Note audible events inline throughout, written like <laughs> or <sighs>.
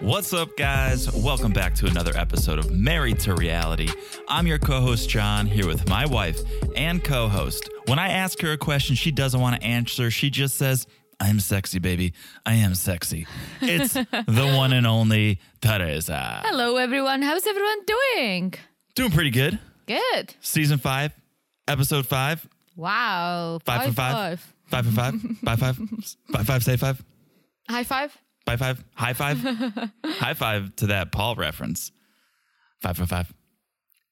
What's up, guys? Welcome back to another episode of Married to Reality. I'm your co host, John, here with my wife and co host. When I ask her a question she doesn't want to answer, she just says, I'm sexy, baby. I am sexy. <laughs> It's the one and only Teresa. Hello, everyone. How's everyone doing? Doing pretty good. Good. Season five, episode five, Wow. five for five, five for five, <laughs> five five, five five, say five, High five. five five, high five, <laughs> high five to that Paul reference. Five for five.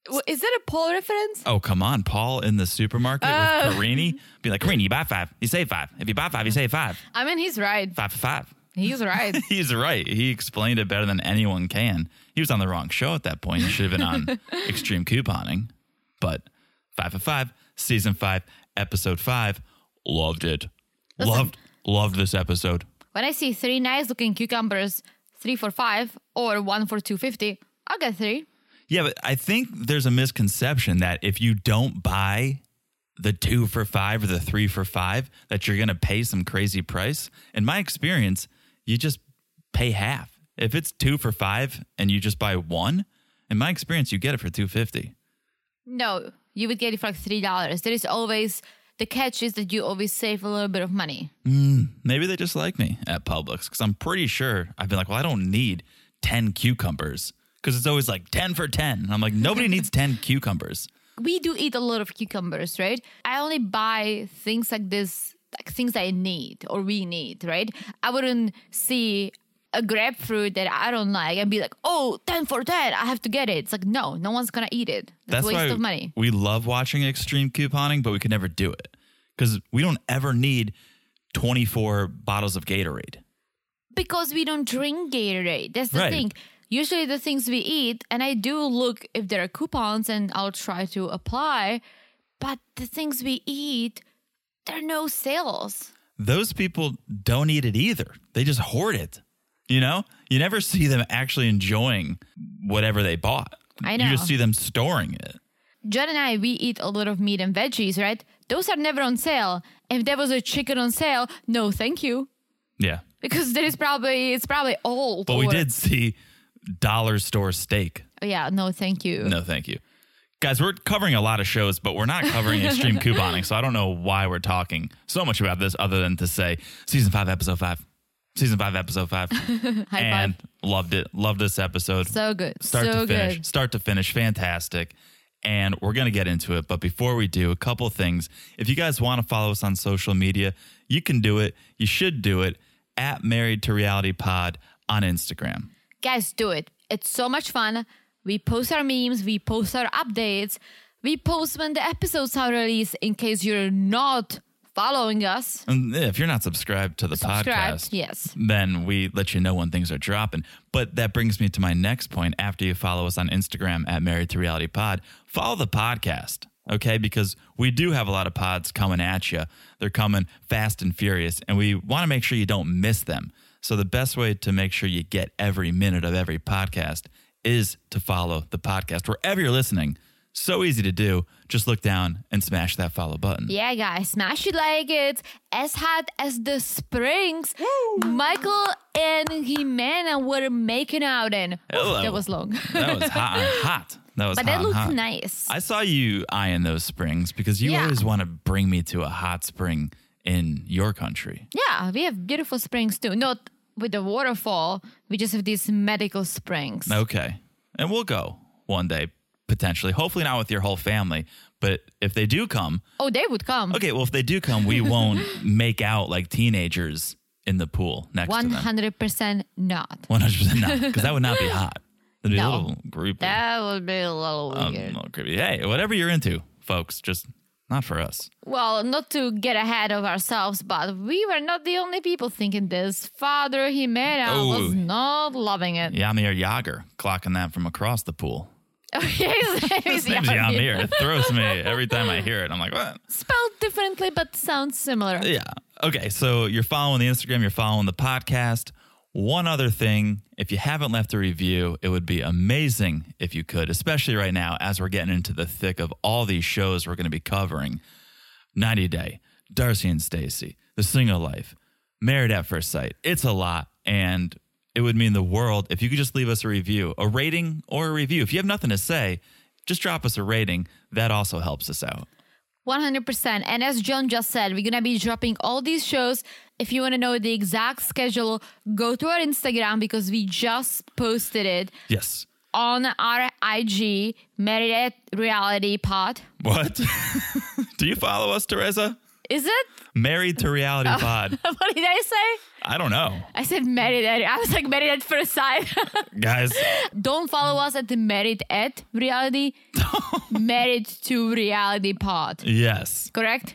W- Is that a Paul reference? Oh, come on. Paul in the supermarket with Karini. Be like, Karini, you buy five, you save five. If you buy five, you save five. I mean, he's right. Five for five. <laughs> He's right. He's right. He explained it better than anyone can. He was on the wrong show at that point. He should have been on Extreme Couponing. But five for five, season five, episode five. Loved it. Listen. Loved loved this episode. when I see three nice looking cucumbers, three for five or one for 250, I'll get three. Yeah, but I think there's a misconception that if you don't buy the two for five or the three for five, that you're going to pay some crazy price. In my experience, you just pay half. If it's two for five and you just buy one, in my experience, you get it for two fifty. No, you would get it for like $3. There is always the catch is that you always save a little bit of money. Maybe they just like me at Publix because I'm pretty sure I've been like, well, I don't need 10 cucumbers because it's always like 10 for 10. And I'm like, nobody needs 10 cucumbers. we do eat a lot of cucumbers, right? I only buy things like this, like things I need or we need, right? I wouldn't see a grapefruit that I don't like and be like, oh, 10 for 10, I have to get it. It's like, no, no one's gonna eat it. That's That's, a waste why of money. we love watching extreme couponing, but we could never do it because we don't ever need 24 bottles of Gatorade. Because we don't drink Gatorade. That's the Right. thing. Usually the things we eat, and I do look if there are coupons and I'll try to apply, but the things we eat, there are no sales. Those people don't eat it either. They just hoard it. You know, you never see them actually enjoying whatever they bought. I You know. just see them storing it. John and I, we eat a lot of meat and veggies, right? Those are never on sale. If there was a chicken on sale, no, thank you, Yeah. because there is probably it's probably old. But we or- did see dollar store steak. Yeah, no, thank you. <laughs> No, thank you. Guys, we're covering a lot of shows, but we're not covering <laughs> extreme couponing. So I don't know why we're talking so much about this other than to say season five, episode five. Season five, episode five. High and <laughs> five. loved it. Loved this episode. So good. Start so to finish. good. Start to finish. Fantastic. And we're going to get into it. But before we do, a couple things. If you guys want to follow us on social media, you can do it. You should do it at Married to Reality Pod on Instagram. Guys, do it. It's so much fun. We post our memes, we post our updates, we post when the episodes are released in case you're not following us. And if you're not subscribed to the Subscribed, podcast, yes. then we let you know when things are dropping. But that brings me to my next point. After you follow us on Instagram at Married to Reality Pod, follow the podcast, okay? Because we do have a lot of pods coming at you. They're coming fast and furious, and we want to make sure you don't miss them. So the best way to make sure you get every minute of every podcast is to follow the podcast wherever you're listening. So easy to do. Just look down and smash that follow button. Yeah, guys, smash it like it. As hot as the springs, Michael and Jimena were making out, and Hello. that was long. <laughs> That was hot on hot. That was hot but that on looked hot. nice. I saw you eyeing those springs because you Yeah. always want to bring me to a hot spring in your country. yeah, we have beautiful springs too. Not with the waterfall. We just have these medical springs. Okay. And we'll go one day, potentially. Hopefully not with your whole family, but if they do come, Oh, they would come. okay, well, if they do come, we <laughs> won't make out like teenagers in the pool next One to them. hundred percent not. 100% not, because that would not be hot. That'd be a No. little creepy. That would be a little Um, weird. little creepy. Hey, whatever you're into, folks, just not for us. Well, not to get ahead of ourselves, but we were not the only people thinking this. Father Jimena Oh. was not loving it. Yamir Yager clocking that from across the pool. <laughs> his name is His name's Yamir. Yamir. It throws me every time I hear it. I'm like, what? Spelled differently, but sounds similar. Yeah. Okay. So you're following the Instagram, you're following the podcast. One other thing, if you haven't left a review, it would be amazing if you could, especially right now as we're getting into the thick of all these shows we're going to be covering 90 Day, Darcy and Stacy, The Single Life, Married at First Sight. It's a lot. And it would mean the world if you could just leave us a review, a rating or a review. If you have nothing to say, just drop us a rating. That also helps us out. 100%. And as John just said, we're going to be dropping all these shows. If you want to know the exact schedule, go to our Instagram because we just posted it Yes. on our IG, Married at Reality Pod. What? <laughs> Do you follow us, Teresa? Is it? <laughs> Married to Oh. Reality Pod. what did I say? I don't know. I said married at. I was like married at first sight. Guys, <laughs> Don't follow us at the married at <laughs> reality. married to reality pod. yes. Correct?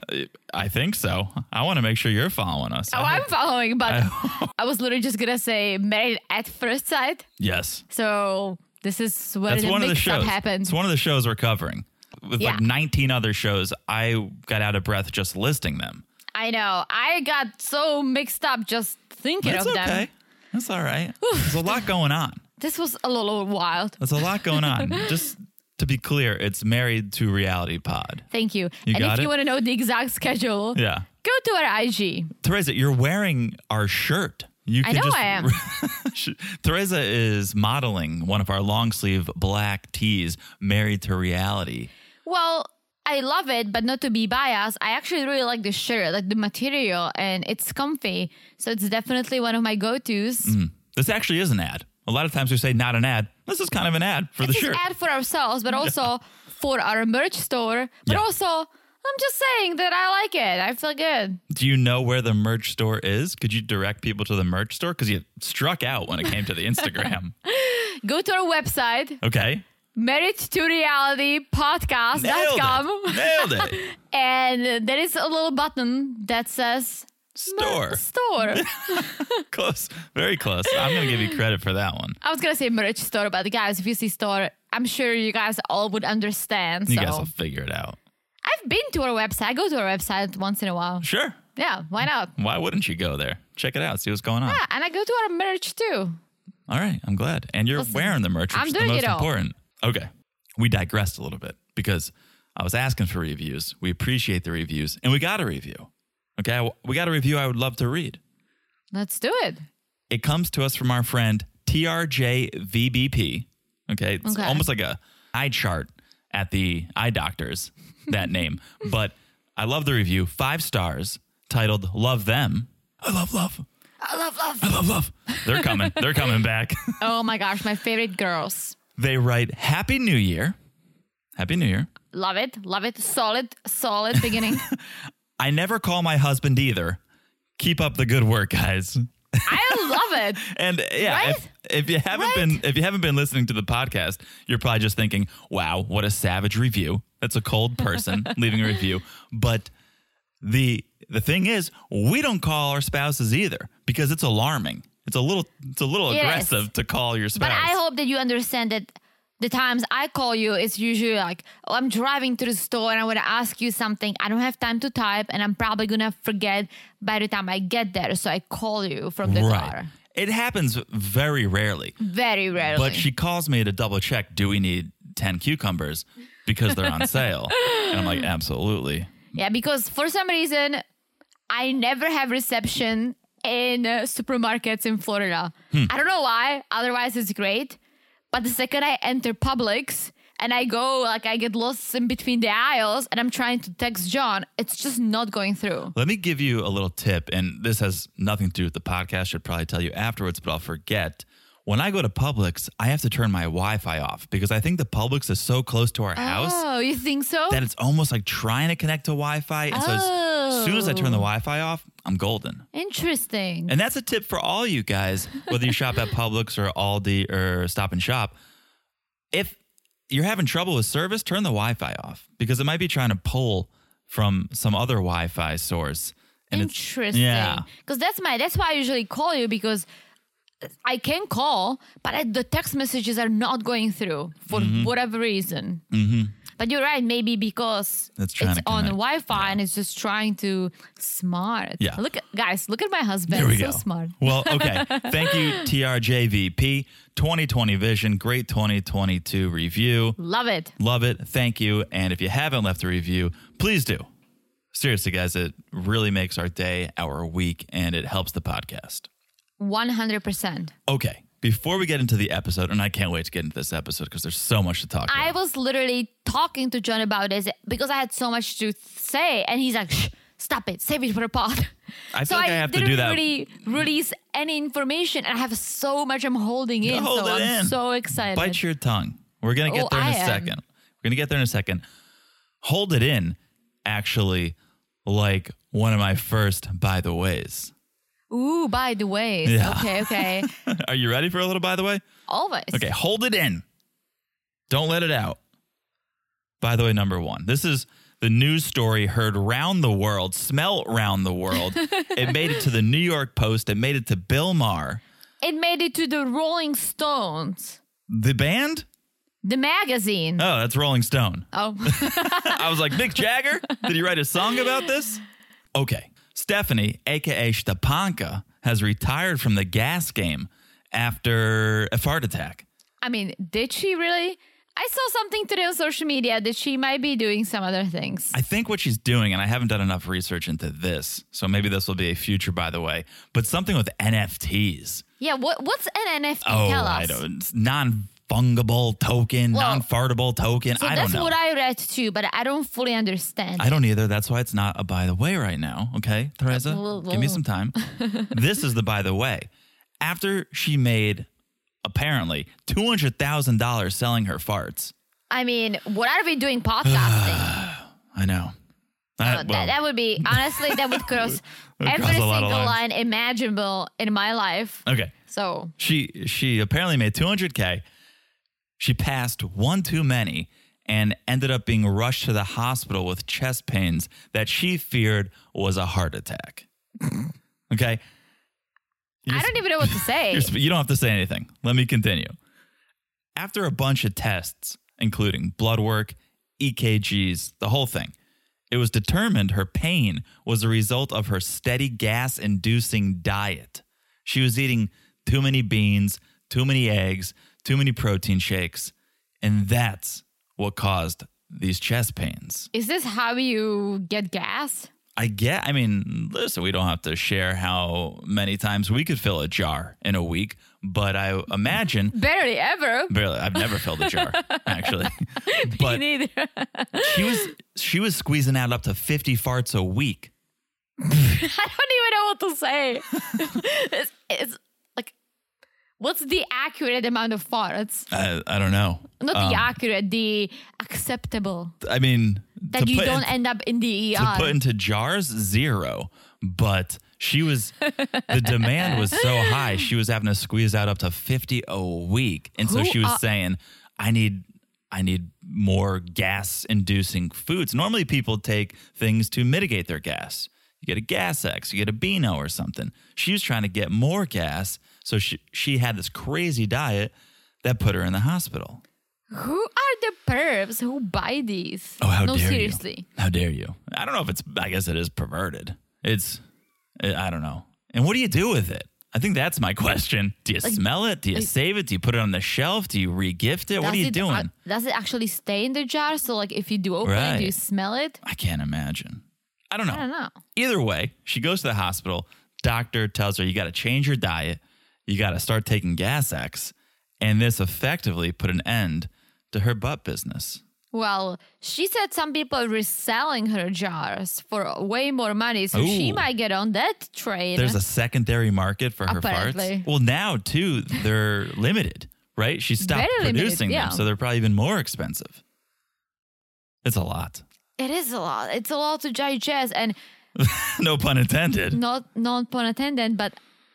I think so. I want to make sure you're following us. Oh, I I'm hope- following, but I- I was literally just gonna say married at first sight. yes. So this is where That's the one of the mix up shows. happens. It's one of the shows we're covering. With Yeah. like 19 other shows, I got out of breath just listing them. I know. I got so mixed up just thinking That's of okay. them. That's all right. There's a lot going on. This was a little wild. There's a lot going <laughs> on. just to be clear, it's Married to Reality Pod. Thank you. You and got if you it? want to know the exact schedule, Yeah. go to our IG. Teresa, you're wearing our shirt. You I could know just, I <laughs> am. She- Teresa is modeling one of our long sleeve black tees, married to reality. Well, I love it, but not to be biased, I actually really like the shirt, like the material, and it's comfy. So it's definitely one of my go tos. This actually is an ad. A lot of times we say not an ad. This is kind of an ad for This the is shirt. ad for ourselves, but also for our merch store. But Yeah. also, I'm just saying that I like it. I feel good. Do you know where the merch store is? Could you direct people to the merch store? Because you struck out when it came to the <laughs> Instagram. Go to our website, Okay. married to reality Nailed podcast.com, it. Nailed <laughs> it. and there is a little button that says Store. <laughs> store. Close. Very close. I'm going to give you credit for that one. I was gonna say merch store, but guys, if you see store, I'm sure you guys all would understand. You so guys will figure it out. I've been to our website. I go to our website once in a while. Sure. Yeah, why not? Why wouldn't you go there? Check it out. See what's going on. Yeah, and I go to our merch too. All right, I'm glad. And you're wearing the merch, which I'm is the doing most it all. important. Okay. We digressed a little bit because I was asking for reviews. We appreciate the reviews and we got a review. Okay. We got a review I would love to read. Let's do it. It comes to us from our friend TRJVBP. Okay. It's Okay. almost like a eye chart at the eye <laughs> doctors, that name. But I love the review. Five stars titled Love Them. I love love. I love I love. love love. They're coming. They're coming back. <laughs> Oh my gosh, my favorite girls. They write Happy New Year. Happy New Year. Love it, love it. Solid, solid beginning. I never call my husband either. Keep up the good work, guys. I love it. <laughs> And yeah, if, Right? if you haven't Right? been if you haven't been listening to the podcast, you're probably just thinking, "Wow, what a savage review." That's a cold <laughs> person leaving a review. But the the thing is, we don't call our spouses either because it's alarming. It's a little it's a little Yes. aggressive to call your spouse. But I hope that you understand that the times I call you, it's usually like, oh, I'm driving to the store and I want to ask you something. I don't have time to type and I'm probably going to forget by the time I get there. So I call you from the right. car. It happens very rarely. Very rarely. But she calls me to double check do we need 10 cucumbers because they're on sale? And I'm like, absolutely. yeah, because for some reason, I never have reception in uh, supermarkets in Florida. Hmm. I don't know why. Otherwise, it's great. But the second I enter Publix and I go, like, I get lost in between the aisles and I'm trying to text John, it's just not going through. Let me give you a little tip. And this has nothing to do with the podcast. Should probably tell you afterwards, but I'll forget. When I go to Publix, I have to turn my Wi Fi off because I think the Publix is so close to our house Oh, you think so? that it's almost like trying to connect to Wi Fi. And so as soon as I turn the Wi Fi off, I'm golden. Interesting. And that's a tip for all you guys, whether you shop at Publix or Aldi or Stop and Shop. If you're having trouble with service, turn the Wi Fi off because it might be trying to pull from some other Wi Fi source. And it's Interesting. yeah. Because that's my that's why I usually call you because I can Mm-hmm. call, but I, the text messages are not going through for whatever reason. But you're right, maybe because It's it's, Mm-hmm. trying to on connect. Wi-Fi and it's just trying to smart. Yeah. Look, at, guys, look at my husband. There we so go. smart. Well, <laughs> okay. Thank you, TRJVP 2020 Vision. Great 2022 review. Love it. Love it. Thank you. And if you haven't left a review, please do. Seriously, guys, it really makes our day, our week, and it helps the podcast. One hundred percent. Okay. Before we get into the episode, and I can't wait to get into this episode because there's so much to talk about. I was literally talking to John about this because I had so much to say, and he's like, Shh, "Stop it, save it for the pod." <laughs> I feel so like I, I have to didn't do that. really release any information, and I have so much I'm holding in. hold so it I'm in. so excited. Bite your tongue. We're going to get Oh, there in I a am. second. We're going to get there in a second. Hold it in, actually, like one of my first by the ways. <laughs> Ooh, by the way, Yeah. <laughs> okay, okay, Are you ready for a little by the way? always. Okay, hold it in. Don't let it out. By the way, number one, this is the news story heard round the world, smelt round the <laughs> world. it made it to the New York Post. It made it to Bill Maher. It made it to the Rolling Stones, The band? the magazine. Oh, that's Rolling Stone. oh, <laughs> I was like, Mick Jagger? Did he write a song about this? Okay. Stephanie, aka Stepanka, has retired from the gas game after a heart attack. I mean, did she really? I saw something today on social media that she might be doing some other things. I think what she's doing, and I haven't done enough research into this, so maybe this will be a future, by the way, but something with NFTs. yeah, what what's an NFT? Oh, Tell us. I don't, non fungible token, Well, non fartable token. So I that's don't know. what I read too, but I don't fully understand. I don't either. That's why it's not a by the way right now. Okay, Teresa, Well, give me well. some <laughs> time. this is the by the way. After she made apparently two hundred thousand dollars selling her farts. I mean, what are we doing podcasting? <sighs> I know. I- Uh, well, that, that would be honestly that <laughs> would cross would every cross a single lot of lines. line imaginable in my life. okay. So She she apparently made two hundred k. She passed one too many and ended up being rushed to the hospital with chest pains that she feared was a heart <laughs> attack. okay. I don't even know what to say. You're sp- you don't have to say anything. Let me continue. After a bunch of tests, including blood work, EKGs, the whole thing, it was determined her pain was a result of her steady gas inducing diet. She was eating too many beans, too many eggs, too many protein shakes, and that's what caused these chest pains. Is this how you get gas? I get, I mean, listen, we don't have to share how many times we could fill a jar in a week, but I imagine Barely ever. Barely. I've never filled a <laughs> jar, actually. Me But neither. <laughs> she was she was squeezing out up to fifty farts a week. I don't even know what to say. <laughs> it's, it's like, what's the accurate amount of farts? I, I don't know. Not Um, the accurate, the acceptable. I mean, That you put don't in- end up in the ER. to put into jars zero, but she was the demand was so high. She was having to squeeze out up to fifty a week, and so Who she was are- saying, "I need." I need more gas inducing foods. Normally, people take things to mitigate their gas. You get a gas X, you get a Beano or something. She was trying to get more gas. So she, she had this crazy diet that put her in the hospital. Who are the pervs who buy these? Oh, how no, dare seriously. you! How dare you! I don't know if it's. I guess it is perverted. It's. I I don't know. And what do you do with it? I think that's my <laughs> question. Do you smell it? Do you save it? Do you put it on the shelf? Do you regift it? What are Does you it- doing? uh, does it actually stay in the jar? So, like, if you do open it, do you Right. smell it? I can't imagine. I don't know. I don't know. Either way, she goes to the hospital. Doctor tells her you got to change your diet. You got to start taking Gas X, and this effectively put an end to her butt business. Well, she said some people are reselling her jars for way more money, so she Ooh. might get on that train. There's a secondary market for her Apparently. farts. Well, now too, <laughs> they're limited, right? She stopped Very limited, producing yeah. them, so they're probably even more expensive. It's a lot. <laughs> it is a lot. It's a lot to digest, and no pun intended. not non pun attendant, but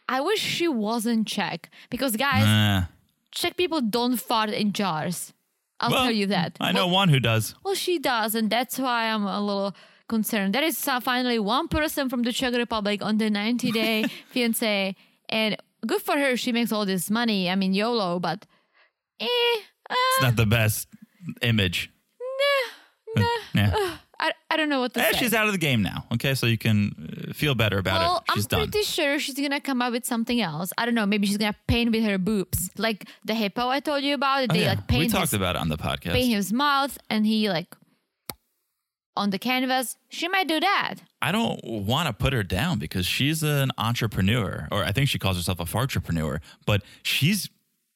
I wish she wasn't Czech because guys, Nah. Czech people don't fart in jars. I'll Well, tell you that. I Well, know one who does. Well, she does, and that's why I'm a little concerned. There is some, finally one person from the Czech Republic on the <laughs> 90 day fiance, and good for her. She makes all this money. I mean, YOLO, but eh, uh, It's not the best image. nah, But, <laughs> yeah. I, I don't know what to Eh, say. she's out of the game now. Okay, so you can uh, feel better about well, it. She's I'm done. pretty sure she's gonna come up with something else. I don't know. Maybe she's gonna paint with her boobs, like the hippo I told you about. Oh, They yeah. like paint we his talked about it on the podcast. paint his mouth and he like on the canvas. She might do that. I don't want to put her down because she's an entrepreneur, or I think she calls herself a fartrepreneur, but she's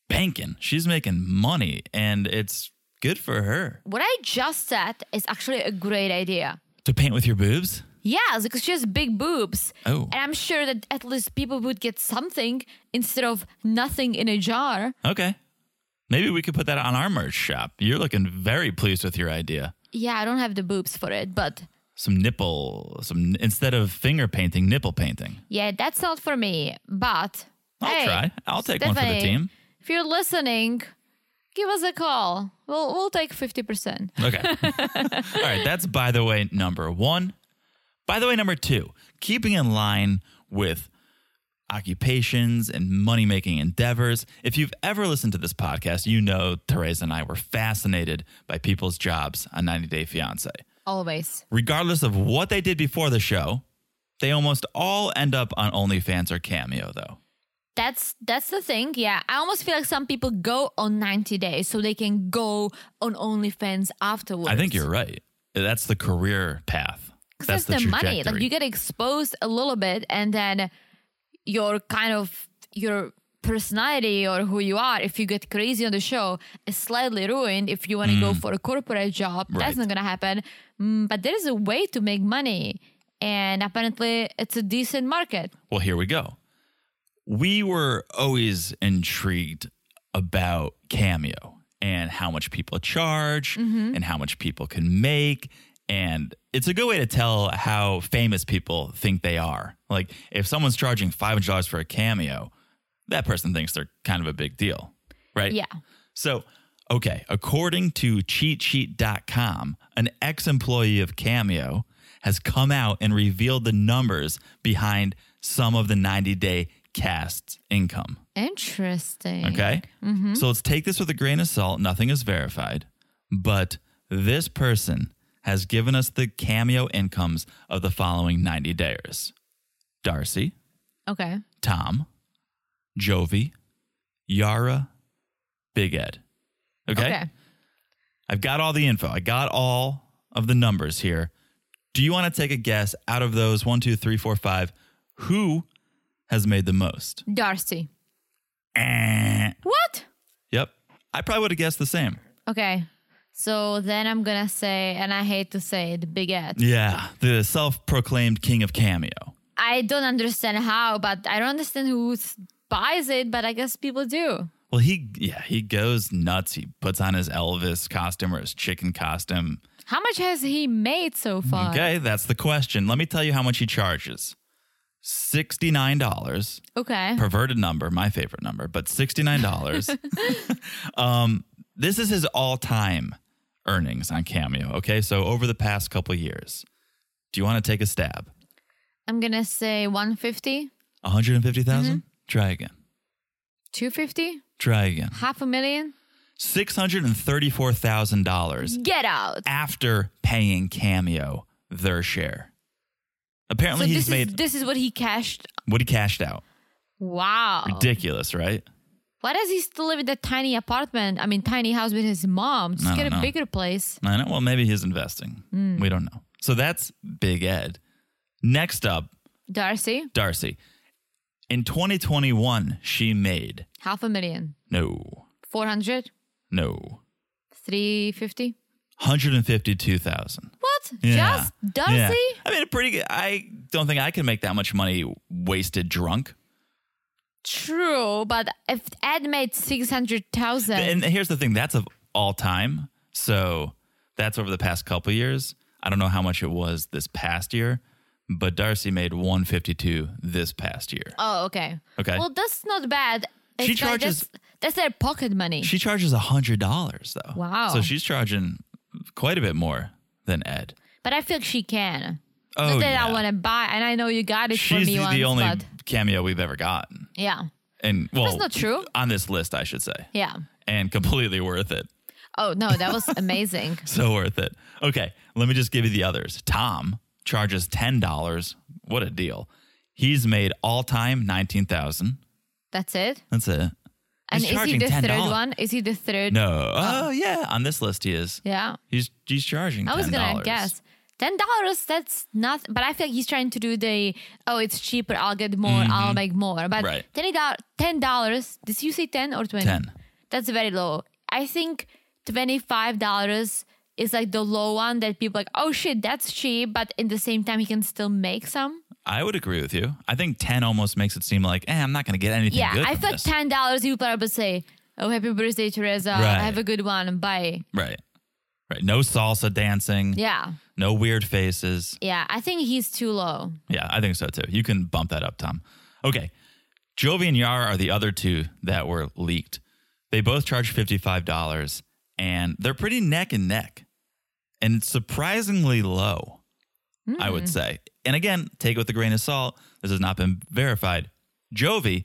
banking. She's making money, and it's good for her. What I just said is actually a great idea. To paint with your boobs? Yes, because she has big boobs. Oh. And I'm sure that at least people would get something instead of nothing in a jar. Okay. Maybe we could put that on our merch shop. You're looking very pleased with your idea. Yeah, I don't have the boobs for it, but Some nipple, some instead of finger painting, nipple painting. yeah, that's not for me. But I'll hey, try. I'll take one for the Stephanie, team. If you're listening, give us a call. We'll we'll take fifty percent. <laughs> Okay. All right. That's by the way number one. By the way, number two, keeping in line with occupations and money making endeavors. If you've ever listened to this podcast, you know Teresa and I were fascinated by people's jobs on 90 Day Fiancé. Always. Regardless of what they did before the show, they almost all end up on OnlyFans or Cameo, though. That's that's the thing. Yeah, I almost feel like some people go on ninety days so they can go on OnlyFans afterwards. I think you're right. That's the career path. Because That's there's the the money. Like trajectory. you get exposed a little bit, and then your kind of your personality or who you are, if you get crazy on the show, is slightly ruined. If you want to go for a corporate job, Mm. Right. that's not gonna happen. Mm, but there is a way to make money, and apparently it's a decent market. Well, here we go. We were always intrigued about Cameo and how much people charge and how much people can make. And it's a good way to tell how famous people think they are. Like, if someone's charging $500 for a cameo, that person thinks they're kind of a big deal, right? Yeah. So, okay, according to cheatsheet.com, an ex employee of Cameo has come out and revealed the numbers behind some of the 90 day cast's income. Interesting. Okay. So let's take this with a grain of salt. Nothing is verified, but this person has given us the cameo incomes of the following 90 dayers Darcy, Okay. Tom, Jovi, Yara, Big Ed. Okay? I've got all the info. I got all of the numbers here. Do you want to take a guess out of those one, two, three, four, five? Who has made the most? Darcy. Eh. What? Yep. I probably would have guessed the same. Okay. So then I'm gonna say, and I hate to say it, big Ed. Yeah. The self proclaimed king of cameo. I don't understand how, but I don't understand who s- buys it, but I guess people do. Well, he, yeah, he goes nuts. He puts on his Elvis costume or his chicken costume. How much has he made so far? Okay, that's the question. Let me tell you how much he charges. $69, Okay. <laughs> perverted number, my favorite number, but <laughs> $69. um, this is his all-time earnings on Cameo, okay? So over the past couple years. Do you want to take a stab? I'm going to say 150, 150,000? Mm-hmm. Try again. 250, Try again. half a million. $634,000 Get out. after paying Cameo their share. So Apparently this he's is, made this is what he cashed. what he cashed out. Wow. Ridiculous, right? Why does he still live in that tiny apartment? I mean, tiny house with his mom. Just I get a don't know. bigger place. I know. Well, maybe he's investing. Hmm. We don't know. So that's Big Ed. Next up, Darcy, Darcy. In 2021, she made half a million. no, 400, no, 350. 152,000. What? Yeah. Just Darcy? Yeah. I mean, a pretty good. I don't think I can make that much money wasted drunk. True, but if Ed made 600,000. And here's the thing that's of all time. So that's over the past couple years. I don't know how much it was this past year, but Darcy made 152 this past year. Oh, okay. Okay. Well, that's not bad. She It's like charges- that's, that's their pocket money. She charges a hundred dollars though. Wow. So she's charging quite a bit more than Ed. but I feel like she can. Oh not that yeah. I want to buy, and I know you got it for she's me the, once, the only but cameo we've ever gotten, yeah, and well, not true. On this list, I should say, yeah. and completely worth it. <laughs> Oh no, that was amazing. So worth it. Okay, let me just give you the others. Tom charges ten dollars. What a deal! He's made all time nineteen thousand. That's it. That's it. He's And is he charging the third $10. one? Is he the third? No. Oh yeah, on this list he is. Yeah. He's he's charging. $10. I was gonna guess. Ten dollars, that's not but I feel like he's trying to do the oh it's cheaper, I'll get more, I'll make more. But Mm-hmm. Right. ten dollars did you say ten or twenty? Ten. That's very low. I think twenty five dollars is like the low one that people like, oh shit, that's cheap, but in the same time he can still make some. I would agree with you. I think ten almost makes it seem like, eh, I'm not gonna get anything. Yeah, good I from feel like this. ten dollars you probably say, Oh happy birthday, Teresa. Right. Have a good one. Bye. Right. Right. No salsa dancing. Yeah. No weird faces. Yeah. I think he's too low. Yeah, I think so too. You can bump that up, Tom. Okay. Jovi and Yara are the other two that were leaked. They both charge $55 and they're pretty neck and neck and surprisingly low, I would say. And again, take it with a grain of salt. This has not been verified. Jovi,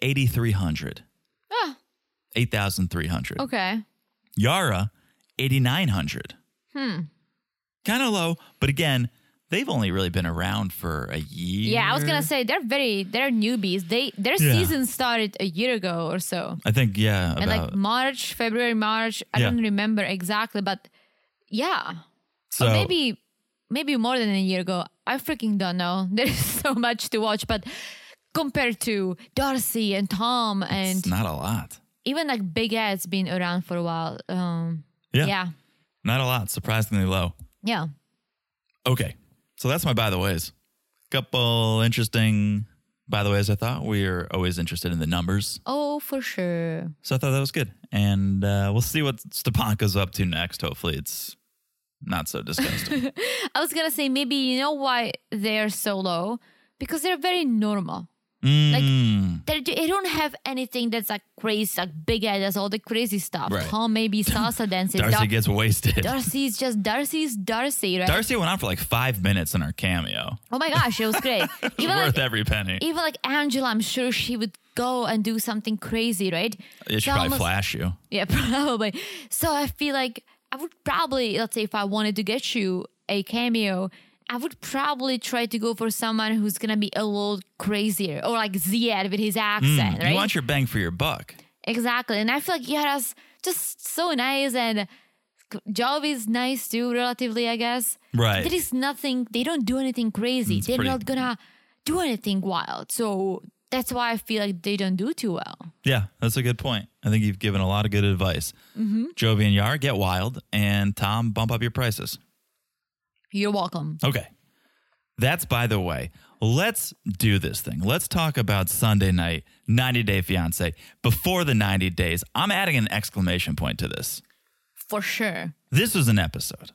8,300. Ah. 8,300. Okay. Yara, 8,900. Hmm. Kind of low, but again, they've only really been around for a year. Yeah, I was gonna say they're very they're newbies. They their Yeah. season started a year ago or so, I think, yeah, and about. like March, February, March. I Yeah. don't remember exactly, but yeah, so or maybe maybe more than a year ago. I freaking don't know. <laughs> There's so much to watch, but compared to Darcy and Tom and it's not a lot. even like Big Ed's been around for a while. Um, Yeah. yeah, Not a lot, surprisingly low. yeah. Okay. So that's my by the ways. Couple interesting by the ways, I thought. We're always interested in the numbers. Oh, for sure. So I thought that was good. And uh, we'll see what Stepanka's up to next. Hopefully, it's not so <laughs> disgusting. I was gonna say maybe you know why they're so low because they're very normal. Mm, they, they don't have anything that's like crazy, like big ass, that's all the crazy stuff. Right. <laughs> Tom maybe salsa dances. Darcy Dar- gets wasted. Darcy's just Darcy's Darcy, right? Darcy went on for like five minutes in our cameo. oh my gosh, it was <laughs> great. It's even worth like, every penny. even like Angela, I'm sure she would go and do something crazy, right? It should So I probably almost- flash you. Yeah, <laughs> probably. So I feel like I would probably, let's say, if I wanted to get you a cameo, I would probably try to go for someone who's gonna be a little crazier, or like Ziad with his accent, right? Hmm, You want your bang for your buck. Exactly. And I feel like Yara's just so nice and Jovi's nice too, relatively, I guess. Right. Hmm, There is nothing, they don't do anything crazy. They're pretty- not gonna do anything wild. So that's why I feel like they don't do too well. Yeah, that's a good point. I think you've given a lot of good advice. Mm-hmm. Jovi and Yar, get wild. And Tom, bump up your prices. You're welcome. Okay. That's by the way. Let's do this thing. Let's talk about Sunday night, 90 Day Fiance. Before the 90 days, I'm adding an exclamation point to this. For sure. This was an episode.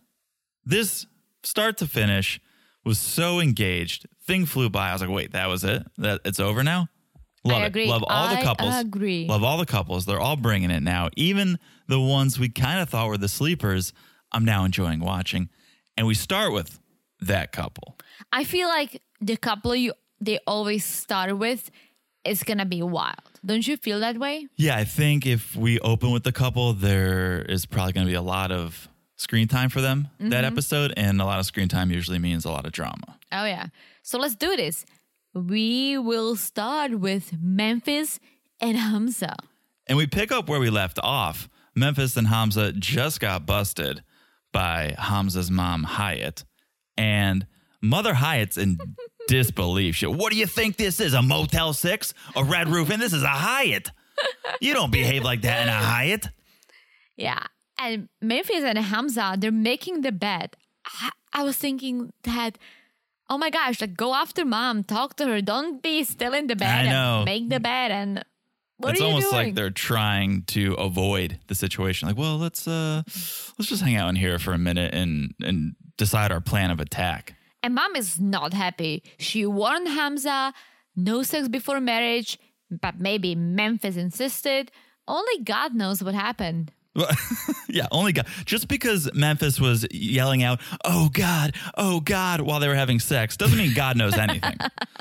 This start to finish was so engaged. Thing flew by. I was like, wait, that was it? That it's over now? Love I it. agree. Love all I the couples. agree. Love all the couples. They're all bringing it now. Even the ones we kind of thought were the sleepers, I'm now enjoying watching. And we start with that couple. I feel like the couple you they always start with is gonna be wild. Don't you feel that way? Yeah, I think if we open with the couple, there is probably going to be a lot of screen time for them that Mm-hmm. episode. And a lot of screen time usually means a lot of drama. Oh yeah. So let's do this. We will start with Memphis and Hamza. And we pick up where we left off. Memphis and Hamza just got busted by Hamza's mom, Hyatt. And Mother Hyatt's <laughs> in disbelief. She, what do you think this is? A Motel 6? A Red Roof? And this is a Hyatt. You don't behave like that in a Hyatt. Yeah. And Memphis and Hamza, they're making the bed. I, I was thinking that, oh my gosh, like go after mom, talk to her. Don't be still in the bed. and know. Make the bed and what it's are you almost doing? like they're trying to avoid the situation. Like, well, let's uh let's just hang out in here for a minute and and decide our plan of attack. And mom is not happy. She warned Hamza, no sex before marriage, but maybe Memphis insisted. Only God knows what happened. Well, <laughs> yeah, only God. Just because Memphis was yelling out, "Oh God, oh God," while they were having sex, doesn't mean God knows anything.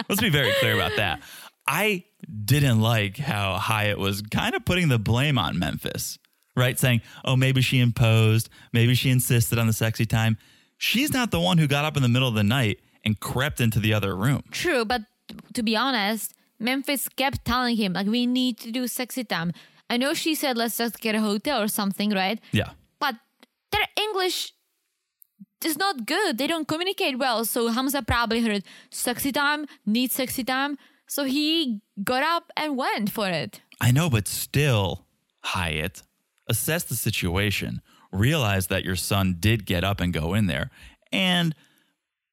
Let's be very clear about that. I didn't like how Hyatt was kind of putting the blame on Memphis. right? Saying, oh, maybe she imposed, maybe she insisted on the sexy time. She's not the one who got up in the middle of the night and crept into the other room. True, but to be honest, Memphis kept telling him like we need to do sexy time. I know she said let's just get a hotel or something, right? Yeah. But their English is not good. They don't communicate well. So Hamza probably heard sexy time, need sexy time. So he got up and went for it. I know, but still, Hyatt, assess the situation. Realize that your son did get up and go in there and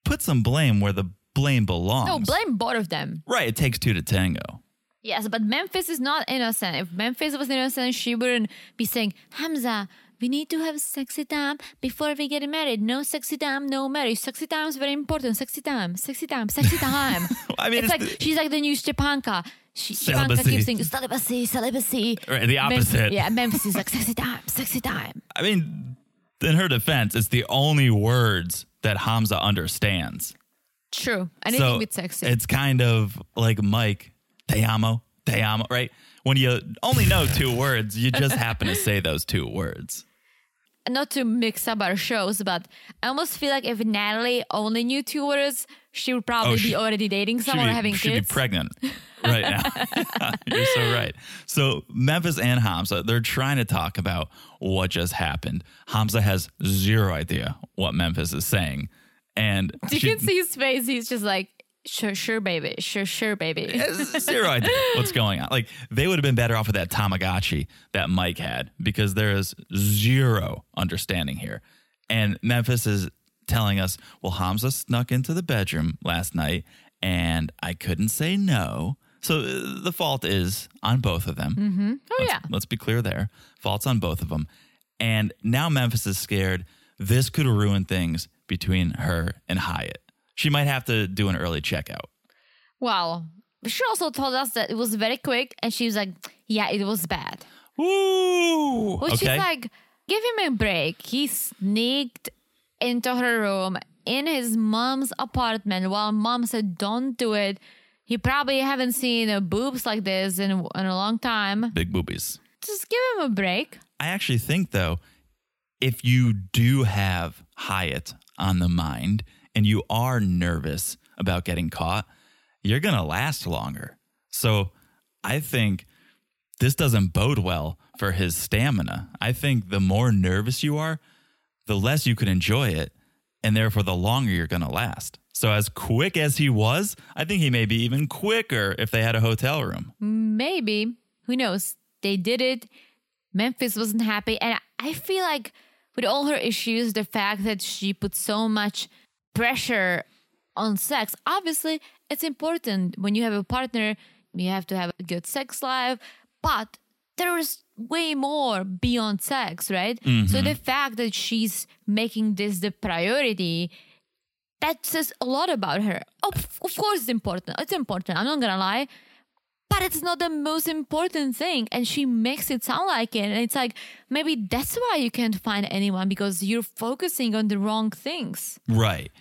put some blame where the blame belongs. No, blame both of them. Right. It takes two to tango. Yes, but Memphis is not innocent. If Memphis was innocent, she wouldn't be saying, Hamza, we need to have sexy time before we get married. No sexy time, no marriage. Sexy time is very important. Sexy time, sexy <laughs> time, sexy time. I mean, it's, it's like the- she's like the new Stepanka. She, Stepanka Celibacy. keeps saying celibacy, celibacy. Right, the opposite. yeah, Memphis is like sexy time, sexy time. I mean, in her defense, it's the only words that Hamza understands. True. Anything so with sexy. It's kind of like Mike, te amo, te amo, right? When you only know two words, you just happen to say those two words. not to mix up our shows, but I almost feel like if Natalie only knew two words, she would probably Oh, she- be already dating Should someone or having should kids. be <laughs> pregnant right now. <laughs> You're so right. So Memphis and Hamza, they're trying to talk about what just happened. Hamza has zero idea what Memphis is saying, and <laughs> you she- can see his face. He's just like, sure, sure, baby, sure, sure, baby. has <laughs> zero idea what's going on. Like they would have been better off with that Tamagotchi that Mike had because there is zero understanding here. And Memphis is telling us, well, Hamza snuck into the bedroom last night and I couldn't say no. So uh, the fault is on both of them. Mm-hmm. Oh yeah, Let's be clear there. Faults on both of them. And now Memphis is scared. This could ruin things between her and Hyatt. She might have to do an early checkout. wow. She also told us that it was very quick, and she was like, yeah, it was bad. Woo! Which okay. is like, give him a break. He sneaked into her room in his mom's apartment while mom said, don't do it. He probably haven't seen uh, boobs like this in, in a long time. Big boobies. Just give him a break. I actually think, though, if you do have Hyatt on the mind and you are nervous about getting caught, you're going to last longer. So I think this doesn't bode well for his stamina. I think the more nervous you are, the less you can enjoy it, and therefore the longer you're going to last. So, as quick as he was, I think he may be even quicker if they had a hotel room. Maybe. Who knows? They did it. Memphis wasn't happy. And I feel like with all her issues, the fact that she put so much pressure on sex, obviously it's important when you have a partner, you have to have a good sex life, but there is way more beyond sex, right? So the fact that she's making this the priority that says a lot about her. Of, of course, it's important. It's important. I'm not gonna lie, but it's not the most important thing. And she makes it sound like it. And it's like maybe that's why you can't find anyone because you're focusing on the wrong things. Right.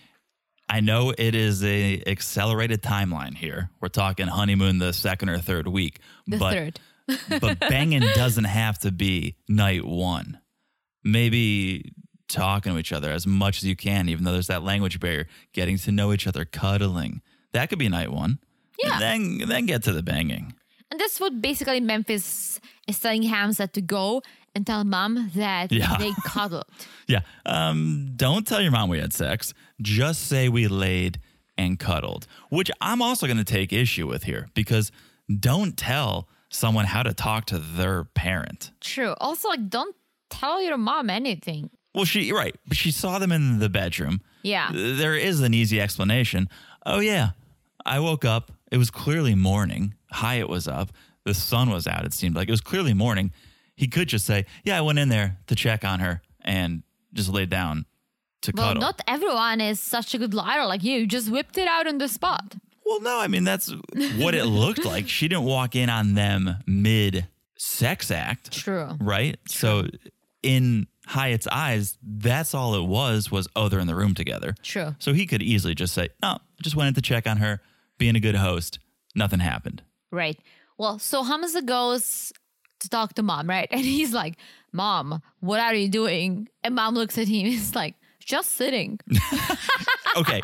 I know it is a accelerated timeline here. We're talking honeymoon the second or third week. The but third, <laughs> but banging doesn't have to be night 1. Maybe talking to each other as much as you can even though there's that language barrier, getting to know each other, cuddling. That could be night 1. Yeah. And then then get to the banging. and that's what basically Memphis is telling Hamza to go and tell mom that Yeah. <laughs> they cuddled. Yeah. Um, don't tell your mom we had sex. Just say we laid and cuddled, which I'm also going to take issue with here because don't tell someone how to talk to their parent. True. Also, like don't tell your mom anything. Well, she, right. But she saw them in the bedroom. Yeah. There is an easy explanation. Oh, yeah. I woke up. It was clearly morning. Hyatt was up. The sun was out, it seemed like. It was clearly morning. He could just say, Yeah, I went in there to check on her and just laid down to Well, cuddle. not everyone is such a good liar like you. You just whipped it out on the spot. Well, no, I mean that's what <laughs> it looked like. She didn't walk in on them mid sex act, True. right? So in Hyatt's eyes, that's all it was was oh, they're in the room together. True. So he could easily just say, No, just went in to check on her, being a good host, nothing happened. Right. Well, so Hamza goes to talk to mom, right? <laughs> And he's like, Mom, what are you doing? And mom looks at him. It's like, Just sitting. <laughs> <laughs> Okay.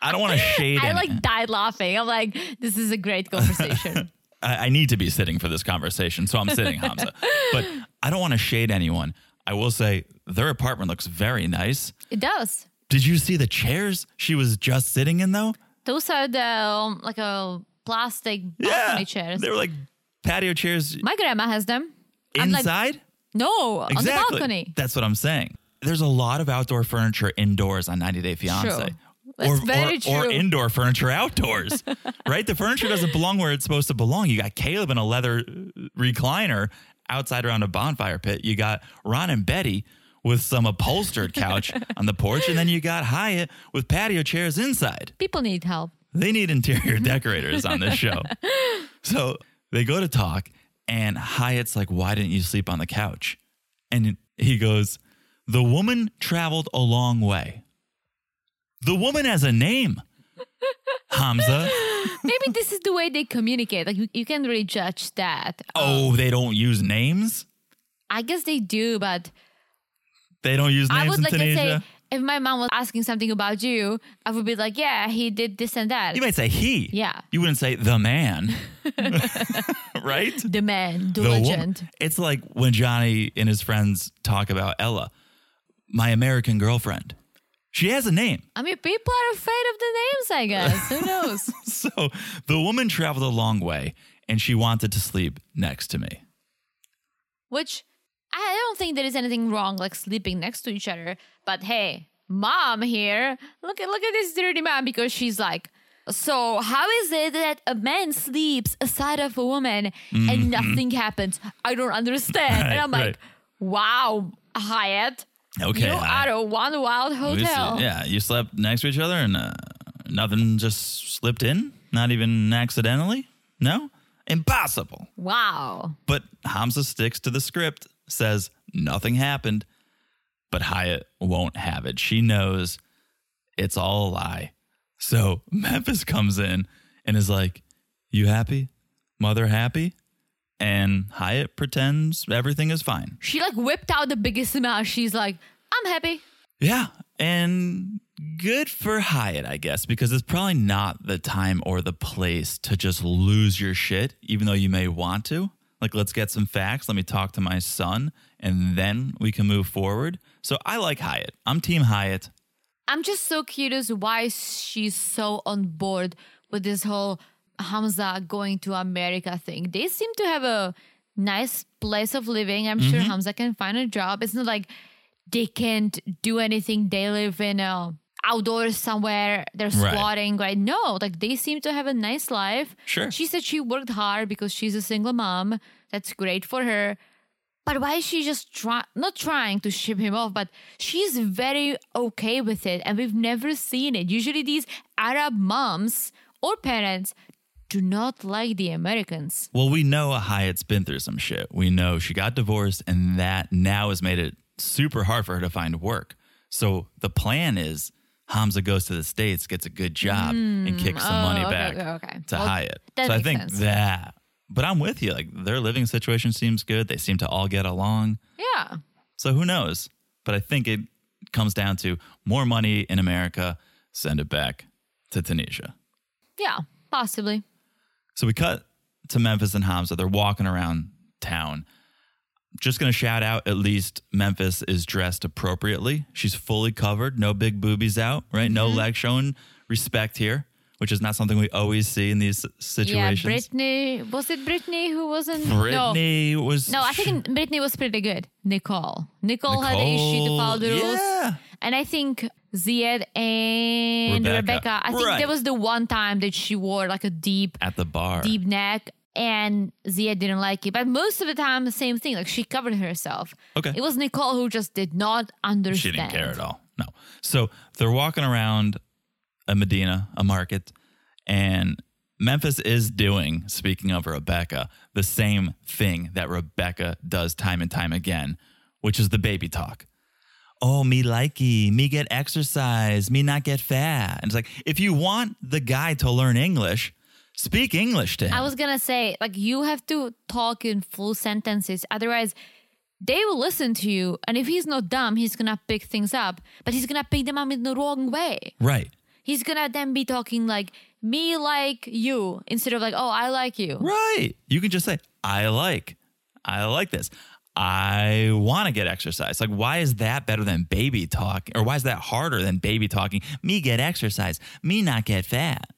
I don't want to shade I any- like died laughing. I'm like, This is a great <laughs> conversation. I, I need to be sitting for this conversation, so I'm sitting, <laughs> Hamza. But I don't want to shade anyone. I will say their apartment looks very nice. it does. Did you see the chairs she was just sitting in though? Those are the um, like a plastic balcony chairs. They were like patio chairs My grandma has them. I'm like, inside. no, on the exactly. balcony. That's what I'm saying. There's a lot of outdoor furniture indoors on 90 Day Fiance. True. That's very or, or true. indoor furniture <laughs> outdoors, right? The furniture doesn't belong where it's supposed to belong. You got Caleb in a leather uh, recliner outside around a bonfire pit. You got Ron and Betty with some upholstered <laughs> couch on the porch. And then you got Hyatt with patio chairs inside. People need help. They need <laughs> interior decorators on this show. So they go to talk, and Hyatt's like, Why didn't you sleep on the couch? And he goes, The woman traveled a long way. The woman has a name, <laughs> Hamza. Maybe this is the way they communicate. Like you, you can't really judge that. <laughs> Oh, they don't use names? I guess they do, but They don't use names I would in like to say Tunisia? if my mom was asking something about you, I would be like, yeah, he did this and that. You might say he. Yeah. You wouldn't say the <laughs> man, <laughs> right? the man, the, the woman. legend. It's like when Johnny and his friends talk about Ella, my American girlfriend. She has a name. <laughs> I mean, people are afraid of the names, I guess. Who knows? So the woman traveled a long way and she wanted to sleep next to me. Which I don't think there is anything wrong like sleeping next to each other. But hey, mom here, look at look at this dirty mom because she's like, so how is it that a man sleeps aside of a woman and nothing happens? I don't understand. Mm-hmm. <laughs> Right, and I'm like, right. wow, Hyatt, Okay. you I- are a one wild we s- hotel. yeah, you slept next to each other and uh, nothing just slipped in, not even accidentally. No, impossible. Wow. But Hamza sticks to the script, says nothing happened, but Hyatt won't have it. She knows it's all a lie. So <laughs> Memphis comes in and is like, You happy? Mother happy? And Hyatt pretends everything is fine. She like whipped out the biggest smile. She's like, I'm happy. Yeah. And good for Hyatt, I guess, because it's probably not the time or the place to just lose your shit, even though you may want to. Like, let's get some facts. Let me talk to my son, and then we can move forward. So I like Hyatt. I'm Team Hyatt. I'm just so curious why she's so on board with this whole Hamza going to America thing. They seem to have a nice place of living. I'm Mm-hmm. sure Hamza can find a job. It's not like they can't do anything. They live in a outdoors somewhere. They're Right. squatting, right? No, like they seem to have a nice life. Sure. She said she worked hard because she's a single mom. That's great for her. But why is she just try- not trying to ship him off? But she's very okay with it, and we've never seen it. Usually, these Arab moms or parents do not like the Americans. Well, we know Hyatt's been through some shit. We know she got divorced, and that now has made it super hard for her to find work. So the plan is Hamza goes to the States, gets a good job, and kicks some oh, money okay, back okay, okay. to Well, Hyatt. that so I makes think sense. that. But I'm with you. Like their living situation seems good. They seem to all get along. Yeah, So who knows? But I think it comes down to more money in America, send it back to Tunisia. yeah, possibly. So we cut to Memphis and Hamza. They're walking around town. Just going to shout out at least Memphis is dressed appropriately. She's fully covered, no big boobies out, right? No Mm-hmm. leg shown. Respect here, which is not something we always see in these Yeah, situations. Brittany. Was it Brittany who wasn't? No. Brittany was. No, <laughs> I think Brittany was pretty good. Nicole. Nicole, had an issue to follow the rules. Yeah. And I think Ziad and Rebecca. Rebecca. I think Right. there was the one time that she wore like a deep, At the bar. deep neck, and Ziad didn't like it. But most of the time, the same thing. Like she covered herself. Okay. It was Nicole who just did not understand. She didn't care at all. No. So they're walking around a Medina, a market, and Memphis is doing, speaking of Rebecca, the same thing that Rebecca does time and time again, which is the baby talk. Oh, me likey, me get exercise, me not get fat. And it's like, if you want the guy to learn English, speak English to him. I was gonna say, like, you have to talk in full sentences. Otherwise, they will listen to you. And if he's not dumb, he's gonna pick things up, but he's gonna pick them up in the wrong way. Right. He's gonna then be talking like me like you instead of like, oh, I like you. Right. You can just say, I like, I like this. I want to get exercise. Like, why is that better than baby talk? Or why is that harder than baby talking? Me get exercise, me not get fat.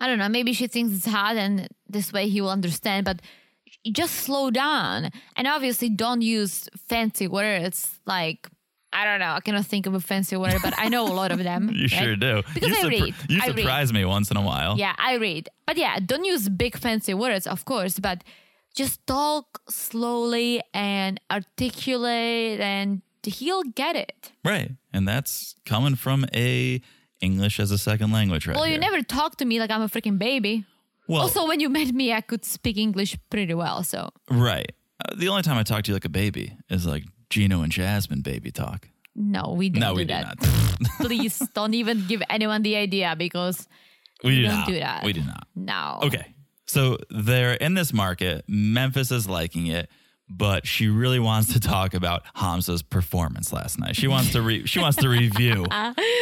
I don't know. Maybe she thinks it's hard, and this way he will understand. But just slow down, and obviously don't use fancy words like I don't know. I cannot think of a fancy word, but I know a lot of them. <laughs> You right? sure do. Because you I read. You I read. surprise me once in a while. Yeah, I read. But yeah, don't use big fancy words, of course, but just talk slowly and articulate, and he'll get it. Right. And that's coming from a English as a second language, right? Well, you here. never talk to me like I'm a freaking baby. Well, Also, when you met me, I could speak English pretty well. So right. Uh, the only time I talk to you like a baby is like Gino and Jasmine baby talk. no, we didn't no, do we that. do not. <laughs> <laughs> Please don't even give anyone the idea because We do don't not do that. We do not. no. <laughs> Okay. So they're in this market. Memphis is liking it, but she really wants to talk about Hamza's performance last night. She wants to re- she wants to review.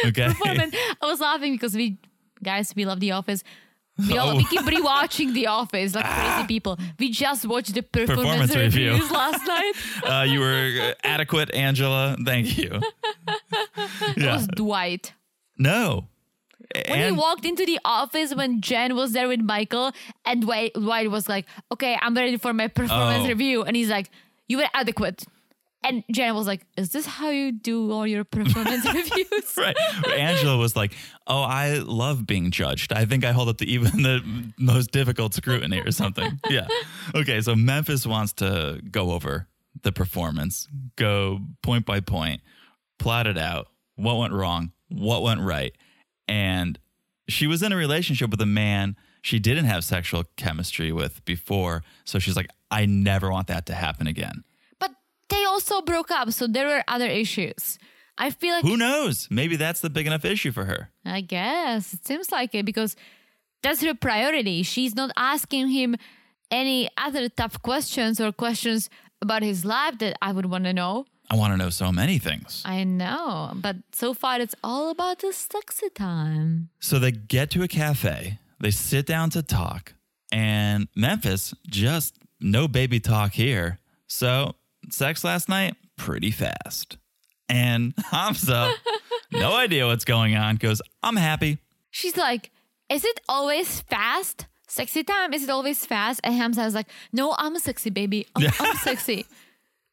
Okay. Woman, I was laughing because we guys we love The Office. We, all, Oh. <laughs> Ah. we keep rewatching The Office like crazy people. We just watched the performance, Performance review. reviews last night. <laughs> Uh, you were uh, adequate, Angela. Thank you. It Yeah. was Dwight. No. When And- he walked into the office when Jen was there with Michael, and Dwight, Dwight was like, "Okay, I'm ready for my performance Oh. review," and he's like, "You were adequate." And Jen was like, "Is this how you do all your <laughs> performance reviews?" right. Angela was like, "Oh, I love being judged. I think I hold up to even the most difficult scrutiny or something." Yeah. Okay, so Memphis wants to go over the performance, go point by point, plot it out, what went wrong, what went right. And she was in a relationship with a man she didn't have sexual chemistry with before, so she's like, "I never want that to happen again." But they also broke up, so there were other issues. I feel like Who knows? Maybe that's the big enough issue for her. I guess it seems like it because that's her priority. She's not asking him any other tough questions or questions about his life that I would want to know. I want to know so many things. I know, but so far it's all about the sexy time. So they get to a cafe, they sit down to talk, and Memphis, just no baby talk here. So sex last night, pretty fast. And <laughs> Hamza, no <laughs> idea what's going on, goes, I'm happy. She's like, "Is it always fast? Sexy time? Is it always fast?" And Hamza was like, "No, I'm sexy, <laughs> baby. I'm, I'm sexy."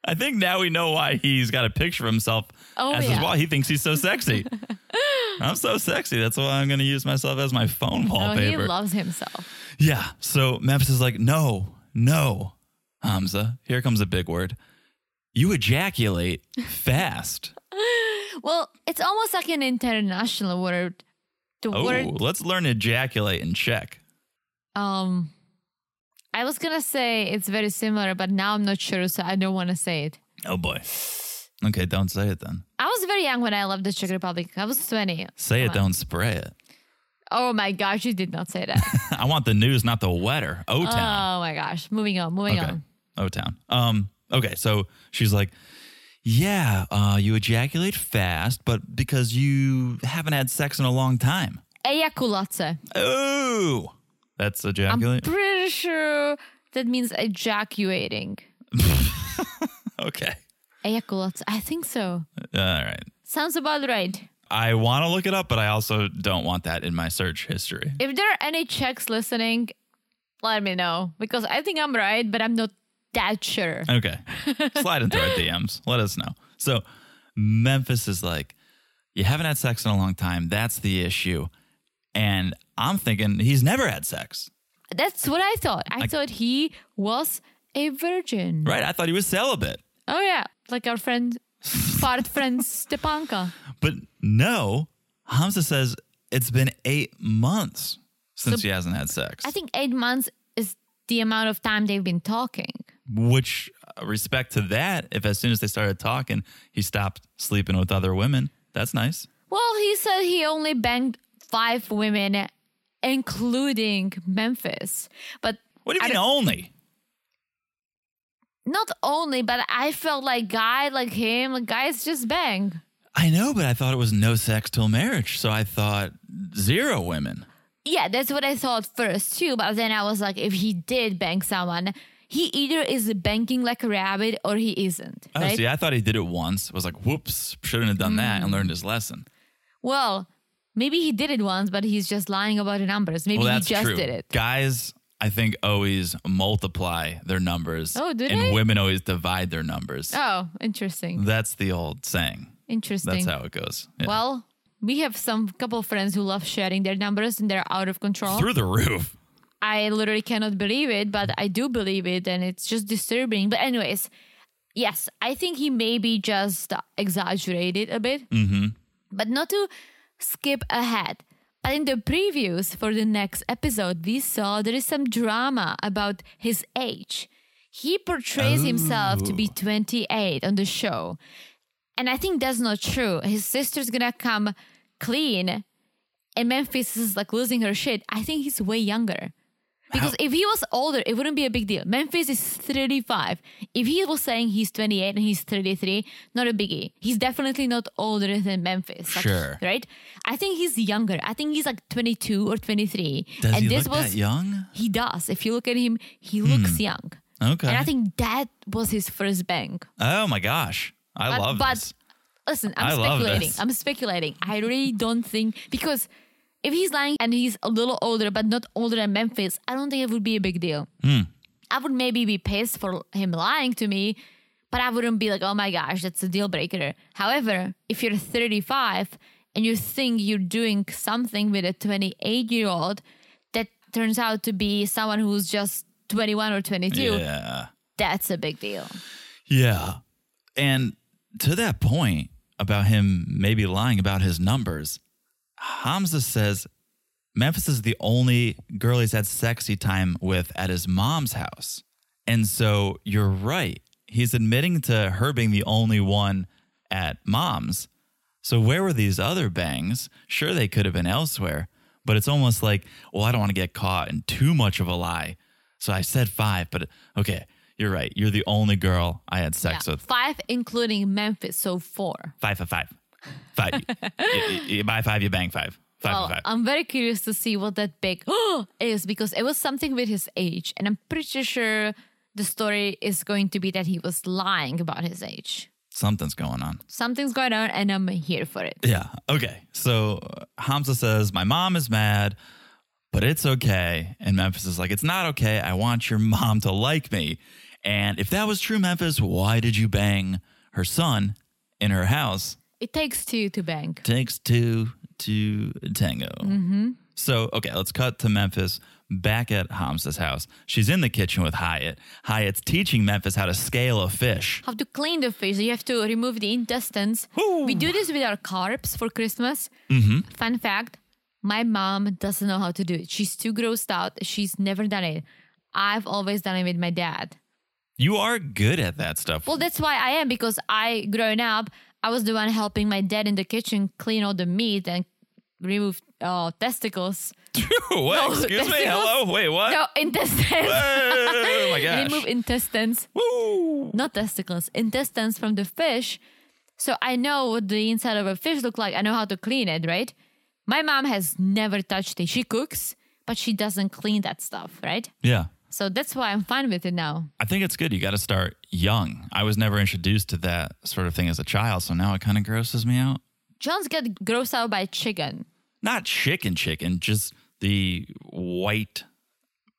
I think now we know why he's got a picture of himself Oh, as his yeah. wall. He thinks he's so <laughs> sexy. I'm so sexy. That's why I'm going to use myself as my phone Oh, wallpaper. he loves himself. Yeah. So Memphis is like, no, no, Hamza. Here comes a big word. You <laughs> ejaculate fast. Well, it's almost like an international word. The oh, word let's learn ejaculate in Czech. Um, I was gonna say it's very similar, but now I'm not sure, so I don't want to say it. Oh boy. Okay, don't say it then. I was very young when I left the Czech Republic. I was 20. Say it, don't spray it. <laughs> Oh my gosh, you did not say that. I want the news, not the wetter. O town. oh my gosh. Moving on, moving okay. on. O town. Um. Okay. So she's like, yeah, uh, you ejaculate fast, but because you haven't had sex in a long time. Ejaculace. Oh, that's I'm ejaculate. <laughs> pretty sure that means ejaculating. okay. Ejaculace. I think so. All right. Sounds about right. I want to look it up, but I also don't want that in my search history. If there are any Czechs listening, let me know because I think I'm right, but I'm not that sure. <laughs> Okay. Slide into our DMs. Let us know. So Memphis is like, you haven't had sex in a long time. That's the issue. And I'm thinking he's never had sex, That's what I thought. I thought he was a virgin. right? I thought he was celibate. Oh yeah, like our friend, fart friend <laughs> Stepanka. But no, Hamza says it's been eight months since he hasn't had sex, I think eight months is the amount of time they've been talking. which, uh, respect to that, if as soon as they started talking, he stopped sleeping with other women, that's nice. Well, he said he only banged five women, including Memphis. But What do I you mean only? not only, but I felt like guy like him, like guys just bang. I know, but I thought it was no sex till marriage. So I thought zero women. Yeah, that's what I thought first too. But then I was like, if he did bang someone, he either is banking like a rabbit or he isn't. Oh, right? Mm. see, I thought he did it once. was like, whoops, shouldn't have done that and learned his lesson. Well, maybe he did it once, but he's just lying about the numbers. Maybe Well, he that's just true. did it. Guys, I think, always multiply their numbers. Oh, do And they? women always divide their numbers. Oh, interesting. That's the old saying. Interesting. That's how it goes. Yeah. Well, we have some couple of friends who love sharing their numbers and they're out of control. Through the roof. I literally cannot believe it, but I do believe it, and it's just disturbing. But anyways, yes, I think he maybe just exaggerated a bit, mm-hmm. but not to skip ahead. But in the previews for the next episode, we saw there is some drama about his age. He portrays himself to be 28 on the show. And I think that's not true. His sister's gonna come clean, and Memphis is like losing her shit. I think he's way younger. Because if he was older, it wouldn't be a big deal. Memphis is 35. If he was saying he's 28 and he's 33, not a biggie. He's definitely not older than Memphis. like, Sure. Right? I think he's younger. I think he's like 22 or 23. Does and he this look was that young? Hmm. he does. If you look at him, he looks young. Okay. And I think that was his first bang. oh my gosh. I But, love but this. listen, I'm I love speculating. this. I'm speculating. I really don't think because if he's lying and he's a little older, but not older than Memphis, I don't think it would be a big deal. Hmm. I would maybe be pissed for him lying to me, but I wouldn't be like, oh my gosh, that's a deal breaker. However, if you're 35 and you think you're doing something with a 28 year old that turns out to be someone who's just 21 or 22, Yeah. that's a big deal. Yeah. And to that point about him maybe lying about his numbers, Hamza says Memphis is the only girl he's had sexy time with at his mom's house. And so you're right. He's admitting to her being the only one at mom's. So where were these other bangs? Sure, they could have been elsewhere, but it's almost like, well, I don't want to get caught in too much of a lie. So I said five, but okay, you're right. You're the only girl I had sex Yeah. with. Five, including Memphis, so four. Five for five. Five. you, you- you buy five, you bang five. Five Well, uh, for five. I'm very curious to see what that big <gasps> is because it was something with his age, and I'm pretty sure the story is going to be that he was lying about his age. Something's going on. Something's going on, and I'm here for it. Yeah. Okay. So uh, Hamza says, My mom is mad, but it's okay. And Memphis is like, It's not okay. I want your mom to like me. And if that was true, Memphis, why did you bang her son in her house? It takes two to bank. Takes two to tango. Mm-hmm. So, okay, let's cut to Memphis back at Hamza's house. She's in the kitchen with Hyatt. Hyatt's teaching Memphis how to scale a fish. How to clean the fish? You have to remove the intestines. We do this with our carbs for Christmas. Fun fact: My mom doesn't know how to do it. She's too grossed out. She's never done it. I've always done it with my dad. You are good at that stuff. <laughs> Well, that's why I am because I, growing up, I was the one helping my dad in the kitchen clean all the meat and remove uh, testicles. what? no, Excuse me? <laughs> that's- Hello? Wait, what? No, intestines. <laughs> oh my gosh. <laughs> remove intestines, Woo. not testicles, intestines from the fish. So I know what the inside of a fish look like. I know how to clean it, right? My mom has never touched it. She cooks, but she doesn't clean that stuff, right? Yeah. So that's why I'm fine with it now. I think it's good. You got to start young. I was never introduced to that sort of thing as a child, so now it kind of grosses me out. John's get grossed out by chicken. Not chicken, chicken, just the white.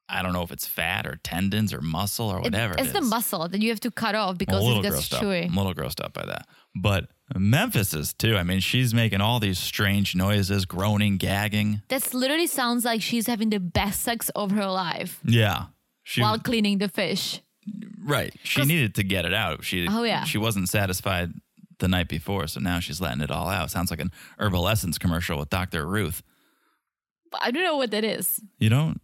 I don't know if it's fat or tendons or muscle or It- whatever. it's it the is. muscle that you have to cut off I'm a because little it gets grossed up. chewy. I'm a little grossed up by that. But Memphis is too. I mean, she's making all these strange noises, groaning, gagging. This literally sounds like she's having the best sex of her life Yeah. She while cleaning the fish. Right. She needed to get it out. She Oh, yeah. she wasn't satisfied the night before, so now she's letting it all out. Sounds like an herbal essence commercial with Dr. Ruth. But I don't know what that is. You don't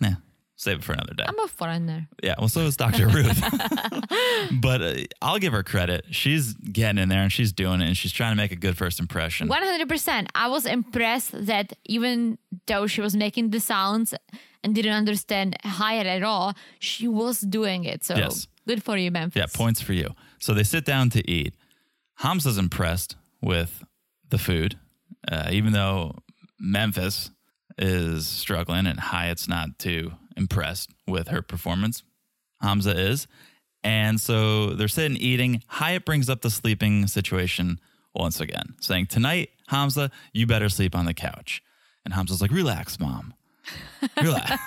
nah. Save it for another day. I'm a foreigner. yeah, well, so is Dr. <laughs> Ruth. <laughs> but uh, I'll give her credit. She's getting in there and she's doing it and she's trying to make a good first impression. 100%. I was impressed that even though she was making the sounds and didn't understand Hyatt at all, she was doing it. So Yes. Good for you, Memphis. Yeah, points for you. So they sit down to eat. Hamza's impressed with the food, uh, even though Memphis is struggling and Hyatt's not too impressed with her performance. Hamza is. And so they're sitting eating. Hyatt brings up the sleeping situation once again, saying, Tonight, Hamza, you better sleep on the couch. And Hamza's like, Relax, mom. Relax.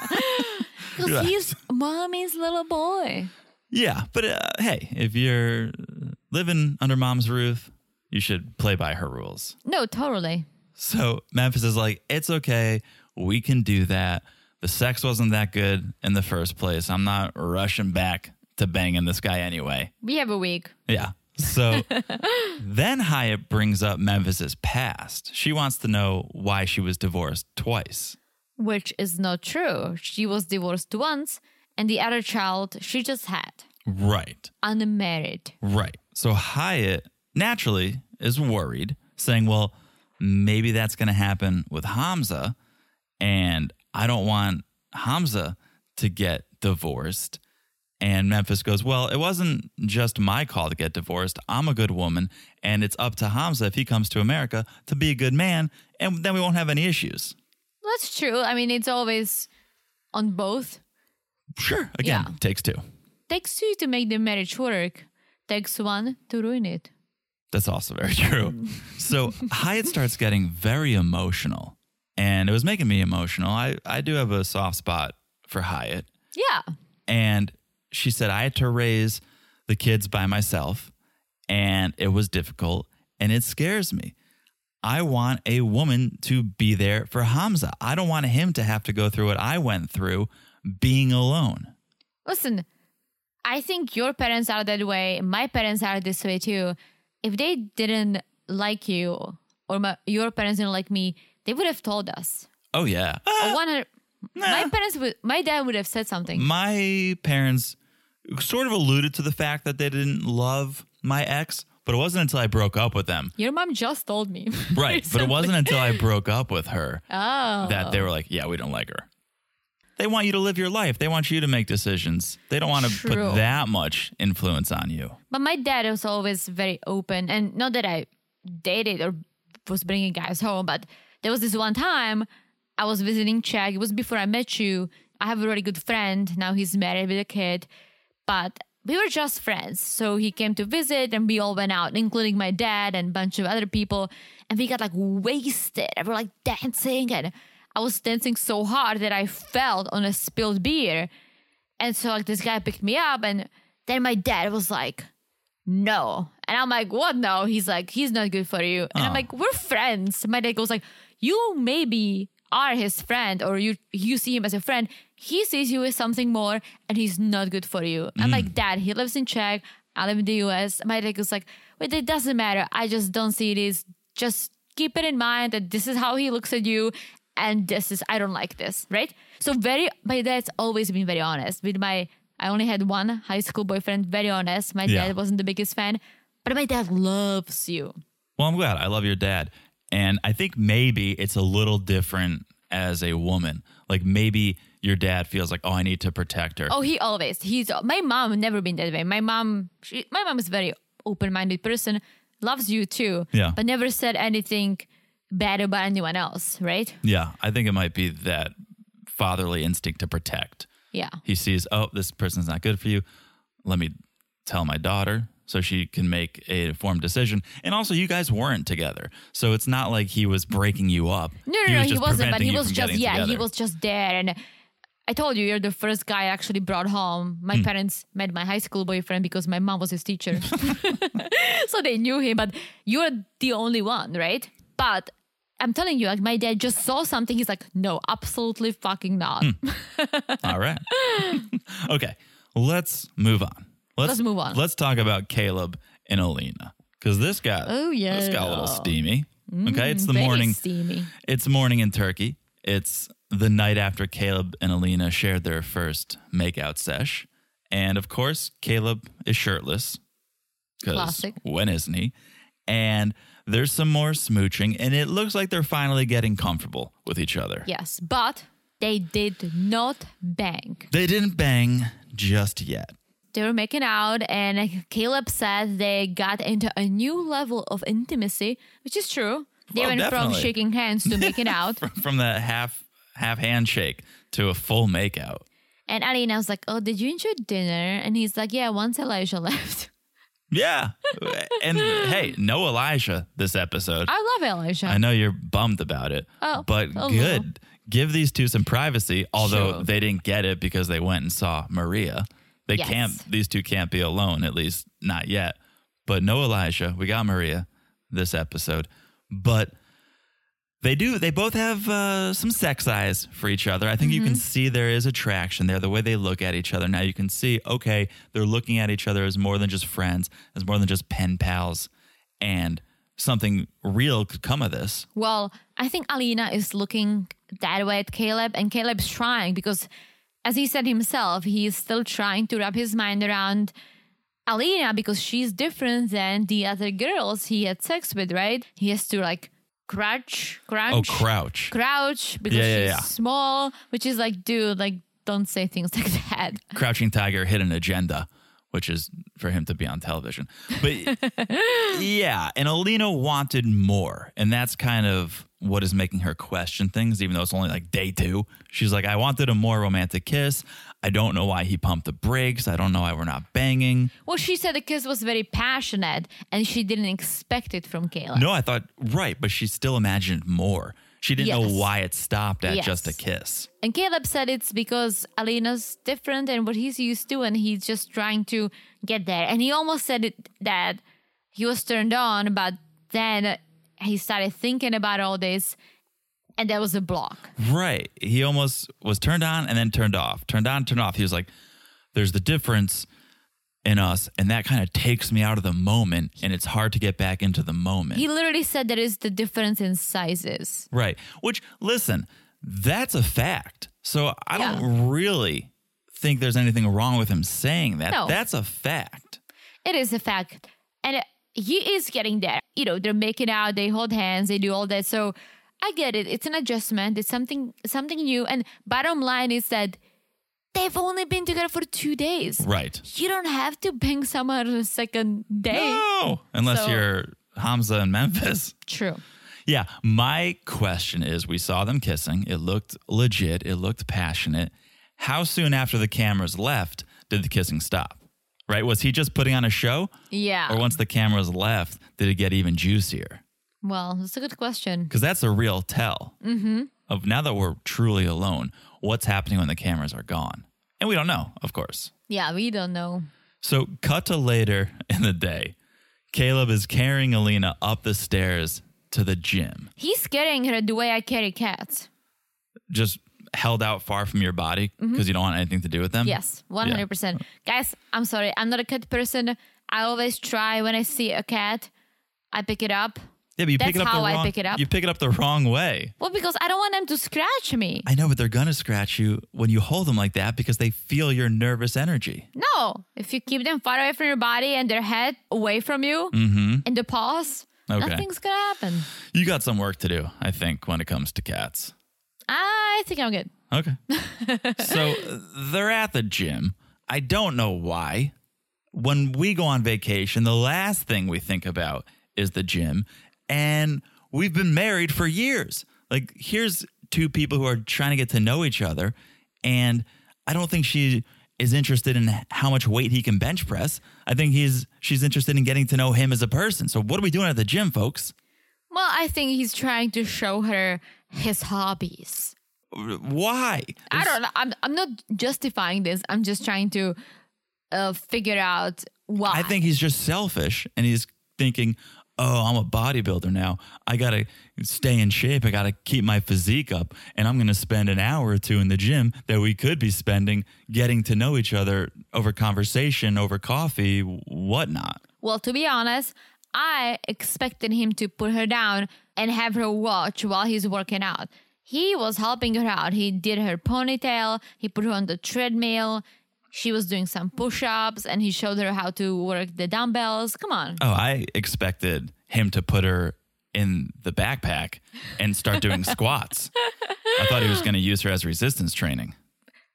Because he's mommy's little boy. Yeah, but uh, hey, if you're living under mom's roof, you should play by her rules. No, totally. So Memphis is like, it's okay. We can do that. The sex wasn't that good in the first place. I'm not rushing back to banging this guy anyway. We have a week. Yeah. So then Hyatt brings up Memphis's past. She wants to know why she was divorced twice. Which is not true. She was divorced once, and the other child she just had, Right. unmarried. Right. So Hyatt naturally is worried, saying, well, maybe that's going to happen with Hamza. And I don't want Hamza to get divorced. And Memphis goes, well, it wasn't just my call to get divorced. I'm a good woman. And it's up to Hamza, if he comes to America, to be a good man. And then we won't have any issues. That's true. I mean, it's always on both. Sure. Again, Yeah. takes two. Takes two to make the marriage work, takes one to ruin it. That's also very true. So Hyatt starts getting very emotional, and it was making me emotional. I, I do have a soft spot for Hyatt. Yeah. And she said, I had to raise the kids by myself, and it was difficult, and it scares me. I want a woman to be there for Hamza. I don't want him to have to go through what I went through being alone. Listen, I think your parents are that way. My parents are this way too. If they didn't like you or my, your parents didn't like me, they would have told us. Oh, yeah. Or one hundred- My Nah. Mm. parents would, my dad would have said something. my parents sort of alluded to the fact that they didn't love my ex, but it wasn't until I broke up with <laughs> them. Your mom just told me. <laughs> Right. but it wasn't until I broke up with her Oh. that they were like, yeah, we don't like her. They want you to live your life. They want you to make decisions. They don't want to True. put that much influence on you. But my dad was always very open, and not that I dated or was bringing guys home, but there was this one time I was visiting Czech. It was before I met you. I have a really good friend. Now he's married with a kid, but we were just friends. So he came to visit, and we all went out, including my dad and a bunch of other people, and we got like wasted. And we're like dancing, and I was dancing so hard that I fell on a spilled beer. And so like this guy picked me up and then my dad was like, No. And I'm like, What no? He's like, he's not good for you. And I'm Oh. like, We're friends. My dad goes like, You maybe are his friend or you you see him as a friend. He sees you as something more and he's not good for you. Hmm. I'm like, Dad, he lives in Czech, I live in the US. My dad goes like, Wait, it doesn't matter. I just don't see this. Just keep it in mind that this is how he looks at you and this is I don't like this, right? So very my dad's always been very honest. With my I only had one high school boyfriend, very honest. My Yeah. dad wasn't the biggest fan, but my dad loves you. Well, I'm glad. I love your dad. And I think maybe it's a little different as a woman. Like maybe your dad feels like, oh, I need to protect her. Oh, he always. He's my mom never been that way. My mom she, my mom is a very open-minded person, loves you too. Yeah. But never said anything bad about anyone else, right? Yeah, I think it might be that fatherly instinct to protect. Yeah. He sees, oh, this person's not good for you. Let me tell my daughter so she can make a informed decision. And also, you guys weren't together, so it's not like he was breaking you up. No, no, no, he just wasn't. But preventing he you was from just getting yeah, he together. was just there. And I told you, you're the first guy I actually brought home. My Hmm. parents met my high school boyfriend because my mom was <laughs> his teacher, <laughs> so they knew him. But you're the only one, right? But I'm telling you, like my dad just saw something. He's like, no, absolutely fucking not. Hmm, All <laughs> right. okay, let's move on. Let's move on. Let's talk about Caleb and Alina because this got Oh, this got a little yeah. Mm, steamy. Okay, it's the Very morning. steamy. It's morning in Turkey. It's the night after Caleb and Alina shared their first makeout sesh. And of course, Caleb is shirtless. 'cause Classic. When isn't he? And there's some more smooching, and it looks like they're finally getting comfortable with each other. Yes, but they did not bang. They didn't bang just yet. They were making out, and Caleb said they got into a new level of intimacy, which is true. They Well, went definitely. from shaking hands to <laughs> making out. from, from the half half handshake to a full makeout. And Alina was like, Oh, did you enjoy dinner? And he's like, Yeah, once Elijah <laughs> left. Yeah. <laughs> and hey, no Elijah this episode. I love Elijah. I know you're bummed about it, Oh, but a little. good. Give these two some privacy, although Sure. they didn't get it because they went and saw Maria. They Yes. can't, these two can't be alone, at least not yet. But no Elijah. We got Maria this episode. But they do, they both have uh, some sex eyes for each other. I think you can see there is attraction there, the way they look at each other. Now you can see, okay, they're looking at each other as more than just friends, as more than just pen pals. And something real could come of this. Well, I think Alina is looking that way at Caleb, and Caleb's trying because, as he said himself, he's still trying to wrap his mind around Alina because she's different than the other girls he had sex with, right? He has to like crouch, Oh, crouch, crouch. crouch because Yeah, yeah, she's yeah. small, which is like, dude, like, don't say things <laughs> like that. Crouching Tiger hid an agenda, which is for him to be on television. But <laughs> yeah, and Alina wanted more. And that's kind of what is making her question things, even though it's only like day two. She's like, I wanted a more romantic kiss. I don't know why he pumped the brakes. I don't know why we're not banging. Well, she said the kiss was very passionate and she didn't expect it from Caleb. No, I thought, right, but she still imagined more. She didn't Yes. know why it stopped at Yes. just a kiss. And Caleb said it's because Alina's different and what he's used to, and he's just trying to get there. And he almost said it, that he was turned on, but then he started thinking about all this, and there was a block. Right. He almost was turned on and then turned off. Turned on, turned off. He was like, there's the difference in us. And that kind of takes me out of the moment. And it's hard to get back into the moment. He literally said there is the difference in sizes. right. Which, listen, that's a fact. So I don't really think there's anything wrong with him saying that. No. That's a fact. It is a fact. And uh, he is getting there. You know, they're making out, they hold hands, they do all that. So I get it. It's an adjustment. It's something something new. And bottom line is that they've only been together for two days. Right. You don't have to bang someone on the second day. No. Unless So- you're Hamza in Memphis. True. Yeah. My question is we saw them kissing. It looked legit. It looked passionate. How soon after the cameras left did the kissing stop? Right? Was he just putting on a show? Yeah. Or once the cameras left, did it get even juicier? well, that's a good question. Because that's a real tell of now that we're truly alone, what's happening when the cameras are gone? And we don't know, of course. Yeah, we don't know. So, cut to later <laughs> in the day. Caleb is carrying Alina up the stairs to the gym. He's carrying her the way I carry cats. just held out far from your body because you don't want anything to do with them. Mm-hmm. Yes, 100%. Guys, I'm sorry. I'm not a cat person. I always try when I see a cat, I pick it up. Yeah, but you pick That's it up how the I wrong. pick it up. You pick it up the wrong way. Well, because I don't want them to scratch me. I know, but they're gonna scratch you when you hold them like that because they feel your nervous energy. No, if you keep them far away from your body and their head away from you and the paws, Mm-hmm. Okay. nothing's gonna happen. You got some work to do, I think, when it comes to cats. I think I'm good. Okay. so they're at the gym. I don't know why. When we go on vacation, the last thing we think about is the gym. And we've been married for years. Like, here's two people who are trying to get to know each other. And I don't think she is interested in how much weight he can bench press. I think he's she's interested in getting to know him as a person. So what are we doing at the gym, folks? Well, I think he's trying to show her his hobbies. Why? I don't know. I'm, I'm not justifying this. I'm just trying to uh, figure out why. I think he's just selfish and he's thinking, oh, I'm a bodybuilder now. I got to stay in shape. I got to keep my physique up. And I'm going to spend an hour or two in the gym that we could be spending getting to know each other over conversation, over coffee, whatnot. Well, to be honest, I expected him to put her down and have her watch while he's working out. He was helping her out. He did her ponytail, he put her on the treadmill. She was doing some push ups and he showed her how to work the dumbbells. Come on. Oh, I expected him to put her in the backpack and <laughs> start doing squats. I thought he was going to use her as resistance training.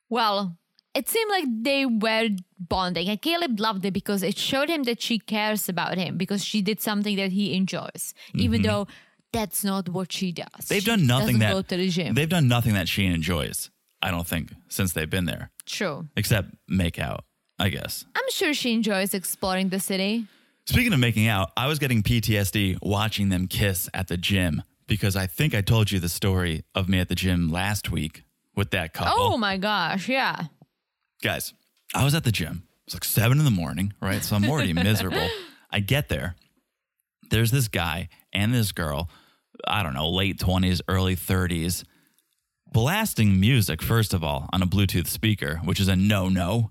Well, it seemed like they were bonding and caleb loved it because it showed him that she cares about him because she did something that he enjoys even though that's not what she does Mm-hmm. They've She done nothing doesn't that go to the gym they've done nothing that she enjoys. I don't think since they've been there, true except make out. I guess. i'm sure she enjoys exploring the city Speaking of making out, I was getting PTSD watching them kiss at the gym because I think I told you the story of me at the gym last week with that couple. oh my gosh yeah guys, I was at the gym. It's like seven in the morning, right? So I'm already miserable. I get there. There's this guy and this girl, I don't know, late 20s, early 30s, blasting music, first of all, on a Bluetooth speaker, which is a no no.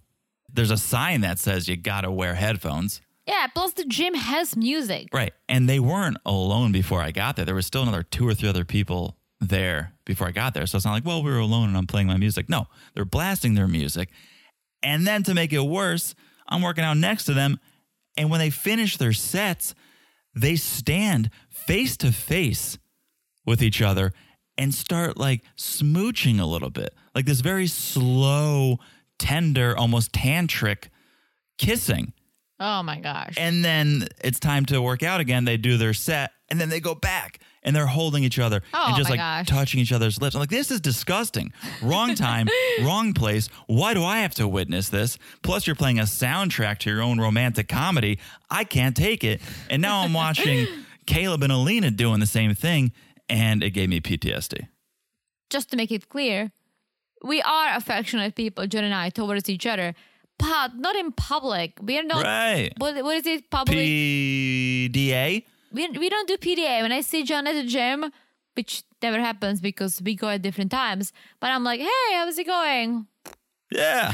There's a sign that says you gotta wear headphones. yeah plus the gym has music Right. And they weren't alone before I got there. There was still another two or three other people there before I got there. So it's not like, well, we were alone and I'm playing my music. No, they're blasting their music. And then to make it worse, I'm working out next to them. And when they finish their sets, they stand face to face with each other and start like smooching a little bit, like this very slow, tender, almost tantric kissing oh my gosh and then it's time to work out again. They do their set, and then they go back, and they're holding each other Oh, and just my like gosh. touching each other's lips. I'm like, this is disgusting. Wrong <laughs> time, wrong place. Why do I have to witness this? Plus, you're playing a soundtrack to your own romantic comedy. I can't take it. And now I'm <laughs> watching Caleb and Alina doing the same thing, and it gave me PTSD. just to make it clear, we are affectionate people, John and I, towards each other, but not in public. We are not. Right. What, what is it? Public. PDA. we, we don't do PDA. When I see John at the gym, which never happens because we go at different times, but I'm like, hey, how's it going? Yeah.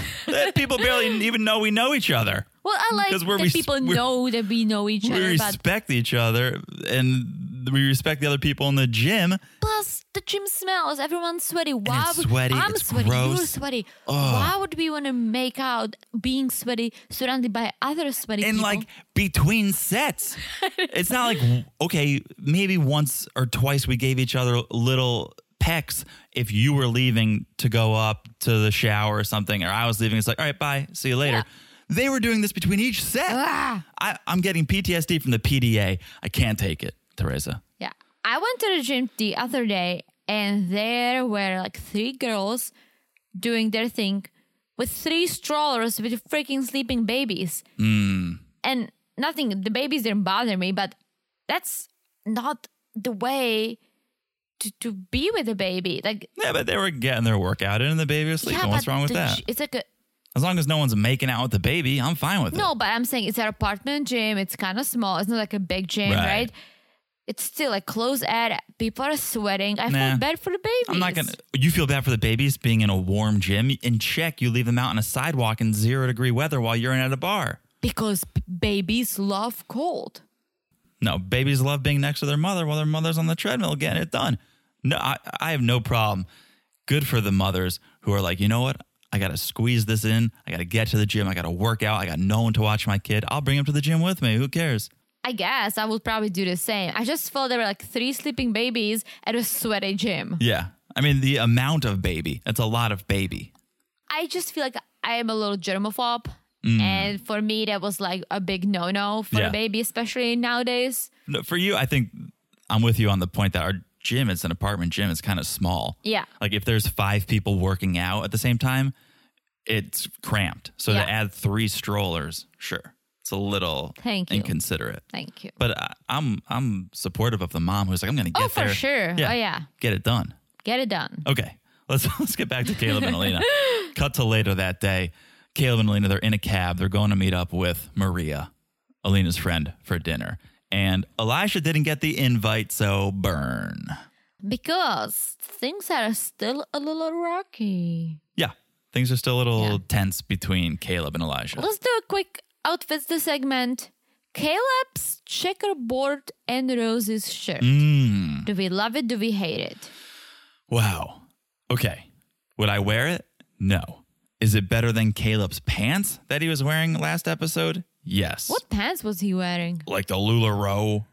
People <laughs> barely even know we know each other. Well, I like Because we're that res- people we're- know that we know each we other, but respect each other and we respect the other people in the gym. plus the gym smells. Everyone's sweaty. Why it's would- sweaty, I'm it's sweaty. You're gross. sweaty. Why would we want to make out being sweaty, surrounded by other sweaty And people? like between <laughs> sets, it's not like, okay, maybe once or twice we gave each other little pecks if you were leaving to go up to the shower or something, or I was leaving. It's like, all right, bye, see you later. They were doing this between each set. Ah. I, I'm getting PTSD from the PDA. I can't take it, Teresa. Yeah. I went to the gym the other day and there were like three girls doing their thing with three strollers with freaking sleeping babies. Mm. And nothing, the babies didn't bother me, but that's not the way to, to be with a baby. Like, Yeah, but they were getting their workout in and the baby was sleeping. yeah, What's but wrong with the that? g- It's like a, as long as no one's making out with the baby, I'm fine with it. no, but I'm saying it's an apartment gym. It's kind of small. It's not like a big gym, Right. right? It's still like close air. People are sweating. I Nah. felt bad for the babies. I'm not gonna. You feel bad for the babies being in a warm gym. In check, you leave them out on a sidewalk in zero degree weather while you're in at a bar. Because b- babies love cold. No, babies love being next to their mother while their mother's on the treadmill getting it done. No, I, I have no problem. Good for the mothers who are like, you know what? I gotta squeeze this in. I gotta get to the gym. I gotta work out. I got no one to watch my kid. I'll bring him to the gym with me. Who cares? I guess I would probably do the same. I just felt there were like three sleeping babies at a sweaty gym. Yeah. I mean, the amount of baby. That's a lot of baby. I just feel like I am a little germaphobe. And for me, that was like a big no no for Yeah. a baby, especially nowadays. No, for you, I think I'm with you on the point that our gym, it's an apartment gym, it's kind of small. Yeah. Like if there's five people working out at the same time, it's cramped. So Yeah. to add three strollers, sure, it's a little Thank you. inconsiderate. Thank you. But I, I'm I'm supportive of the mom who's like, I'm gonna get Oh, for there. sure. Oh, yeah. get it done. Get it done. Okay, let's <laughs> let's get back to Caleb and <laughs> Alina. Cut to later that day. Caleb and Alina, they're in a cab. They're going to meet up with Maria, Alina's friend, for dinner. And Elisha didn't get the invite, so burn. Because things are still a little rocky. Yeah, things are still a little Yeah. tense between Caleb and Elisha. Let's do a quick outfits the segment. Caleb's checkerboard and Rose's shirt. Mm, Do we love it? Do we hate it? wow. Okay. Would I wear it? No. Is it better than Caleb's pants that he was wearing last episode? Yes. What pants was he wearing? Like the LuLaRoe.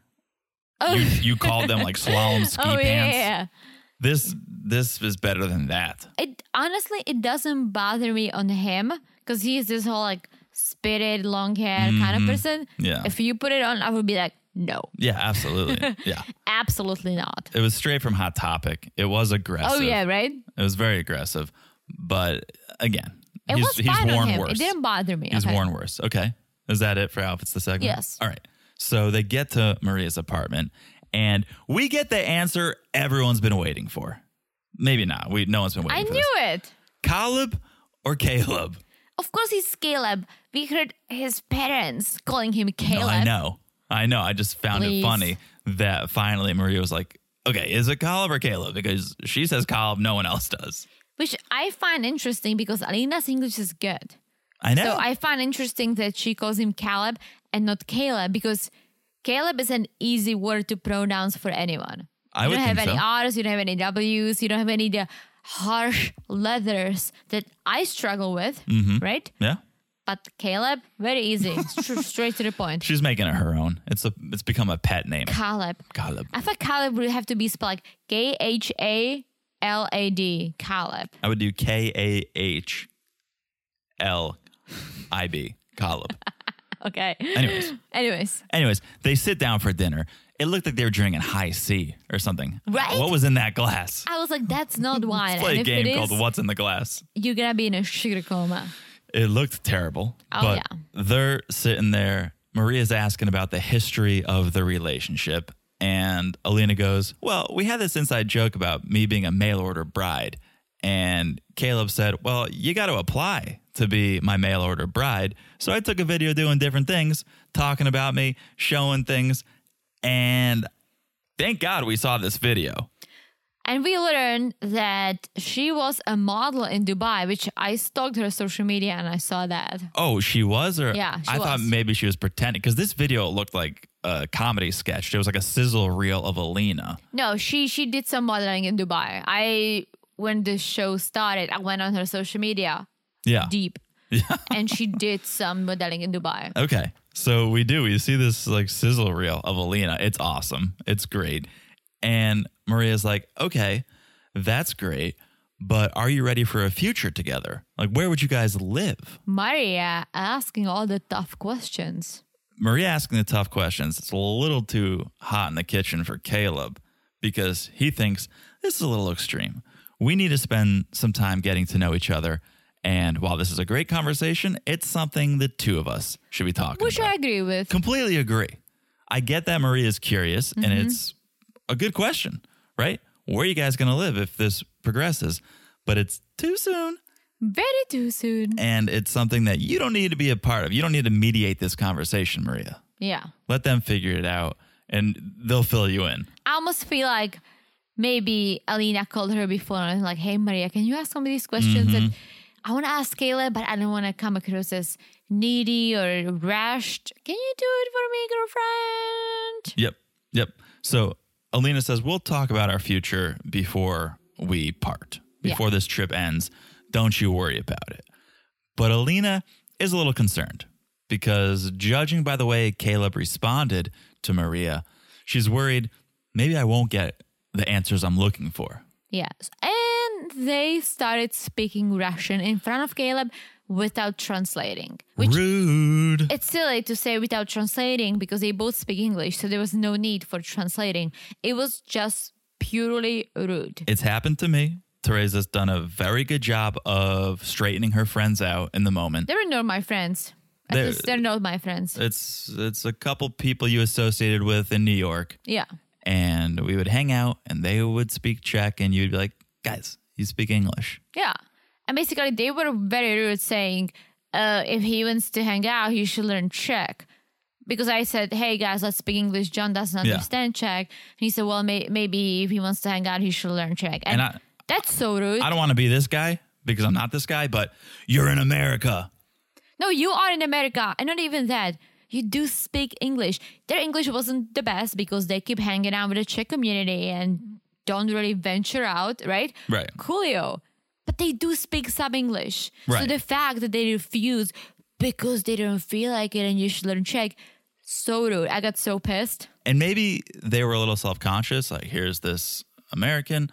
Oh, <laughs> You, you called them like slalom ski oh yeah, pants. yeah, This this is better than that. It honestly it doesn't bother me on him because he's this whole like spitted long hair kind of person. Mm-hmm. Yeah. If you put it on, I would be like, no, Yeah, <laughs> absolutely. yeah. absolutely not. It was straight from Hot Topic. It was aggressive. Oh yeah, right. It was very aggressive. But again, It he's, was he's fine worn on him. worse. It didn't bother me. He's okay. worn worse. Okay. Is that it for outfits the segment? Yes. All right. So they get to Maria's apartment and we get the answer everyone's been waiting for. Maybe not. We no one's been waiting I for knew this. it. Caleb or Caleb? Of course, he's Caleb. We heard his parents calling him No, Caleb. I know. I know. I just found it Please. funny that finally Maria was like, okay, is it Caleb or Caleb? Because she says Caleb, no one else does. Which I find interesting because Alina's English is good. I know. So I find interesting that she calls him Caleb and not Caleb because Caleb is an easy word to pronounce for anyone. I you would don't have think any so. R's, you don't have any W's, you don't have any the harsh letters that I struggle with, Mm-hmm. right? yeah. But Caleb, very easy, str- <laughs> straight to the point. She's making it her own. It's a it's become a pet name. Caleb. Caleb. I thought Caleb would have to be spelled like K H A L A D, Caleb. I would do K A H L I B. <laughs> Caleb. Okay. Anyways. <laughs> Anyways, Anyways, they sit down for dinner. It looked like they were drinking high C or something. Right? What was in that glass? I was like, that's not wine. Let's play and a if game it is, called What's in the Glass. you're going to be in a sugar coma. It looked terrible. Oh, but yeah. they're sitting there. Maria's asking about the history of the relationship. And Alina goes, Well, we had this inside joke about me being a mail order bride. And Caleb said, Well, you got to apply to be my mail order bride. So I took a video doing different things, talking about me, showing things. And thank God we saw this video. And we learned that she was a model in Dubai, which I stalked her social media and I saw that. Oh, she was, or Yeah, she I thought was. maybe she was pretending because this video looked like a comedy sketch. There was like a sizzle reel of Alina. No, she she did some modeling in Dubai. I when the show started, I went on her social media Yeah. <laughs> deep. and she did some modeling in Dubai. okay. So we do. We see this like sizzle reel of Alina. It's awesome. It's great. And Maria's like, okay, that's great. But are you ready for a future together? Like, where would you guys live? Maria asking all the tough questions. Maria asking the tough questions. It's a little too hot in the kitchen for Caleb because he thinks this is a little extreme. We need to spend some time getting to know each other. And while this is a great conversation, it's something the two of us should be talking Which about. I agree with. Completely agree. I get that Maria is curious and it's a good question, right? Where are you guys going to live if this progresses? But it's too soon Very too soon. and it's something that you don't need to be a part of. You don't need to mediate this conversation, Maria. Yeah. Let them figure it out and they'll fill you in. I almost feel like maybe Alina called her before and was like, hey, Maria, can you ask me these questions? And I want to ask Caleb, but I don't want to come across as needy or rushed. Can you do it for me, girlfriend? Yep. Yep. So Alina says, We'll talk about our future before we part, Yeah. before this trip ends. Don't you worry about it. But Alina is a little concerned because, judging by the way Caleb responded to Maria, she's worried maybe I won't get the answers I'm looking for. Yes. And they started speaking Russian in front of Caleb without translating, which Rude. it's silly to say without translating because they both speak English. So there was no need for translating. It was just purely rude. It's happened to me. Teresa's done a very good job of straightening her friends out in the moment. They were not my friends. At They're- least they're not my friends. It's it's a couple people you associated with in New York, yeah. and we would hang out, and they would speak Czech, and you'd be like, "Guys, you speak English." Yeah. And basically, they were very rude saying, uh, if he wants to hang out, he should learn Czech. Because I said, hey guys, let's speak English. John doesn't Yeah. understand Czech. And he said, well, may- maybe if he wants to hang out, he should learn Czech. And, And I- that's so rude. I don't want to be this guy because I'm not this guy, but you're in America. No, you are in America. And not even that. You do speak English. Their English wasn't the best because they keep hanging out with the Czech community and don't really venture out, right? Right. Coolio. But they do speak some English. So Right. the fact that they refuse because they don't feel like it and you should learn Czech, so rude. I got so pissed. And maybe they were a little self conscious. Like, here's this American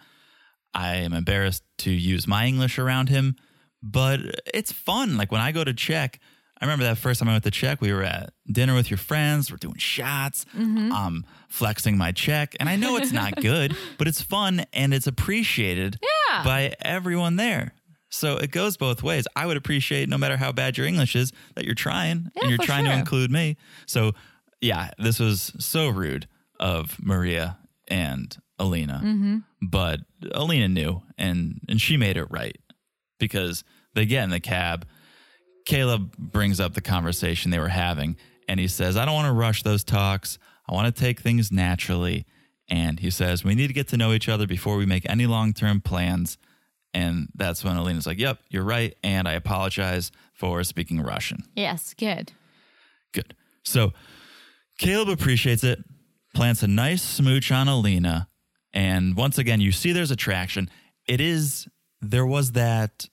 I am embarrassed to use my English around him, but it's fun. Like when I go to Czech, I remember that first time I went to Czech, we were at dinner with your friends, we're doing shots, Mm-hmm. I'm flexing my Czech. And I know it's <laughs> not good, but it's fun and it's appreciated Yeah. by everyone there. So it goes both ways. I would appreciate, no matter how bad your English is, that you're trying Yeah, and you're for trying to sure. include me. So, yeah, this was so rude of Maria and Alina, Mm-hmm. but Alina knew and and she made it right because they get in the cab. Caleb brings up the conversation they were having and he says, "I don't want to rush those talks. I want to take things naturally." And he says, "We need to get to know each other before we make any long-term plans." And that's when Alina's like, "Yep, you're right, and I apologize for speaking Russian." Yes, good. Good. So Caleb appreciates it, plants a nice smooch on Alina. And once again, you see there's attraction. It is, there was that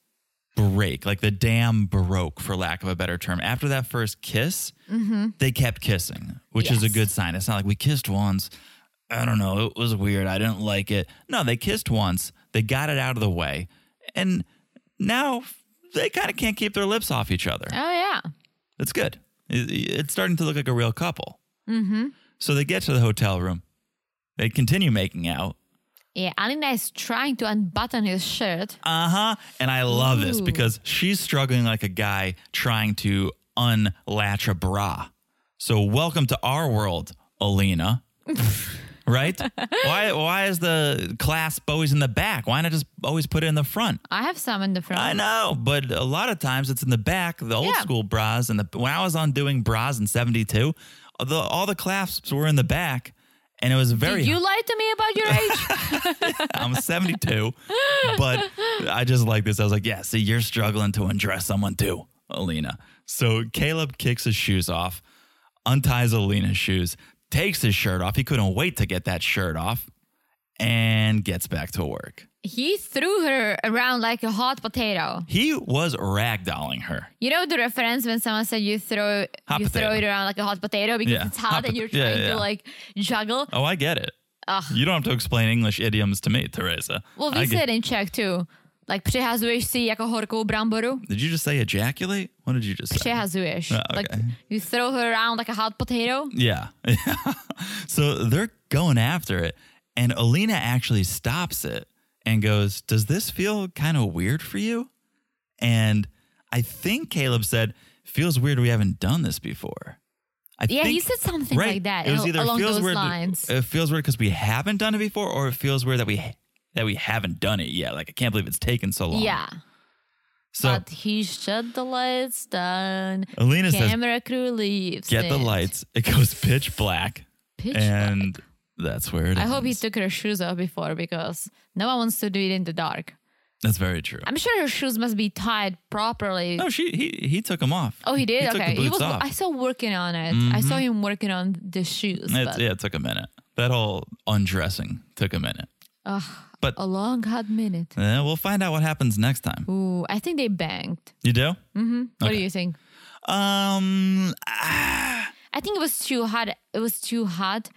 break, like the dam broke, for lack of a better term. After that first kiss, they kept kissing, which is a Yes. good sign. It's not like we kissed once. I don't know. It was weird. I didn't like it. No, they kissed once. They got it out of the way. And now they kind of can't keep their lips off each other. Oh yeah. That's good. It- It's starting to look like a real couple. Mm-hmm. So they get to the hotel room. They continue making out. Yeah, Alina is trying to unbutton his shirt. Uh huh. And I love this Ooh. because she's struggling like a guy trying to unlatch a bra. So welcome to our world, Alina. right? Why? Why is the clasp always in the back? Why not just always put it in the front? I have some in the front. I know, but a lot of times it's in the back, the old Yeah. school bras, and the when I was on doing bras in '72, the all the clasps were in the back, and it was very. Did <laughs> you lie to me about your age? I'm 72, but I just like this. I was like, yeah, see, you're struggling to undress someone too, Alina. So Caleb kicks his shoes off, unties Alina's shoes, takes his shirt off. He couldn't wait to get that shirt off, and gets back to work. he threw her around like a hot potato. He was ragdolling her. You know the reference when someone said you throw Hot you potato. throw it around like a hot potato because Yeah, it's hot, hot and you're pota- yeah, trying yeah. to like juggle. Oh, I get it. Ugh. You don't have to explain English idioms to me, Teresa. Well, I we get- said in Czech too. Like přehazuješ si jako horkou bramboru. Did you just say ejaculate? What did you just say? Přehazuješ. Oh, Like okay. you throw her around like a hot potato. Yeah. <laughs> so they're going after it. And Alina actually stops it and goes, Does this feel kind of weird for you? And I think Caleb said, Feels weird we haven't done this before. I Yeah, he think- said something like that al- along feels those weird, Oh, lines. It feels weird because we haven't done it before, or it feels weird that we that we haven't done it yet. Like I can't believe it's taken so long. Yeah. So but he shut the lights down. Alina says, Camera crew leaves. get the it. lights. It goes pitch black. Pitch and black. that's where it I hope he ends. took her shoes off before because no one wants to do it in the dark. That's very true. I'm sure her shoes must be tied properly. no, she he he took them off. Oh, he did. took the okay, he boots was. off. I saw working on it. I saw him working on the shoes. It's- but, yeah, it took a minute. That whole undressing took a minute. ugh, But- a long hot minute. Eh, we'll find out what happens next time. Ooh, I think they banged. You do? What do you think? Um, I think it was too hot. It was too hot,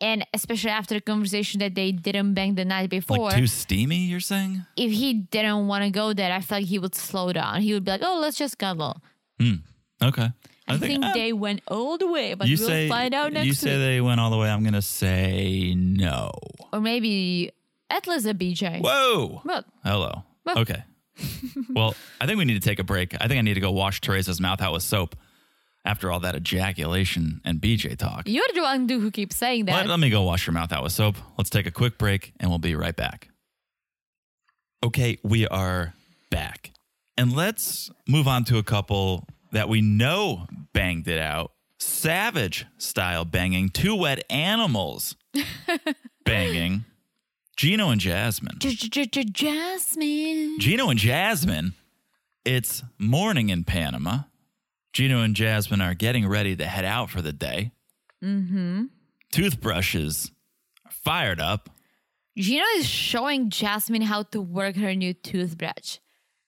and especially after the conversation that they didn't bang the night like before. too steamy. You're saying? if he didn't want to go there, I felt like he would slow down. He would be like, "Oh, let's just cuddle." Okay. I, think, eh, they went all the way, but you we'll say find out next you say week. they went all the way. I'm gonna say no. or maybe at least a BJ. Whoa. But Hello. Okay. well, I think we need to take a break. I think I need to go wash Teresa's mouth out with soap after all that ejaculation and BJ talk. you're the one who keeps saying that. Let, let me go wash your mouth out with soap. Let's take a quick break and we'll be right back. Okay, we are back. And let's move on to a couple that we know banged it out. Savage style banging, two wet animals banging. Gino and Jasmine. Jasmine. Gino and Jasmine, it's morning in Panama. Gino and Jasmine are getting ready to head out for the day. Mm-hmm. Toothbrushes are fired up. Gino is showing Jasmine how to work her new toothbrush.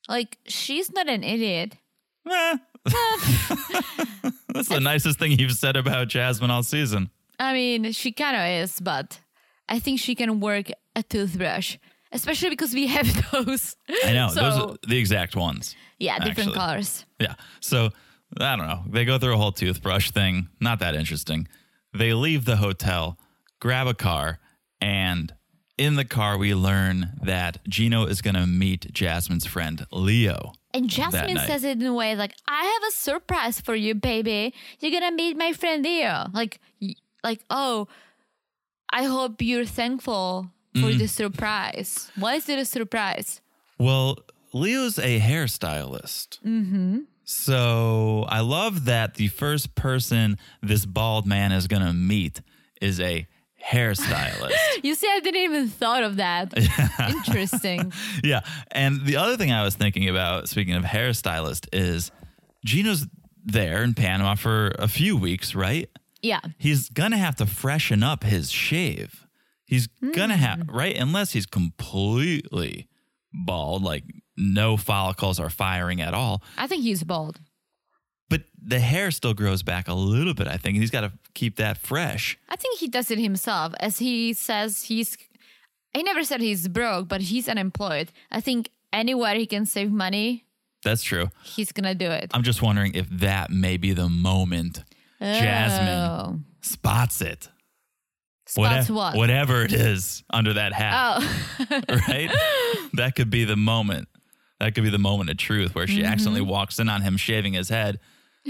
Like, she's not an idiot. Eh. That's the nicest thing you've said about Jasmine all season. I mean, she kind of is, but I think she can work a toothbrush. A especially because we have <laughs> those. I know. So, Those are the exact ones. yeah, different actually. colors. Yeah. So I don't know. They go through a whole toothbrush thing. Not that interesting. They leave the hotel, grab a car, and in the car we learn that Gino is going to meet Jasmine's friend Leo. And Jasmine night. says it in a way like, "I have a surprise for you, baby. You're gonna meet my friend Leo." Like, y- like, oh, I hope you're thankful for the surprise. Why is it a surprise? Well, Leo's a hairstylist. Mm-hmm. So I love that the first person this bald man is going to meet is a hairstylist. You see, I didn't even thought of that. Interesting. yeah. And the other thing I was thinking about, speaking of hairstylist, is Gino's there in Panama for a few weeks, right? Yeah, He's going to have to freshen up his shave. He's going to have, right? Unless he's completely bald, like no follicles are firing at all. I think he's bald. But the hair still grows back a little bit, I think. And he's got to keep that fresh. I think he does it himself, as he says he's. I never said he's broke, but he's unemployed. I think anywhere he can save money, That's true. he's gonna do it. I'm just wondering if that may be the moment Jasmine Oh. spots it. Spots Whate- what? e-, Whatever it is under that hat, Oh. <laughs> right? That could be the moment. That could be the moment of truth where she accidentally Mm-hmm. walks in on him shaving his head.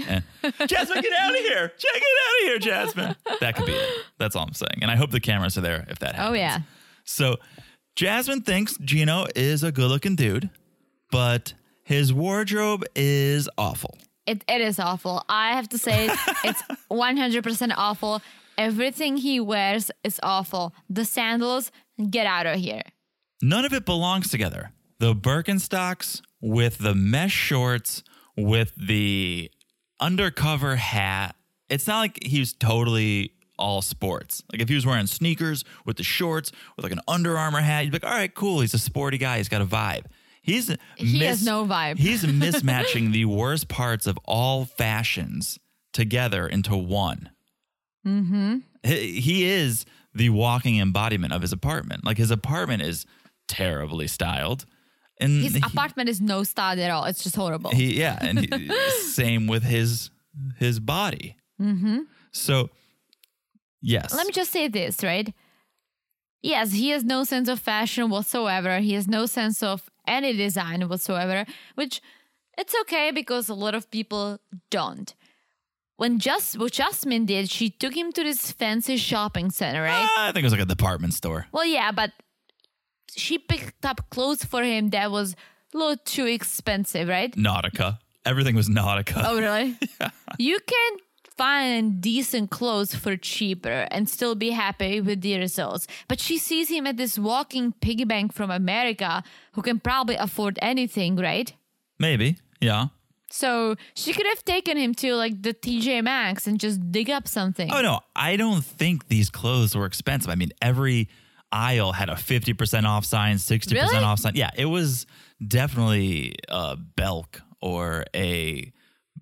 And, Jasmine, get out of here! Ja- Get out of here, Jasmine. That could be it. That's all I'm saying. And I hope the cameras are there if that happens. Oh yeah. So Jasmine thinks Gino is a good looking dude, but his wardrobe is awful. It, it is awful. I have <laughs> to say it- it's 100% awful. Everything he wears is awful. The sandals, get out of here. None of it belongs together. The Birkenstocks with the mesh shorts, with the undercover hat. It's not like he was totally all sports. Like if he was wearing sneakers with the shorts, with like an Under Armour hat, you'd be like, all right, cool. He's a sporty guy. He's got a vibe. He's He has no vibe. <laughs> He's mismatching the worst parts of all fashions together into one he he is the walking embodiment of his apartment. Like his apartment is terribly styled, and His he, apartment is no style at all. It's just horrible. he- yeah, and he, <laughs> same with his his body. Mm-hmm. So yes, Let me just say this, right? Yes, he has no sense of fashion whatsoever. He has no sense of any design whatsoever, which it's okay because a lot of people don't. When just what Jasmine did, she took him to this fancy shopping center, right? Ah, I think it was like a department store. Well, yeah, but she picked up clothes for him that was a little too expensive, right? Nautica. Everything was Nautica. Oh, <laughs> really? You can find decent clothes for cheaper and still be happy with the results. But she sees him at this walking piggy bank from America who can probably afford anything, right? Maybe. Yeah. So she could have taken him to like the TJ Maxx and just dig up something. Oh no, I don't think these clothes were expensive. I mean, every aisle had a fifty percent off sign, sixty Really? percent off sign. Yeah, it was definitely a Belk or a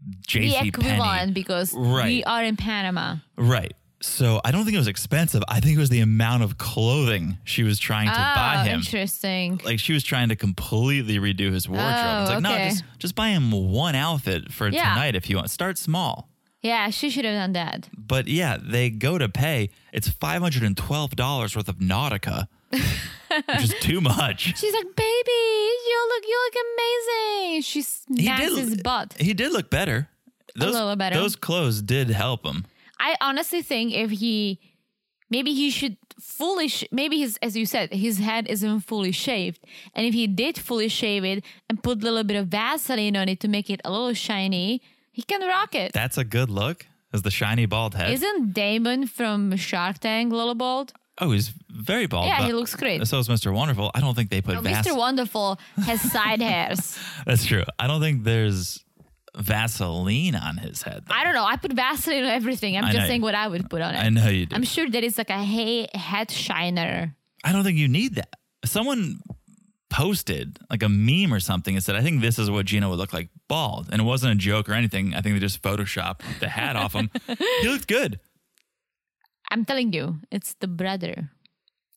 the JC equivalent because we Right. are in Panama. Right. So I don't think it was expensive. I think it was the amount of clothing she was trying to buy oh, him. interesting. Like she was trying to completely redo his wardrobe. Oh, it's like, no, okay. just just buy him one outfit for Yeah. tonight if you want. Start small. Yeah, she should have done that. But yeah, they go to pay. It's five hundred and twelve dollars worth of <laughs> Nautica, which is too much. She's like, baby, you look, you look amazing. She smacks his butt. He did look better. Those, little better. Those clothes did help him. I honestly think if he, maybe he should fully, sh- maybe his, as you said, his head isn't fully shaved. And if he did fully shave it and put a little bit of Vaseline on it to make it a little shiny, he can rock it. That's a good look. Is the shiny bald head? Isn't Damon from Shark Tank a little bald? oh, he's very bald. Yeah, but- he looks great. Oh, So is Mr. Wonderful. I don't think they put Vas- Mr. Wonderful has side hairs. That's true. I don't think there's Vaseline on his head. though. I don't know. I put Vaseline on everything. I'm I just know. saying what I would put on it. I know you do. I'm sure there is like a hay head shiner. I don't think you need that. Someone posted like a meme or something and said, I think this is what Gino would look like bald. And it wasn't a joke or anything. I think they just photoshopped the hat off <laughs> him. He looked good. I'm telling you, it's the brother.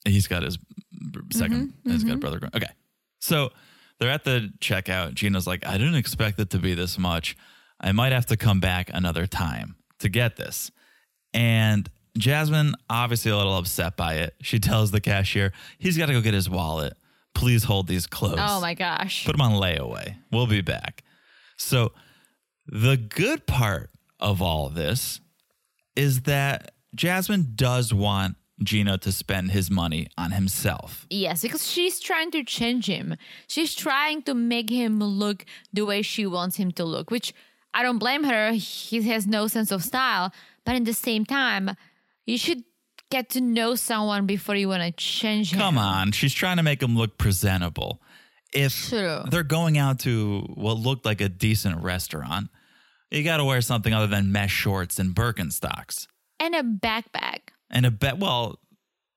He's got his br- 2nd Mm-hmm, has got a brother. Growing. Okay. So they're at the checkout. Gina's like, I didn't expect it to be this much. I might have to come back another time to get this. And Jasmine, obviously a little upset by it. She tells the cashier, he's got to go get his wallet. Please hold these close. Oh my gosh. Put them on layaway. We'll be back. So, the good part of all this is that Jasmine does want Gino to spend his money on himself. Yes, because she's trying to change him. She's trying to make him look the way she wants him to look, which I don't blame her. He has no sense of style. But at the same time, you should get to know someone before you want to change him. Come on, she's trying to make him look presentable. If True. they're going out to what looked like a decent restaurant, you got to wear something other than mesh shorts and Birkenstocks. And a backpack. <laughs> and a bet. Well,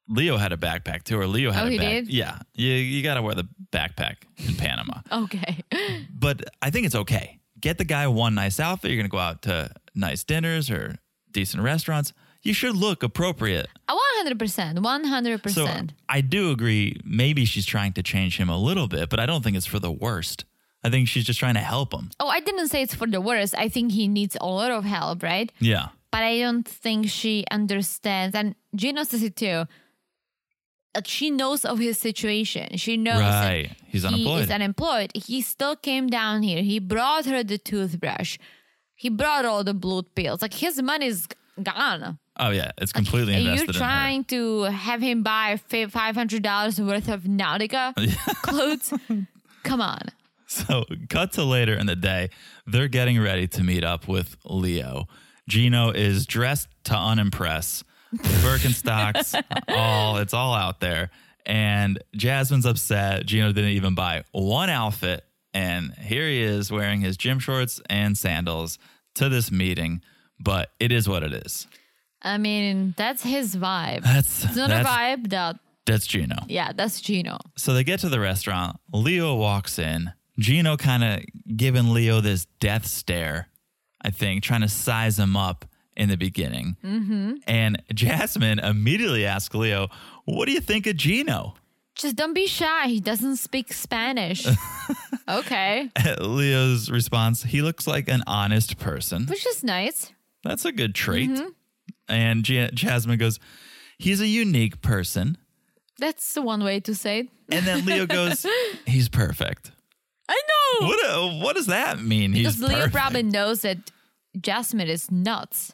Leo had a backpack too, or Leo had Oh, a he back- did? Yeah, you you got to wear the backpack in Panama. <laughs> Okay. But I think it's okay. Get the guy one nice outfit. You're gonna go out to nice dinners or decent restaurants. You should look appropriate. Uh, 100%. 100%. So uh, I do agree. Maybe she's trying to change him a little bit, but I don't think it's for the worst. I think she's just trying to help him. oh, I didn't say it's for the worst. I think he needs a lot of help, right? Yeah. but I don't think she understands. And Gino says it too. Like, She knows of his situation. She knows that Right. He's Oh, He unemployed. is unemployed. He still came down here. He brought her the toothbrush. He brought all the blue pills. Like his money's gone. Oh yeah, it's completely And invested in you're her. trying to have him buy five hundred dollars worth of <laughs> Nautica clothes. Come on. So, cut to later in the day. They're getting ready to meet up with Leo. Gino is dressed to unimpress, <laughs> Birkenstocks, all it's all out there. And Jasmine's upset. Gino didn't even buy one outfit. And here he is wearing his gym shorts and sandals to this meeting. But it is what it is. I mean, that's his <sighs> vibe. That's it's not that's, a vibe that that's Gino. yeah, that's Gino. So they get to the restaurant. Leo walks in. Gino kind of giving Leo this death stare, I think, trying to size him up in the beginning. Mm-hmm. And Jasmine immediately asks Leo, What do you think of Gino? <laughs> Just don't be shy. He doesn't speak <laughs> Spanish. okay. Leo's response, He looks like an honest person. Which is nice. That's a good trait. Mm-hmm. And Ja- Jasmine goes, He's a unique person. That's one way to say it. And then Leo <laughs> goes, He's perfect. I know. What, what does that mean? He's Because Leo perfect. probably knows that Jasmine is nuts.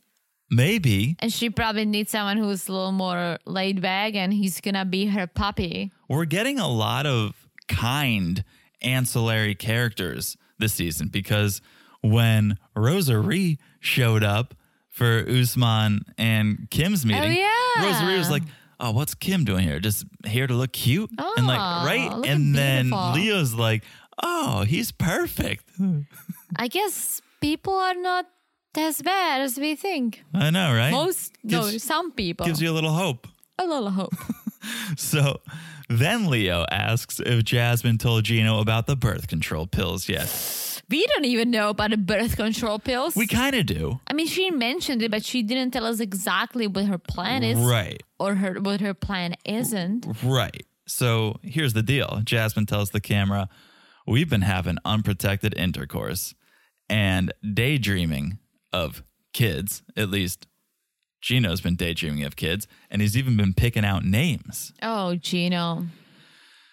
Maybe. And she probably needs someone who's a little more laid back and he's gonna be her puppy. we're getting a lot of kind ancillary characters this season because when Rosary showed up for Usman and Kim's meeting, Oh, yeah. Rosary was like, Oh, what's Kim doing here? Just here to look cute? and like, Aw, right? looking And beautiful. then Leo's like, Oh, he's perfect. I guess people are not as bad as we think. I know, right? Most no, Gives- some people. gives you a little hope. a <laughs> little hope. So then Leo asks if Jasmine told Gino about the birth control pills yet. we don't even know about the birth control pills. We kind of do. I mean, she mentioned it, but she didn't tell us exactly what her plan is Right. or her what her plan isn't. Right. So here's the deal Jasmine tells the camera, We've been having unprotected intercourse and daydreaming of kids. At least Gino's been daydreaming of kids, and he's even been picking out names. Oh, Gino.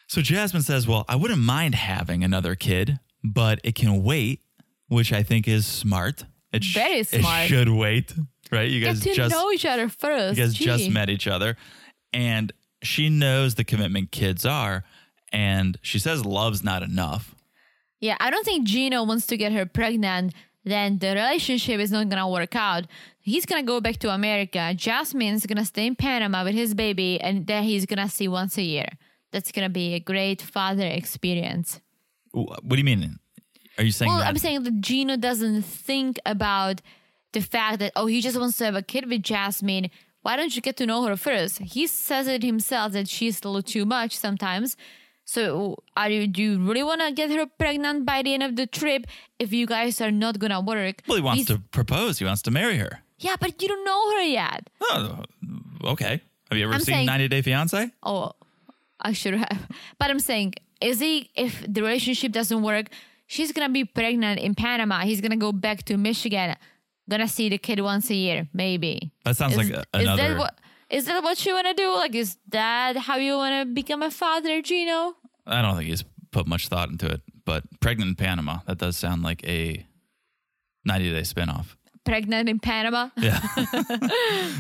So Jasmine says, Well, I wouldn't mind having another kid, but it can wait, which I think is smart. It sh- Very It smart. should wait, right? You Get guys to just know each other first. you guys just Gee. met each other and she knows the commitment kids are and she says love's not enough Yeah, I don't think Gino wants to get her pregnant. Then the relationship is not gonna work out. He's gonna go back to America. Jasmine's gonna stay in Panama with his baby, and that he's gonna see once a year. That's gonna be a great father experience. Wh- what do you mean are you saying Well, that? I'm saying that Gino doesn't think about the fact that oh, he just wants to have a kid with Jasmine. Why don't you get to know her first? He says it himself that she's a little too much sometimes. So are you do you really want to get her pregnant by the end of the trip if you guys are not gonna work? well he wants He's- to propose he wants to marry her Yeah, but you don't know her yet. oh okay have you ever I'm seen saying- 90 day fiance Oh, I should have. But I'm saying, is he, if the relationship doesn't work, she's going to be pregnant in Panama. He's going to go back to Michigan, going to see the kid once a year, maybe. That sounds like Is, a, is another. that what? Is that what you want to do? Like, is that how you want to become a father, Gino? I don't think he's put much thought into it, but pregnant in Panama. That does sound like a 90 day spinoff. Pregnant in Panama?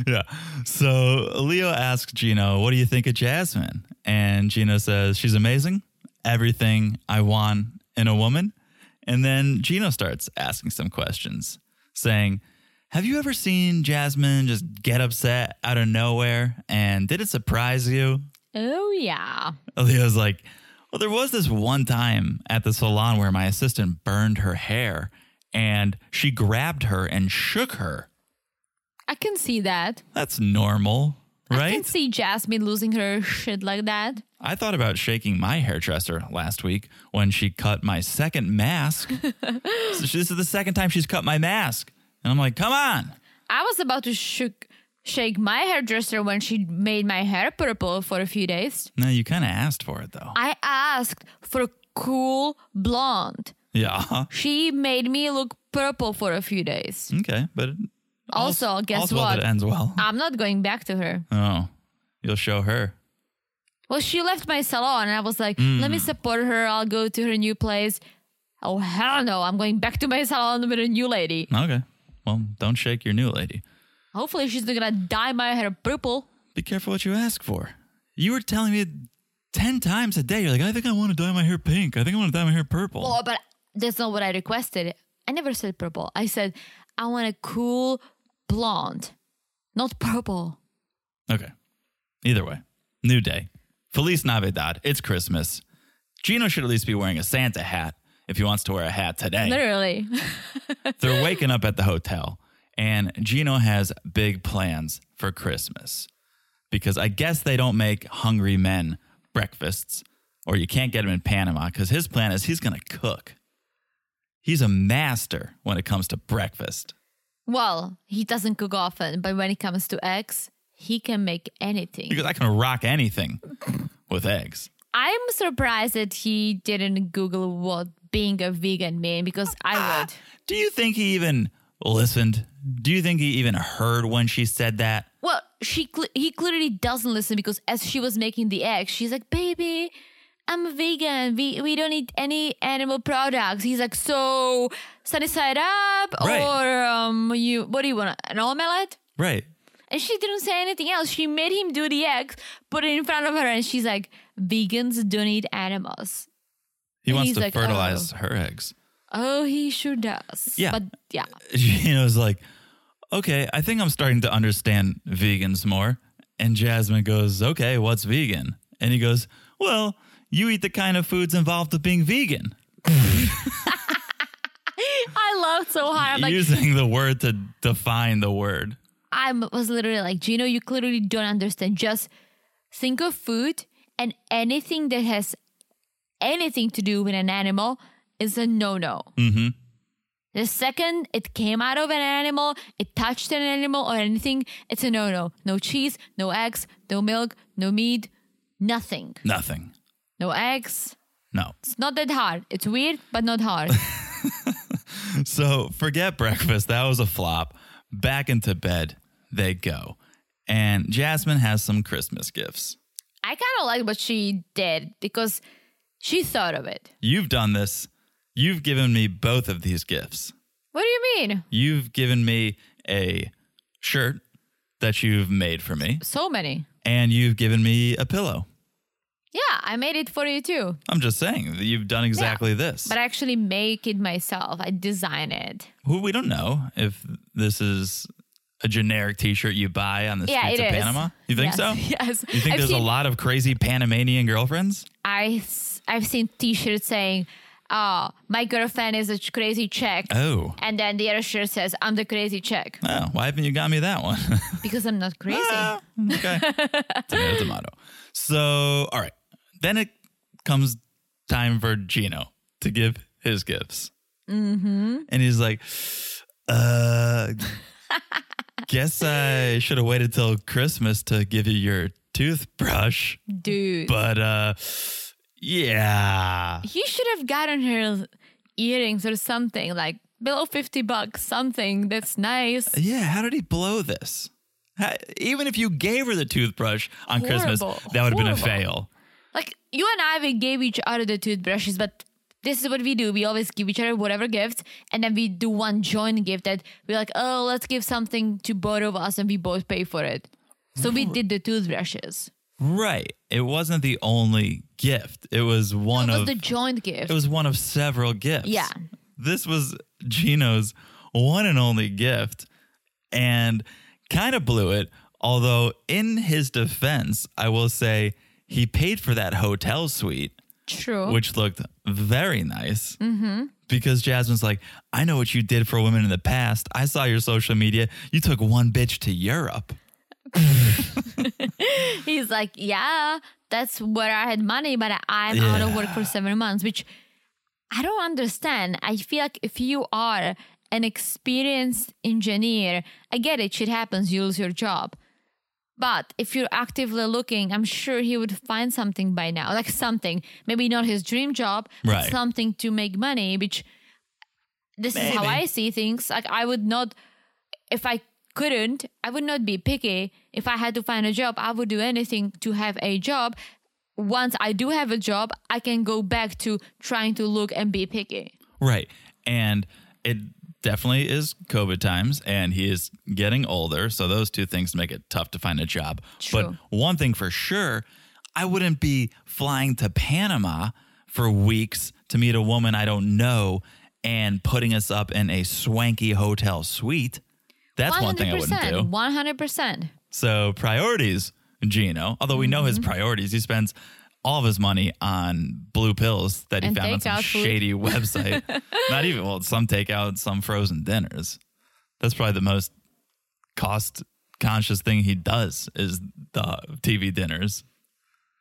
Yeah. So Leo asks Gino, What do you think of Jasmine? And Gino says, She's amazing. Everything I want in a woman. And then Gino starts asking some questions, saying, Have you ever seen Jasmine just get upset out of nowhere? And did it surprise you? <laughs> <laughs> Oh, yeah. Leo's like, well, there was this one time at the salon where my assistant burned her hair and she grabbed her and shook her. I can see that. That's normal, I right? I, can see Jasmine losing her shit like that. thought about shaking my hairdresser last week when she cut my second <laughs> mask. So she- this is the second time she's cut my mask. And I'm like, come on. I was about to shook, shake my hairdresser when she made my hair purple for a few days. No, you kind of asked for it though. I asked for a cool blonde. yeah. <laughs> She made me look purple for a few days. Okay. But Also, all's- guess all's well what? that ends well. I'm not going back to her. oh, you'll show her. Well, she left my salon, and I was like, let me support her. I'll go to her new place. Oh, hell no. I'm going back to my salon with a new lady. Okay. Well, don't shake your new lady. Hopefully, she's not gonna dye my hair purple. be careful what you ask for. You were telling me 10 times a day, you're like, I think I want to dye my hair pink. I think I want to dye my hair purple. Oh, but that's not what I requested. I never said purple. I said I want a cool blonde, not purple. Okay. Either way, new day. Feliz Navidad. It's Christmas. Gino should at least be wearing a Santa hat if he wants to wear a hat today. Literally. They're waking up at the hotel, and Gino has big plans for Christmas because I guess they don't make hungry men breakfasts, or you can't get them in Panama because his plan is he's going to cook. He's a master when it comes to breakfast. well, he doesn't cook often, but when it comes to eggs, he can make anything. Because I can rock anything with eggs. I'm surprised that he didn't Google what being a vegan mean because I would. Do you think he even listened? Do you think he even heard when she said that? Well, she cl- he clearly doesn't listen because as she was making the egg, she's like, "Baby, I'm a vegan. We we don't eat any animal products." He's like, "So sunny side up, Right. or um, you what do you want? An omelette?" Right. And she didn't say anything else. She made him do the eggs, put it in front of her, and she's like, "Vegans don't eat animals." He And wants he's to like, fertilize her eggs. <laughs> Oh, he sure does. Yeah. but yeah, Gino's like, okay, I think I'm starting to understand vegans more. And Jasmine goes, okay, what's vegan? And he goes, well, you eat the kind of foods involved with being vegan. I laughed so hard. I'm like, Using the word to define the word. I m- was literally like, Gino, you clearly don't understand. Just think of food and anything that has anything to do with an animal is a no no. Mm-hmm. The second it came out of an animal, it touched an animal or anything, it's a no no. No cheese, no eggs, no milk, no meat, nothing. Nothing. No eggs. No. It's not that hard. It's weird, but not hard. So forget breakfast. That was a flop. Back into bed they go. And Jasmine has some Christmas gifts. I kind of like what she did because she thought of it. You've done this. You've given me both of these gifts. What do you mean? You've given me a shirt that you've made for me, So many. and you've given me a pillow. Yeah, I made it for you too. I'm just saying that you've done exactly this. But I actually make it myself. I design it. Who we don't know if this is a generic T-shirt you buy on the Yeah, streets it of is. Panama. You think Yes, so? <laughs> Yes. You think I've there's seen, a lot of crazy Panamanian girlfriends? I, s- I've seen T-shirts saying, "Oh, my girlfriend is a ch- crazy chick," Oh, and then the other shirt says, "I'm the <laughs> crazy chick," oh, why haven't you got me that one? <laughs> because I'm not crazy. Ah, okay. tomato, tomato. So, all right. Then it comes time for Gino to give his gifts. Mm-hmm. And he's like, <laughs> uh, guess I should have waited till Christmas to give you your toothbrush, dude. but uh, yeah. you should have gotten her earrings or something like below 50 bucks, something that's nice. Yeah, how did he blow this? How, even if you gave her the toothbrush on Christmas, Horrible. that would have been a Horrible. fail. Like you and I, we gave each other the toothbrushes, but this is what we do. We always give each other whatever gift, and then we do one joint gift that we're like, oh, let's give something to both of us, and we both pay for it. So we did the toothbrushes. Right. It wasn't the only gift. It was one It was of the joint gift. it was one of several gifts. Yeah. This was Gino's one and only gift and kind of blew it, although in his defense, I will say he paid for that hotel suite True. which looked very nice. Mm-hmm. Because Jasmine's like, I know what you did for women in the past. I saw your social media. You took one bitch to Europe. <laughs> He's like, yeah, that's where I had money, but I'm out of work for seven months, which I don't understand. I feel like if you are an experienced engineer, I get it, shit happens, you lose your job. But if you're actively looking, I'm sure he would find something by now, like something, maybe not his dream job, but Right. something to make money, which this is how Maybe. I see things. Like I would not if I couldn't, I would not be picky. If I had to find a job, I would do anything to have a job. Once I do have a job, I can go back to trying to look and be picky. Right. And it definitely is COVID times and he is getting older. So those two things make it tough to find a job. True. But one thing for sure, I wouldn't be flying to Panama for weeks to meet a woman I don't know and putting us up in a swanky hotel suite. That's one thing I wouldn't do. 100%. So priorities, Gino. Although we know his Mm-hmm. priorities, he spends all of his money on blue pills that he And found on some takeout food. shady <laughs> website. Not even well, some takeout, some frozen dinners. That's probably the most cost conscious thing he does is the TV dinners.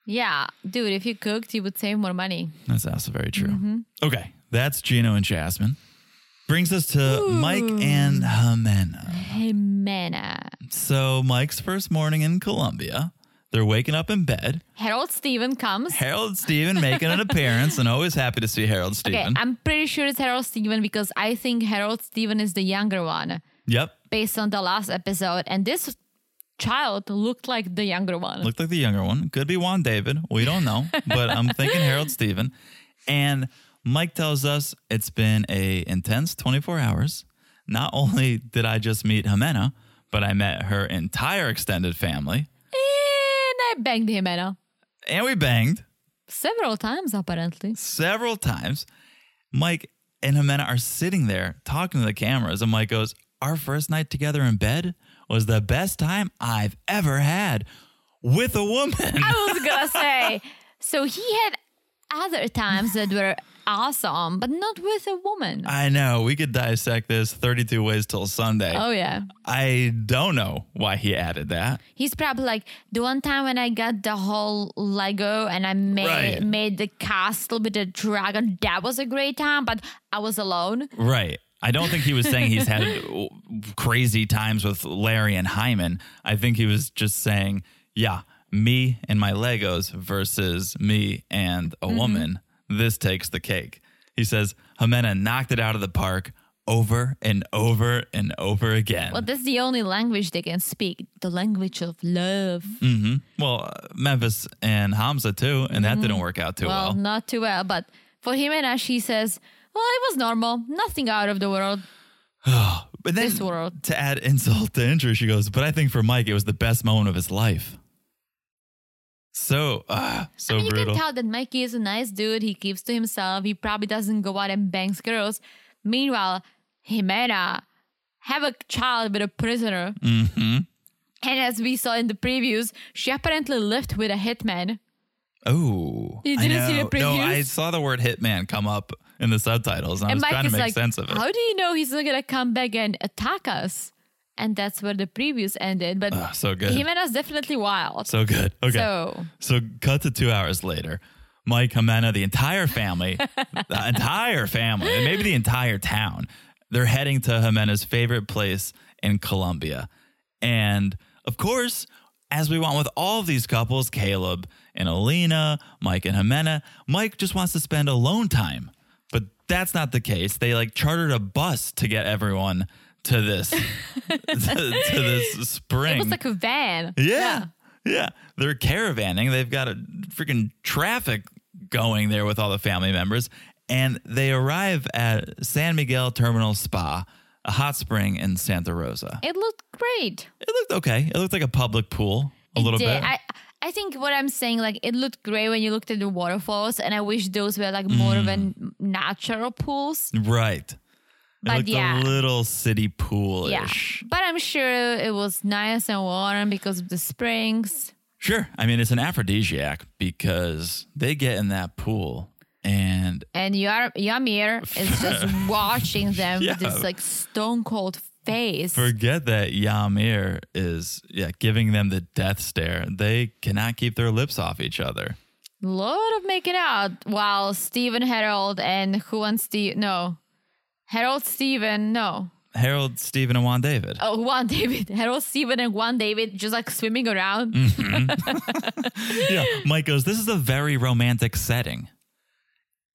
Yeah, dude, if you cooked, you would save more money. That's also very true. Mm-hmm. Okay, that's Gino and Jasmine. Brings us to Mike and Jimena. Hey, man. So Mike's first morning in Colombia. They're waking up in bed. Harold Steven comes. Harold Steven making an appearance and always happy to see Harold Okay, Steven. I'm pretty sure it's Harold Steven because I think Harold Steven is the younger one yep. based on the last episode. And this child looked like the younger one. Looked like the younger one. Could be Juan David. We don't know, but I'm thinking Harold Steven. And Mike tells us it's been a intense 24 hours. Not only did I just meet Jimena, but I met her entire extended family And I banged him, Anna. and we banged Several times, apparently. several times. Mike and Jimena are sitting there talking to the cameras, and Mike goes, Our first night together in bed was the best time I've ever had with a woman. I was gonna say. So he had other times that were awesome, but not with a woman. I know we could dissect this 32 ways till Sunday. oh, yeah. I don't know why he added that. He's probably like the one time when I got the whole Lego and I made Right. made the castle with the dragon. That was a great time, but I was alone. Right. I don't think he was saying he's had w- crazy times with Larry and Hyman. I think he was just saying, yeah, me and my Legos versus me and Mm-hmm. a woman. This takes the cake. He says, Jimena knocked it out of the park over and over and over again. But that's the only language they can speak, the language of love. well, uh, Memphis and Hamza too, and that didn't work out too Mm-hmm. well, well. not too well, but for him and us, she says, "Well, it was normal, nothing out of the world." But then This world. to add insult to injury, she goes, but I think for Mike, it was the best moment of his life. So, ah, so I mean, you brutal. can tell that Mikey is a nice dude. He keeps to himself. He probably doesn't go out and bangs girls. Meanwhile, Jimena have a child with a prisoner. Mm-hmm. And as we saw in the previews, she apparently lived with a hitman. Oh, You I didn't see know. the No, previews? I saw the word hitman come up in the subtitles, and, I and was Mike trying to is make like, sense of it. "How do you know he's not gonna come back and attack us?" And that's where the previews ended. But Ah, so good. Jimena's definitely wild. so good. Okay. So- So cut to two hours later. Mike, Jimena, the entire <laughs> family, the entire family, and maybe the entire town, they're heading to Jimena's favorite place in Colombia. And of course, as we want with all of these couples, Caleb and Alina, Mike and Jimena, Mike just wants to spend alone time. But that's not the case. They like chartered a bus to get everyone to <laughs> this to, to this spring. It was like a van. Yeah. Yeah. They're caravanning. They've got a freaking traffic going there with all the family members. And they arrive at San Miguel Terminal Spa, a hot spring in Santa Rosa. It looked great. It looked okay. It looked like a public pool a little did. bit. I I think what I'm saying, like it looked great when you looked at the waterfalls, and I wish those were like more of an natural pools. right. Mm. It But looked yeah. a little city pool Yeah, ish. but I'm sure it was nice and warm because of the springs. Sure. I mean, it's an aphrodisiac because they get in that pool and And Yar- Yamir is <laughs> just watching them with Yeah. this like stone cold face. Forget that Yamir is yeah giving them the death stare. They cannot keep their lips off each other. lot of making out while Steven Harold and who wants Steve no. Harold Steven, no. Harold, Stephen, and Juan <gasps> David. Oh, Juan David. <laughs> Harold Steven and Juan David just like swimming around. Mm. Yeah, Mike goes. This is a very romantic setting.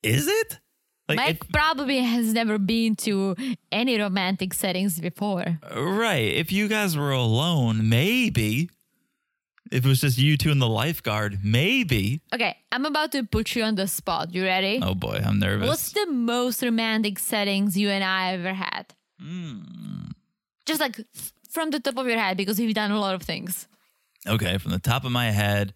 Is it? Like Mike probably has never been to any romantic settings before. if- right. If you guys were alone, maybe. If it was just you two and the lifeguard, maybe. Okay, I'm about to put you on the spot. You ready? Oh boy, I'm nervous. What's the most romantic settings you and I ever had? Hmm. Just like f- from the top of your head, because we've done a lot of things. Okay, from the top of my head.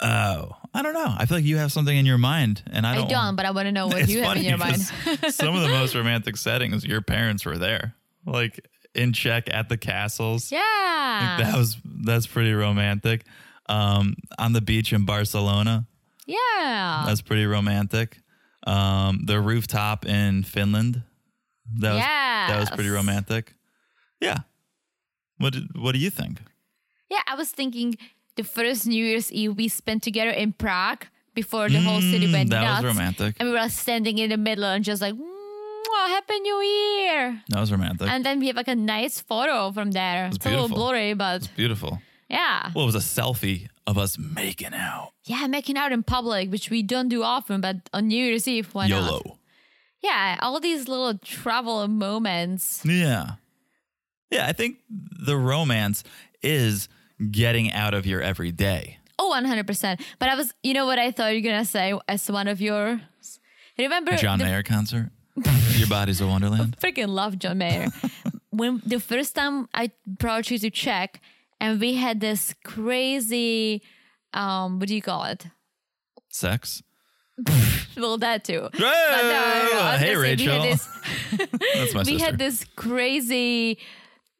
Oh, I don't know. I feel like you have something in your mind, and I I don't. don't, but I <laughs> want to know what It's you have in funny your mind. 'cause some of the most romantic settings, your parents were there, like in check at the castles. <laughs> Yeah. <laughs> That was that's pretty romantic. Um, on the beach in Barcelona, Yeah. that's pretty romantic. Um, the rooftop in Finland, that was that was pretty Yes. romantic. Yeah. What did, what do you think? Yeah, I was thinking the first New Year's Eve we spent together in Prague before the whole city Mm, went that nuts. was romantic. And we were standing in the middle and just like, "Mwah, Happy New Year. That was romantic. And then we have like a nice photo from there. It's a little beautiful. blurry, but Beautiful. yeah. Well, it was a selfie of us making out. Yeah, making out in public, which we don't do often, but on New Year's Eve, why YOLO. not? Yeah, all these little travel moments. Yeah. Yeah, I think the romance is getting out of your everyday. Oh, 100%. But I was, you know what I thought you were going to say as one of your. Remember A John Uh, the Mayer concert? your body's a wonderland. freaking love John Mayer. when the first time I brought you to Czech, and we had this crazy, um, what do you call it? Sex. Well, that too. But Hey, I hey, was gonna say, we had Rachel. this- That's my we sister. had this crazy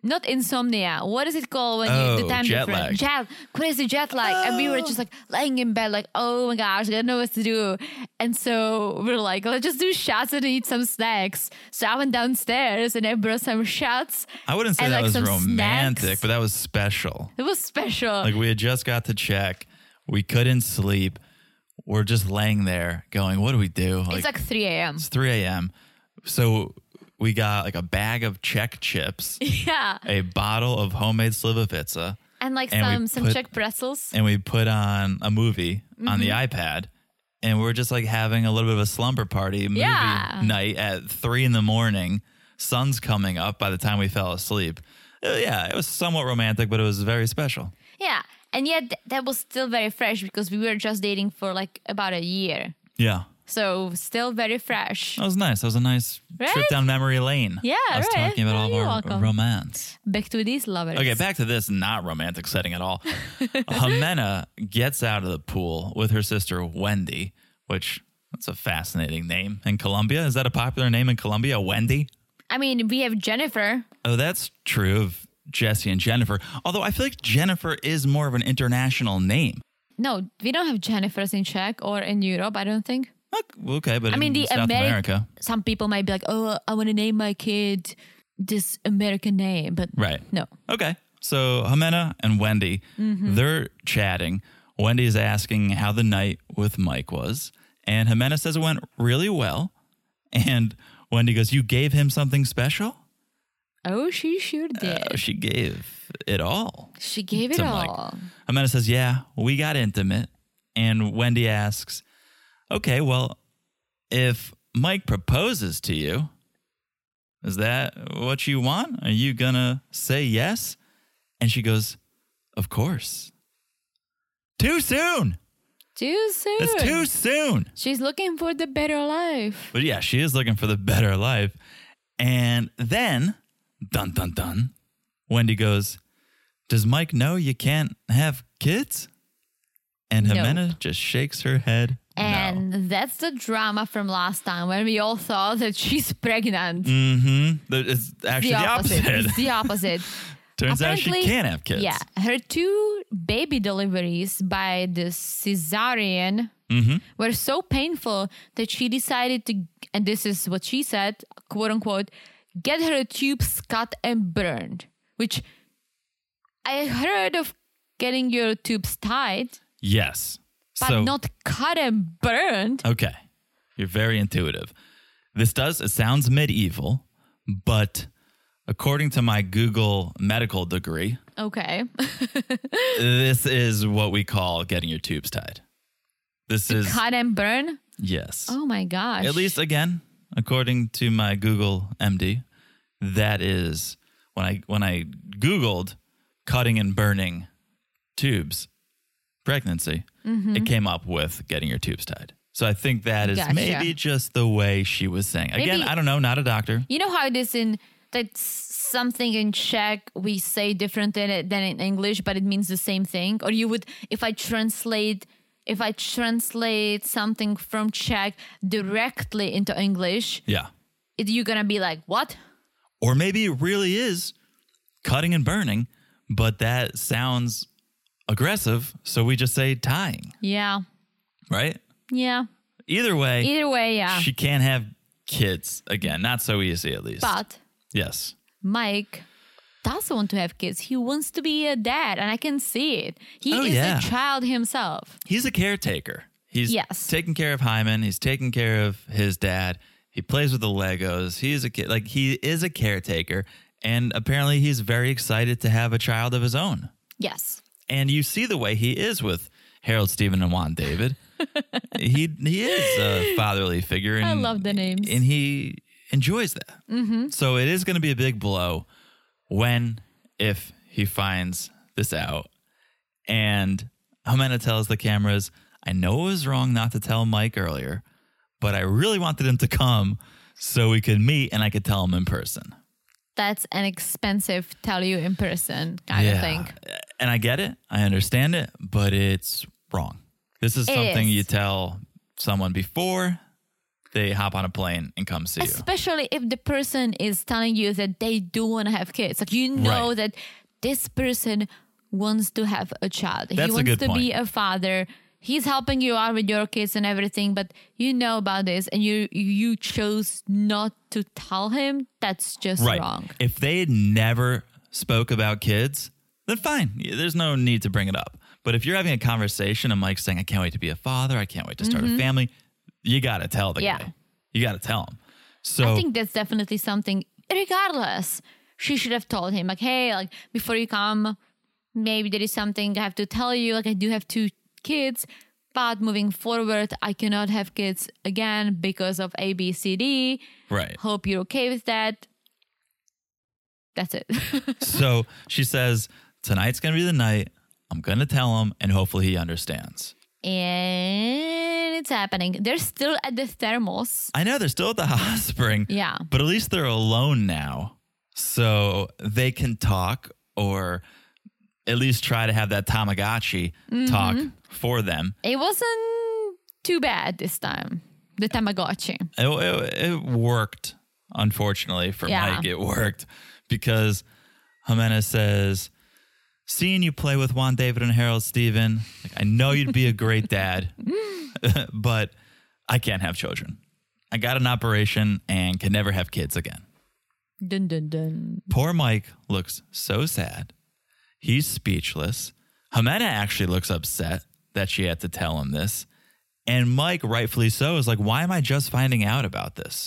not insomnia what is it called when you Oh, the time jet lag. difference jet crazy jet lag and we were just like laying in bed like oh my gosh i don't know what to do and so we're like let's just do shots and eat some snacks so i went downstairs and i brought some shots I wouldn't say and, that like, was some romantic, snacks. but that was special. it was special Like we had just got to check. We couldn't sleep. We're just laying there going, what do we do? it's like 3 a.m it's 3 a.m. So we got like a bag of Czech chips, <laughs> yeah a bottle of homemade slivovica, and like and we some some put- czech pretzels and we put on a movie on the Mm-hmm. iPad, and we're just like having a little bit of a slumber party movie Yeah. night at three in the morning. Sun's coming up by the time we fell asleep. Uh, yeah, it was somewhat romantic, but it was very special. yeah and yet th- that was still very fresh because we were just dating for like about a year Yeah, so still very fresh that was nice. That was a nice trip Right? down memory lane. Yeah, I was right. talking about all of You're our welcome. romance. back to these lovers Okay, back to this not romantic setting at <laughs> all. Jimena gets out of the pool with her sister Wendy, which that's a fascinating name in Colombia. Is that a popular name in Colombia? Wendy? I mean, we have Jennifer. Oh, that's true of Jesse and Jennifer. Although I feel like Jennifer is more of an international name. No, we don't have Jennifers in Czech or in Europe, I don't think. Ok- Okay, but I mean, in the South Ameri- America, Some people might be like, oh, I want to name my kid this American name, but right? no. Okay. So Jimena and Wendy, they're chatting. Wendy's asking how the night with Mike was, and Jimena says it went really well. And Wendy goes, "You gave him something special." Oh, she sure did. Oh, she gave it all. she gave it to Mike. all. Amanda says, Yeah, we got intimate. And Wendy asks, Okay, well, if Mike proposes to you, is that what you want? Are you going to say yes? And she goes, Of course. Too soon. Too soon. That's too soon. She's looking for the better life. But yeah, she is looking for the better life. And then, dun dun dun, Wendy goes, Does Mike know you can't have kids? And Nope. Jimena just shakes her head. no. And that's the drama from last time when we all thought that she's <laughs> pregnant. Mhm. The- It's actually the opposite. <laughs> It's <laughs> the opposite. Turns out she Apparently- can't have kids. Yeah. Her two baby deliveries by the cesarean Mm-hmm. were so painful that she decided to, and this is what she said, quote unquote, get her tubes cut and burned, which I heard of getting your tubes tied, Yes. but so, not cut and burned. Okay. You're very intuitive. This does, it sounds medieval, but according to my Google medical degree, Okay. this is what we call getting your tubes tied. This is <laughs> cut and burn? yes. Oh my gosh. At least again, according to my Google MD, that is when I when I googled cutting and burning tubes pregnancy, it came up with getting your tubes tied. So I think that is Mm-hmm. Gotcha. maybe just the way she was saying. Again, Maybe- I don't know, not a doctor. You know how it is in that something in Czech we say different than it- than in English, but it means the same thing. Or you would, if I translate, if I translate something from Czech directly into English, Yeah. it, you're gonna be like, "What? Or maybe it really is cutting and burning, but that sounds aggressive, so we just say tying, Yeah, right? yeah." Either way, Either way, yeah. she can't have kids again. Not so easy, at least. but yes. Mike doesn't want to have kids. He wants to be a dad, and I can see it. He Oh, is yeah. a child himself. He's a caretaker. He's Yes. taking care of Hyman. He's taking care of his dad. He plays with the Legos. He's a kid. Like, he is a caretaker. And apparently, he's very excited to have a child of his own. Yes. and you see the way he is with Harold Stephen and Juan <laughs> David. he he is a fatherly figure. And, love the names. and he enjoys that. Mm-hmm. So it is going to be a big blow when if he finds this out. And Jimena tells the cameras, "I know it was wrong not to tell Mike earlier, but I really wanted him to come so we could meet and I could tell him in person." That's an expensive tell you in person kind of thing. And I get it. I understand it, but it's wrong. This is It something is. you tell someone before they hop on a plane and come see you. Especially if the person is telling you that they do want to have kids. Like you know Right. that this person wants to have a child. That's he a wants good to be point. a father. He's helping you out with your kids and everything, but you know about this and you you chose not to tell him. That's just Right. wrong. If they had never spoke about kids, then fine. Yeah, There's no need to bring it up. But if you're having a conversation and Mike's saying, I can't wait to be a father, I can't wait to start a family, you got to tell the Mm-hmm. Yeah. guy. You got to tell him. So I think that's definitely something. Regardless, she should have told him like, "Hey, like before you come, maybe there is something I have to tell you. Like I do have two kids, but moving forward, I cannot have kids again because of A, B, C, D. right. Hope you're okay with that." That's it. <laughs> so she says, Tonight's going to be the night. I'm going to tell him, and hopefully he understands. and it's happening. They're still at the thermals. I know they're still at the <laughs> hot spring. Yeah. But at least they're alone now. So they can talk or at least try to have that Tamagotchi talk Mm-hmm. for them. It wasn't too bad this time. The Tamagotchi. It, it- it worked, unfortunately, for Yeah. Mike. It worked because Jimenez says, Seeing you play with Juan David and Harold Steven, like, I know you'd be a <laughs> great dad, <laughs> but I can't have children. I got an operation and can never have kids again. Dun dun dun. Poor Mike looks so sad. He's speechless. Jimena actually looks upset that she had to tell him Mm-hmm. this. And Mike, rightfully so, is like, why am I just finding out about this?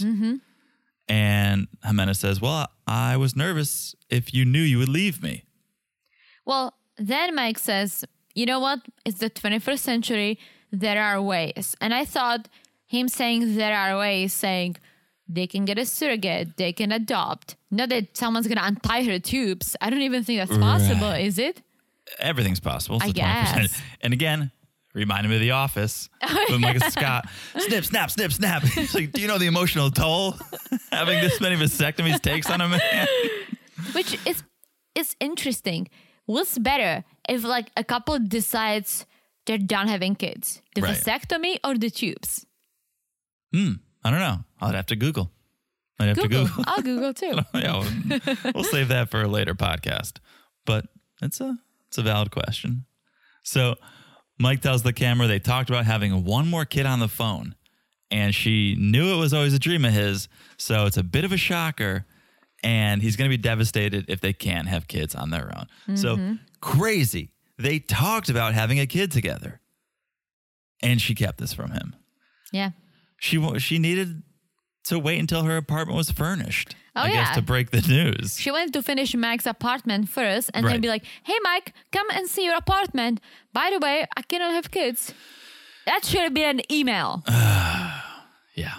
And Jimena says, Well, I was nervous if you knew you would leave me. Well, then Mike says, you know what? It's the 21st century. There are ways. And I thought him saying there are ways, saying they can get a surrogate, they can adopt. Not that someone's going to untie her tubes. I don't even think that's possible, Right. is it? Everything's possible. It's I the 21st guess. century. And again, remind me of The <laughs> Office with Michael Scott. Snip, snap, snip, snap. <laughs> It's like, do you know the emotional toll <laughs> having this many vasectomies takes on a man? Which is is interesting. What's better if like a couple decides they're done having kids? The Right. vasectomy or the tubes? I don't know. I'd have to Google. I'd have Google. to Google. <laughs> I'll Google too. yeah, we'll, we'll save that for a later podcast. But it's a it's a valid question. So Mike tells the camera they talked about having one more kid on the phone, and she knew it was always a dream of his. So it's a bit of a shocker, and he's going to be devastated if they can't have kids on their own. So crazy. They talked about having a kid together, and she kept this from him. Yeah. She wa- she needed to wait until her apartment was furnished. Oh, I yeah. guess to break the news. She wanted to finish Mike's apartment first and Right. then be like, hey, Mike, come and see your apartment. By the way, I cannot have kids. That should have been an email, Yeah.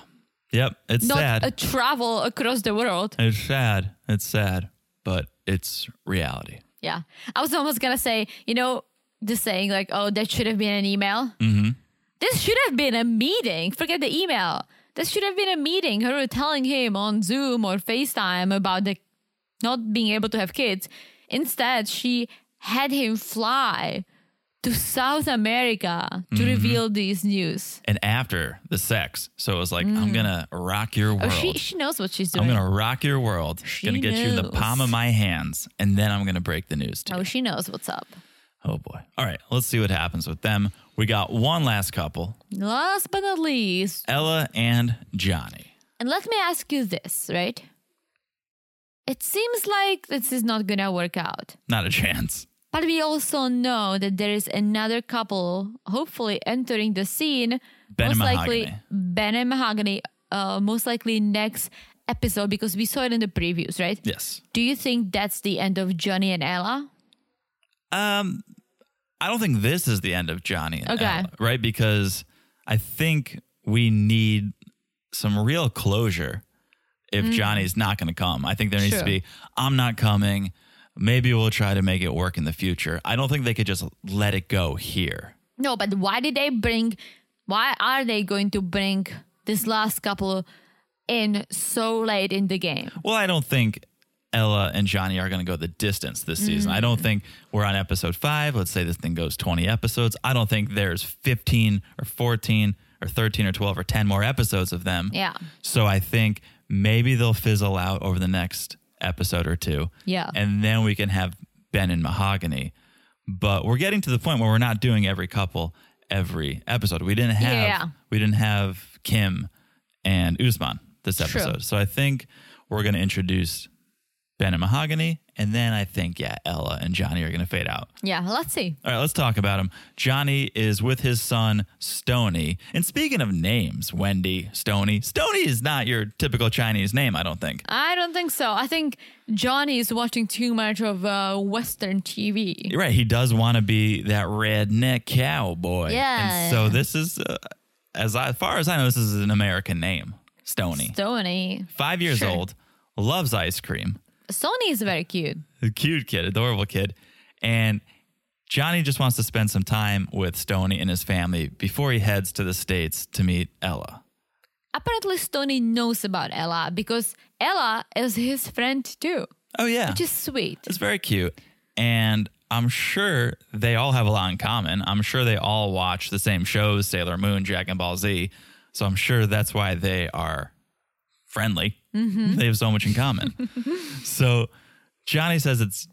Yep. It's not sad. a travel across the world. it's sad. It's sad, but it's reality. Yeah. I was almost going to say, you know, the saying like, oh, that should have been an email. Mm-hmm. This should have been a meeting. Forget the email. This should have been a meeting. Her telling him on Zoom or FaceTime about the not being able to have kids. Instead, she had him fly to South America Mm-hmm. to reveal these news. And after the sex, so it was like, I'm gonna rock your Mm. Oh, world. she, she knows what she's I'm doing. gonna rock your world. She gonna get you in the knows. palm of my hands, and then I'm gonna break the news to you. Oh, she knows what's up. Oh boy. All right. Let's see what happens with them. We got one last couple, Last but not least, Ella and Johnny. And let me ask you this, right? It seems like this is not gonna work out. Not a <laughs> chance. But we also know that there is another couple, hopefully entering the scene, Ben and most likely Mahogany. Ben and Mahogany, uh, most likely next episode because we saw it in the previews, right? Yes. Do you think that's the end of Johnny and Ella? Um, I don't think this is the end of Johnny and Okay. Ella, right? Because I think we need some real closure if Johnny's not going to come. I think there needs to Mm. Sure. be, I'm not coming. Maybe we'll try to make it work in the future. I don't think they could just let it go here. No, but why did they bring? Why are they going to bring this last couple in so late in the game? Well, I don't think Ella and Johnny are going to go the distance this season. I Mm. don't think we're on episode five. Let's say this thing goes 20 episodes. I don't think there's 15 or 14 or 13 or 12 or 10 more episodes of them. Yeah. So I think maybe they'll fizzle out over the next episode or two. Yeah. And then we can have Ben and Mahogany. But we're getting to the point where we're not doing every couple every episode. We didn't have Yeah. we didn't have Kim and Usman this True. episode. So I think we're going to introduce Ben and Mahogany and then I think yeah, Ella and Johnny are going to fade out. Yeah, let's see. All right, let's talk about him. Johnny is with his son, Stony. And speaking of names, Wendy, Stony, Stony is not your typical Chinese name, I don't think. I don't think so. I think Johnny is watching too much of uh, Western TV. You're right. He does want to be that redneck cowboy. Yeah. And so this is, uh, as, I, as far as I know, this is an American name, Stony. Sony. Five years Sure. old, loves ice cream. Sony is very cute. A cute kid, adorable kid. And Johnny just wants to spend some time with Stony and his family before he heads to the States to meet Ella. Apparently, Sony knows about Ella because Ella is his friend too, Oh, yeah. which is sweet. It's very cute. And I'm sure they all have a lot in common. I'm sure they all watch the same shows Sailor Moon, Dragon Ball Z. So I'm sure that's why they are friendly. Mm-hmm. They have so much in <laughs> common. so Johnny says it's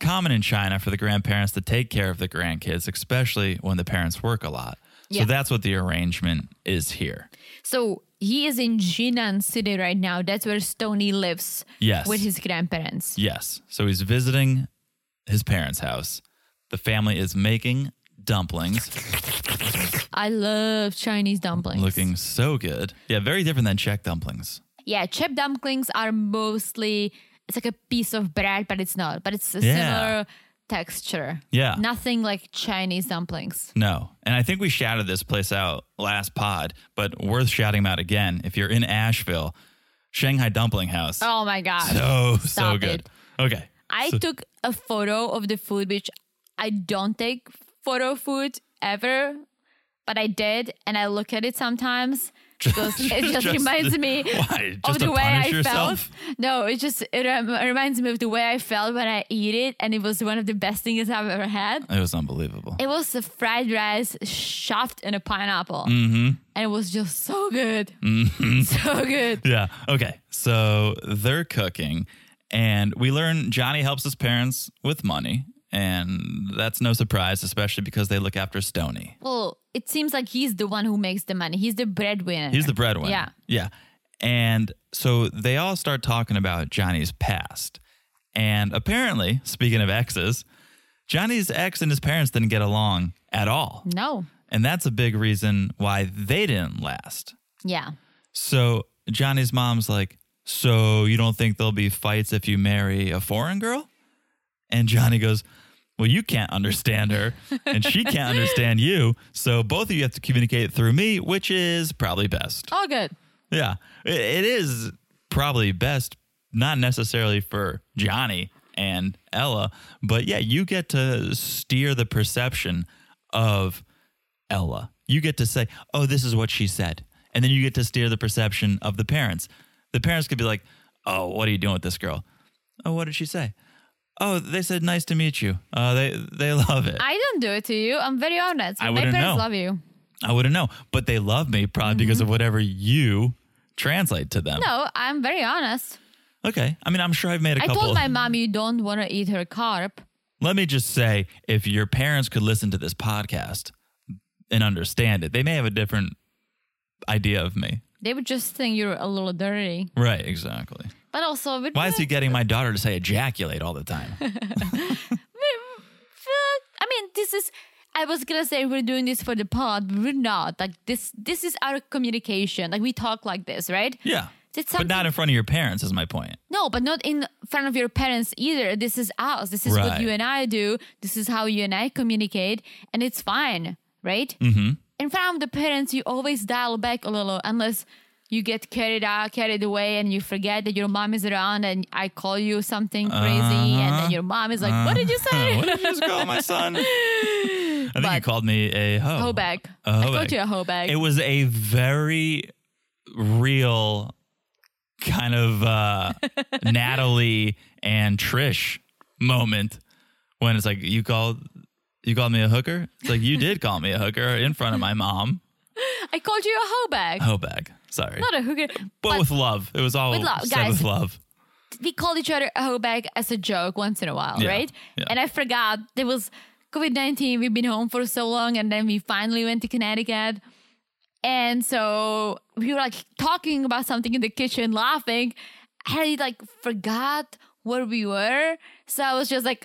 common in China for the grandparents to take care of the grandkids, especially when the parents work a lot. Yeah. So that's what the arrangement is here. So he is in Jinan City right now. That's where Sony lives Yes. with his grandparents. Yes. So he's visiting his parents' house. The family is making dumplings. I love Chinese dumplings. Looking so good. Yeah, very different than Czech dumplings. yeah, chip dumplings are mostly it's like a piece of bread, but it's not. But it's a Yeah. similar texture. Yeah. Nothing like Chinese dumplings. No. And I think we shouted this place out last pod, but worth shouting them out again. If you're in Asheville, Shanghai Dumpling House. Oh my god. so, so stop good. it. Okay. I took a photo of the food, which I don't take photo food ever, but I did, and I look at it sometimes <laughs> because it just, Just- reminds <laughs> me <laughs> Why? of Just Oh, the to way I punish yourself? felt. No, it just it rem- reminds me of the way I felt when I eat it, and it was one of the best things I've ever had. It was unbelievable. It was a fried rice shoved in a pineapple, Mm-hmm. and it was just so good, <laughs> so good. yeah. Okay. So they're cooking, and we learn Johnny helps his parents with money. And that's no surprise, especially because they look after Stony. Well, it seems like he's the one who makes the money. He's the breadwinner. He's the breadwinner. Yeah. Yeah. And so they all start talking about Johnny's past. And apparently, speaking of exes, Johnny's ex and his parents didn't get along at all. no, And that's a big reason why they didn't last. yeah. So Johnny's mom's like, So you don't think there'll be fights if you marry a foreign girl? And Johnny goes, Well, you can't understand her, and she can't understand you. So both of you have to communicate through me, which is probably best. All good. Yeah. I- It is probably best, not necessarily for Johnny and Ella, but yeah, you get to steer the perception of Ella. You get to say, oh, this is what she said. And then you get to steer the perception of the parents. The parents could be like, oh, what are you doing with this girl? Oh, what did she say? Oh, they said nice to meet you. Uh, they they <laughs> love it. I don't do it to you. I'm very honest. I My wouldn't know. parents love you. I wouldn't know, but they love me probably because of whatever you translate to them. No, I'm very honest. Okay. I mean, I'm sure I've made a I couple. told my mom you don't want to eat her carp. Let me just say if your parents could listen to this podcast and understand it, they may have a different idea of me. They would just think you're a little dirty. Right, exactly. But also, we're Why is he getting my daughter to say ejaculate all the <laughs> time? I mean, this is. I was gonna say we're doing this for the pod, but we're not. Like this, this is our communication. Like we talk like this, right? yeah. It's But something- not in front of your parents, is my point. No, but not in front of your parents either. This is us. This is Right. what you and I do. This is how you and I communicate, and it's fine, right? Mm-hmm. In front of the parents, you always dial back a little, unless you get carried out, carried away, and you forget that your mom is around, and I call you something crazy, and then your mom is like, "What did you say?" Uh-huh. <laughs> what did you just call my <laughs> son? I think you But- called me a hoe. Hoe bag. A I hoe called bag. you a hoe bag. It was a very real kind of <laughs> uh, Natalie and Trish moment when it's like you called you called me a hooker. It's like you did call me a hooker in front of my mom. I called you a hoe bag, Oh, bag. Sorry, not a hooker. but, But with love. It was all With love, said guys. with love. we called each other a hoe bag as a joke once in a while, Yeah, right? yeah. And I forgot there was COVID 19. We've been home for so long, and then we finally went to Connecticut. And so we were like talking about something in the kitchen, laughing. And I like forgot where we were. So I was just like,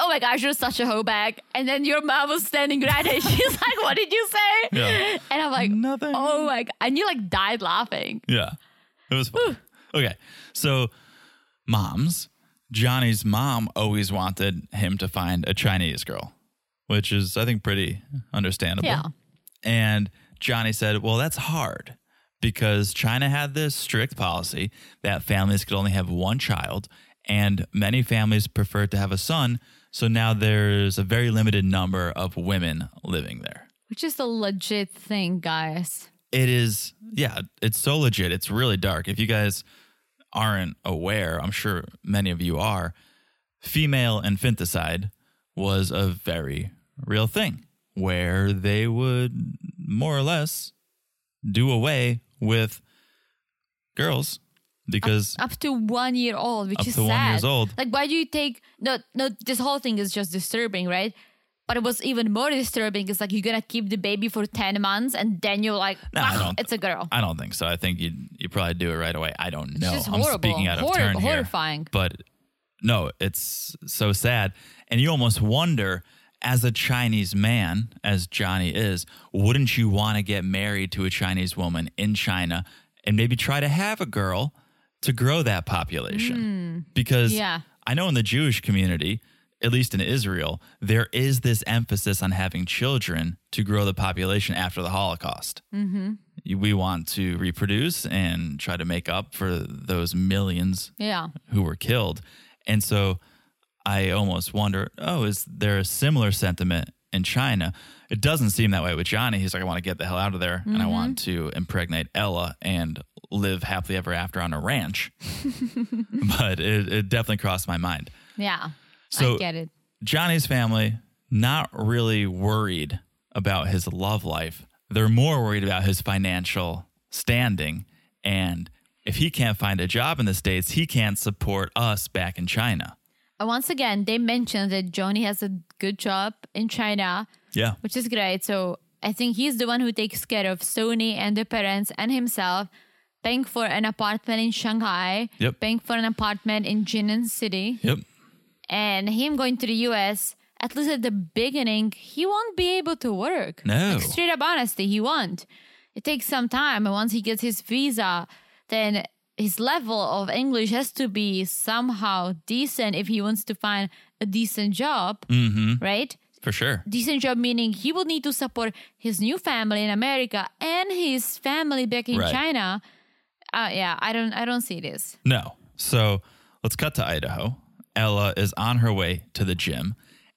oh my gosh, you're such a hoe bag. And then your mom was standing right there. <laughs> She's like, what did you say? Yeah. And I'm like, Nothing. oh my God. And you like died laughing. Yeah. It was fun. Okay. So, moms, Johnny's mom always wanted him to find a Chinese girl, which is, I think, pretty understandable. Yeah. And Johnny said, Well, that's hard because China had this strict policy that families could only have one child, and many families prefer to have a son. So now there's a very limited number of women living there. Which is a legit thing, guys. It is, yeah, it's so legit. It's really dark. If you guys aren't aware, I'm sure many of you are, female infanticide was a very real thing where they would more or less do away with girls because up to one year old, which Up is to sad. one years old. Like, why do you take no? No, this whole thing is just disturbing, right? But it was even more disturbing. It's like you're gonna keep the baby for ten months, and then you're like, No, I "Ah, don't- it's a girl. I don't think so. I think you you probably do it right away. I don't know. just I'm horrible. speaking out of Horrib- turn here. horrifying. But no, it's so sad. And you almost wonder as a Chinese man, as Johnny is, wouldn't you want to get married to a Chinese woman in China and maybe try to have a girl to grow that population. Because Hmm. Yeah. I know in the Jewish community, at least in Israel, there is this emphasis on having children to grow the population after the Holocaust. Mm-hmm. We want to reproduce and try to make up for those millions Yeah. who were killed. And so I almost wonder, oh, is there a similar sentiment in China? It doesn't seem that way with Johnny. He's like, I want to get the hell out of there and I want to impregnate Ella and live happily ever after on a ranch. <laughs> but it, it definitely crossed my mind. Yeah. So- I get it. Johnny's family not really worried about his love life. They're more worried about his financial standing and if he can't find a job in the states, he can't support us back in China. Uh, Once again, they mentioned that Johnny has a good job in China, Yeah. which is great. So I think he's the one who takes care of Sony and the parents and himself, paying for an apartment in Shanghai, Yep. paying for an apartment in Jinan City, Yep. and him going to the US. At least at the beginning, he won't be able to work. No. Like, straight up honesty, he won't. It takes some time, and once he gets his visa, then his level of English has to be somehow decent if he wants to find a decent job, right? Mm-hmm. For sure. Decent job meaning he will need to support his new family in America and his family back in Right. China. Uh, yeah, I don't, I don't see this. No. So let's cut to Idaho. Ella is on her way to the gym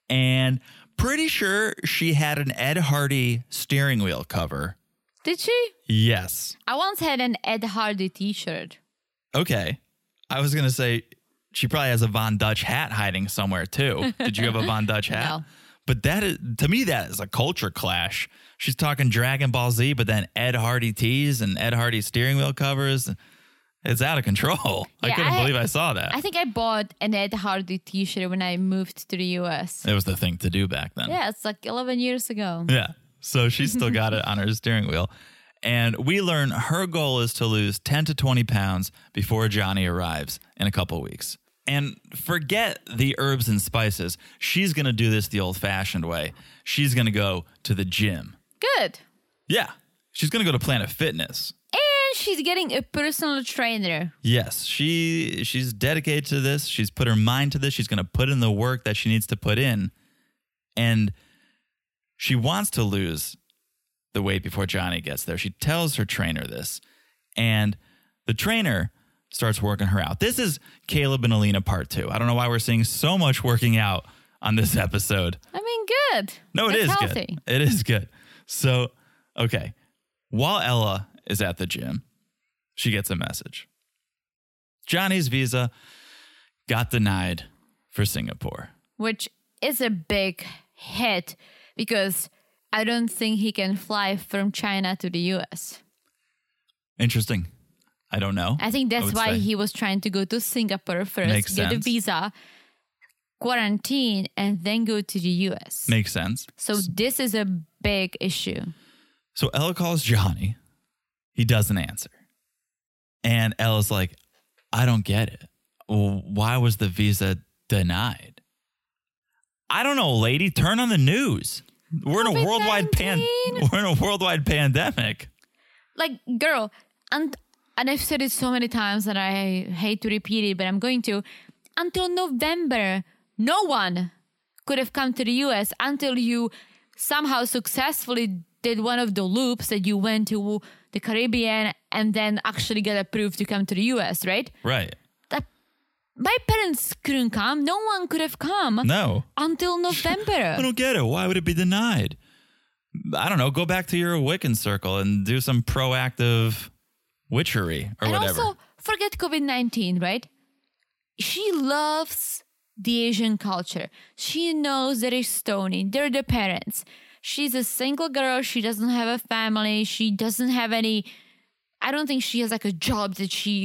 and pretty sure she had an Ed Hardy steering wheel cover. Did she? Yes. I once had an Ed Hardy T-shirt. Okay. I was going to say she probably has a Von Dutch hat hiding somewhere too. Did you have a Von <laughs> Dutch hat? No. But that is, to me, that is a culture clash. She's talking Dragon Ball Z, but then Ed Hardy tees and Ed Hardy steering wheel covers. It's out of control. <laughs> I Yeah, couldn't I- believe I saw that. I think I bought an Ed Hardy T-shirt when I moved to the US. it was the thing to do back then. Yeah, it's like 11 years ago. Yeah. So she's still got it on her steering wheel. And we learn her goal is to lose 10 to 20 pounds before Johnny arrives in a couple weeks. And forget the herbs and spices. She's going to do this the old fashioned way. She's going to go to the gym. Good. Yeah. She's going to go to Planet Fitness. And she's getting a personal trainer. Yes, she she's dedicated to this. She's put her mind to this. She's going to put in the work that she needs to put in. And she wants to lose the weight before Johnny gets there. She tells her trainer this, and the trainer starts working her out. This is Caleb and Alina part 2. I don't know why we're seeing so much working out on this <laughs> episode. I mean, good. No, it That's is healthy. good. It is good. So, okay. While Ella is at the gym, she gets a message. Johnny's visa got denied for Singapore. Which is a big hit because I don't think he can fly from China to the US. Interesting. I don't know. I think that's would why say. he was trying to go to Singapore first, Makes get sense. a visa, quarantine, and then go to the US. makes sense. so this is a big issue. So Ella calls Johnny. He doesn't answer. And Ella's like, I don't get it. W- Why was the visa denied? I don't know, lady. Turn on the news. We're in a worldwide pan- <laughs> COVID-19? we're in a worldwide pandemic. like girl and and i've said it so many times and i hate to repeat it but i'm going to until november no one could have come to the us until you somehow successfully did one of the loops that you went to the caribbean and then actually got approved to come to the us right Right. that my parents couldn't come no one could have come No. until november <laughs> I don't get it. Why would it be denied? I don't know. Go back to your Wiccan circle and do some proactive witchery or and whatever. also forget COVID nineteen, right? She loves the Asian culture. She knows that Estonian, they're the parents. She's a single girl. She doesn't have a family. She doesn't have any. I don't think she has like a job that she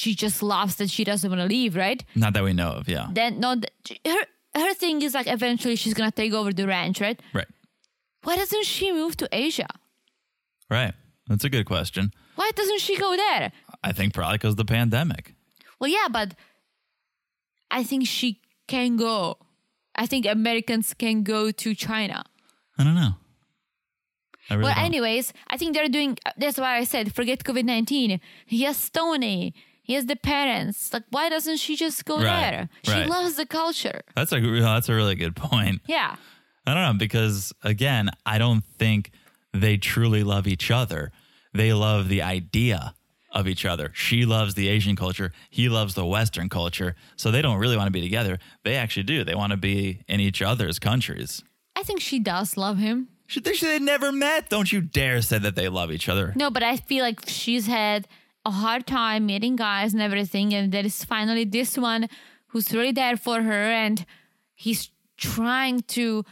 she just loves that she doesn't want to leave, right? Not that we know of. Yeah. Then no, th- her her thing is like eventually she's gonna take over the ranch, right? Right. Why doesn't she move to Asia? Right. That's a good question. Why doesn't she go there? I think probably because of the pandemic. Well, yeah, but I think she can go. I think Americans can go to China. I don't know. I really well, don't. anyways, I think they're doing. That's why I said forget COVID nineteen. He has Tony. He has the parents. Like, why doesn't she just go Right, there? She right. loves the culture. That's a that's a really good point. Yeah. I don't know because again, I don't think they truly love each other. They love the idea of each other. She loves the Asian culture, he loves the Western culture. So they don't really want to be together. They actually do. They want to be in each other's countries. I think she does love him. She, they, they never met. Don't you dare say that they love each other. No, but I feel like she's had a hard time meeting guys and everything, and there is finally this one who's really there for her, and he's trying to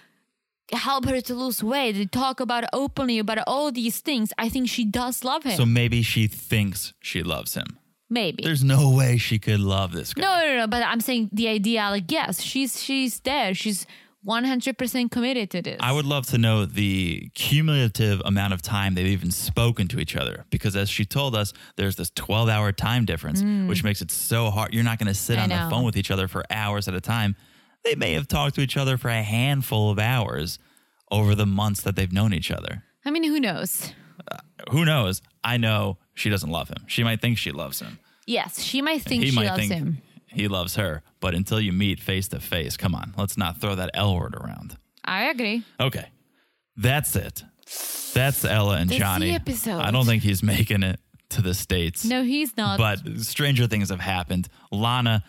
help her to lose weight and talk about openly about all these things. I think she does love him. So maybe she thinks she loves him. Maybe. There's no way she could love this guy. No, no, no. But I'm saying the idea. Like, yes, she's she's there. She's 100 percent committed to this. I would love to know the cumulative amount of time they've even spoken to each other because, as she told us, there's this 12 hour time difference, which makes it so hard. You're not going to sit Hmm. I on the know. phone with each other for hours at a time. They may have talked to each other for a handful of hours over the months that they've known each other. I mean, who knows? Who knows? I know she doesn't love him. She might think she loves him. Yes, she might think He she might loves think him. he loves her. But until you meet face to face, come on, let's not throw that L word around. I agree. Okay. That's it. That's Ella and That's the Johnny. episode. I don't think he's making it to the States. No, he's not. But stranger things have happened. Lana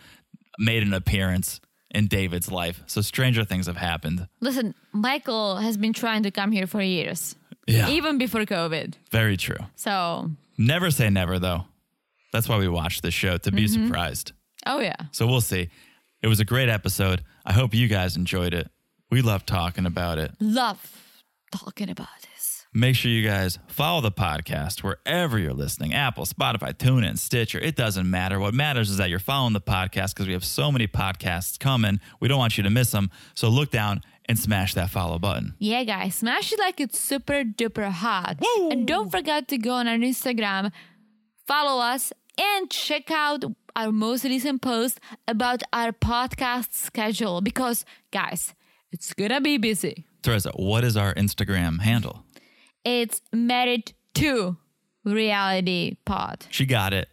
made an appearance in David's life. So stranger things have happened. Listen, Michael has been trying to come here for years, Yeah. even before COVID. very true. So, Never say never though. That's why we watch this show to be surprised. oh yeah, So we'll see. It was a great episode. I hope you guys enjoyed it. We love talking about it. love talking about this. Make sure you guys follow the podcast wherever you're listening Apple, Spotify, TuneIn, Stitcher. It doesn't matter. What matters is that you're following the podcast because we have so many podcasts coming. We don't want you to miss them. So look down and smash that follow button. Yeah, guys, smash it like it's super duper hot. And don't forget to go on our Instagram, follow us, and check out our most recent post about our podcast schedule because, guys, it's gonna be busy. Teresa, what is our Instagram handle? It's married to reality pod. She got it.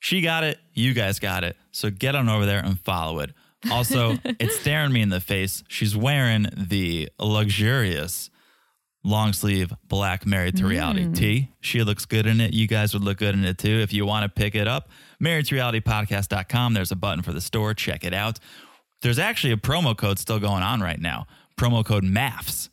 She got it. You guys got it. So get on over there and follow it. Also, it's staring me in the face. She's wearing the luxurious long sleeve black married to reality tee. She looks good in it. You guys would look good in it too. If you want to pick it up, married to reality podcast.com. There's a button for the store. Check it out. There's actually a promo code still going on right now. Promo code MAFS,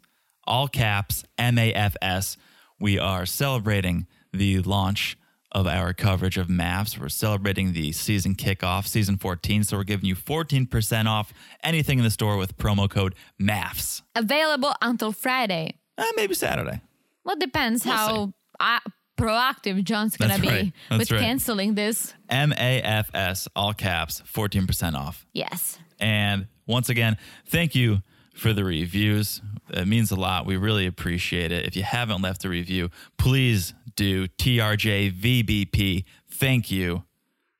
all caps, M A F S. We are celebrating the launch of our coverage of MAFS. We're celebrating the season kickoff, season 14. So we're giving you 14% off anything in the store with promo code MAFS. Available until Friday. Uh, maybe Saturday. Well, depends how uh, proactive John's gonna That's be right. That's with right. canceling this. M A F S, all caps, 14% off. Yes. And once again, thank you for the reviews. It means a lot. We really appreciate it. If you haven't left a review, please do TRJVBP. Thank you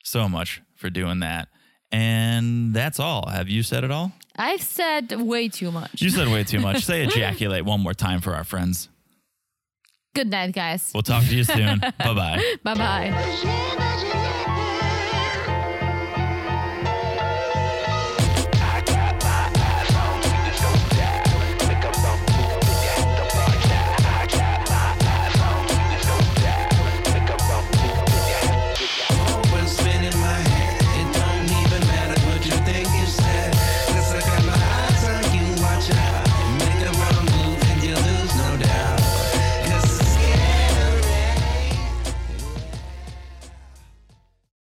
so much for doing that. And that's all. Have you said it all? I've said way too much. You said way too much. <laughs> Say ejaculate one more time for our friends. Good night, guys. <laughs> We'll talk to you soon. bye bye. Bye bye. Shimmer,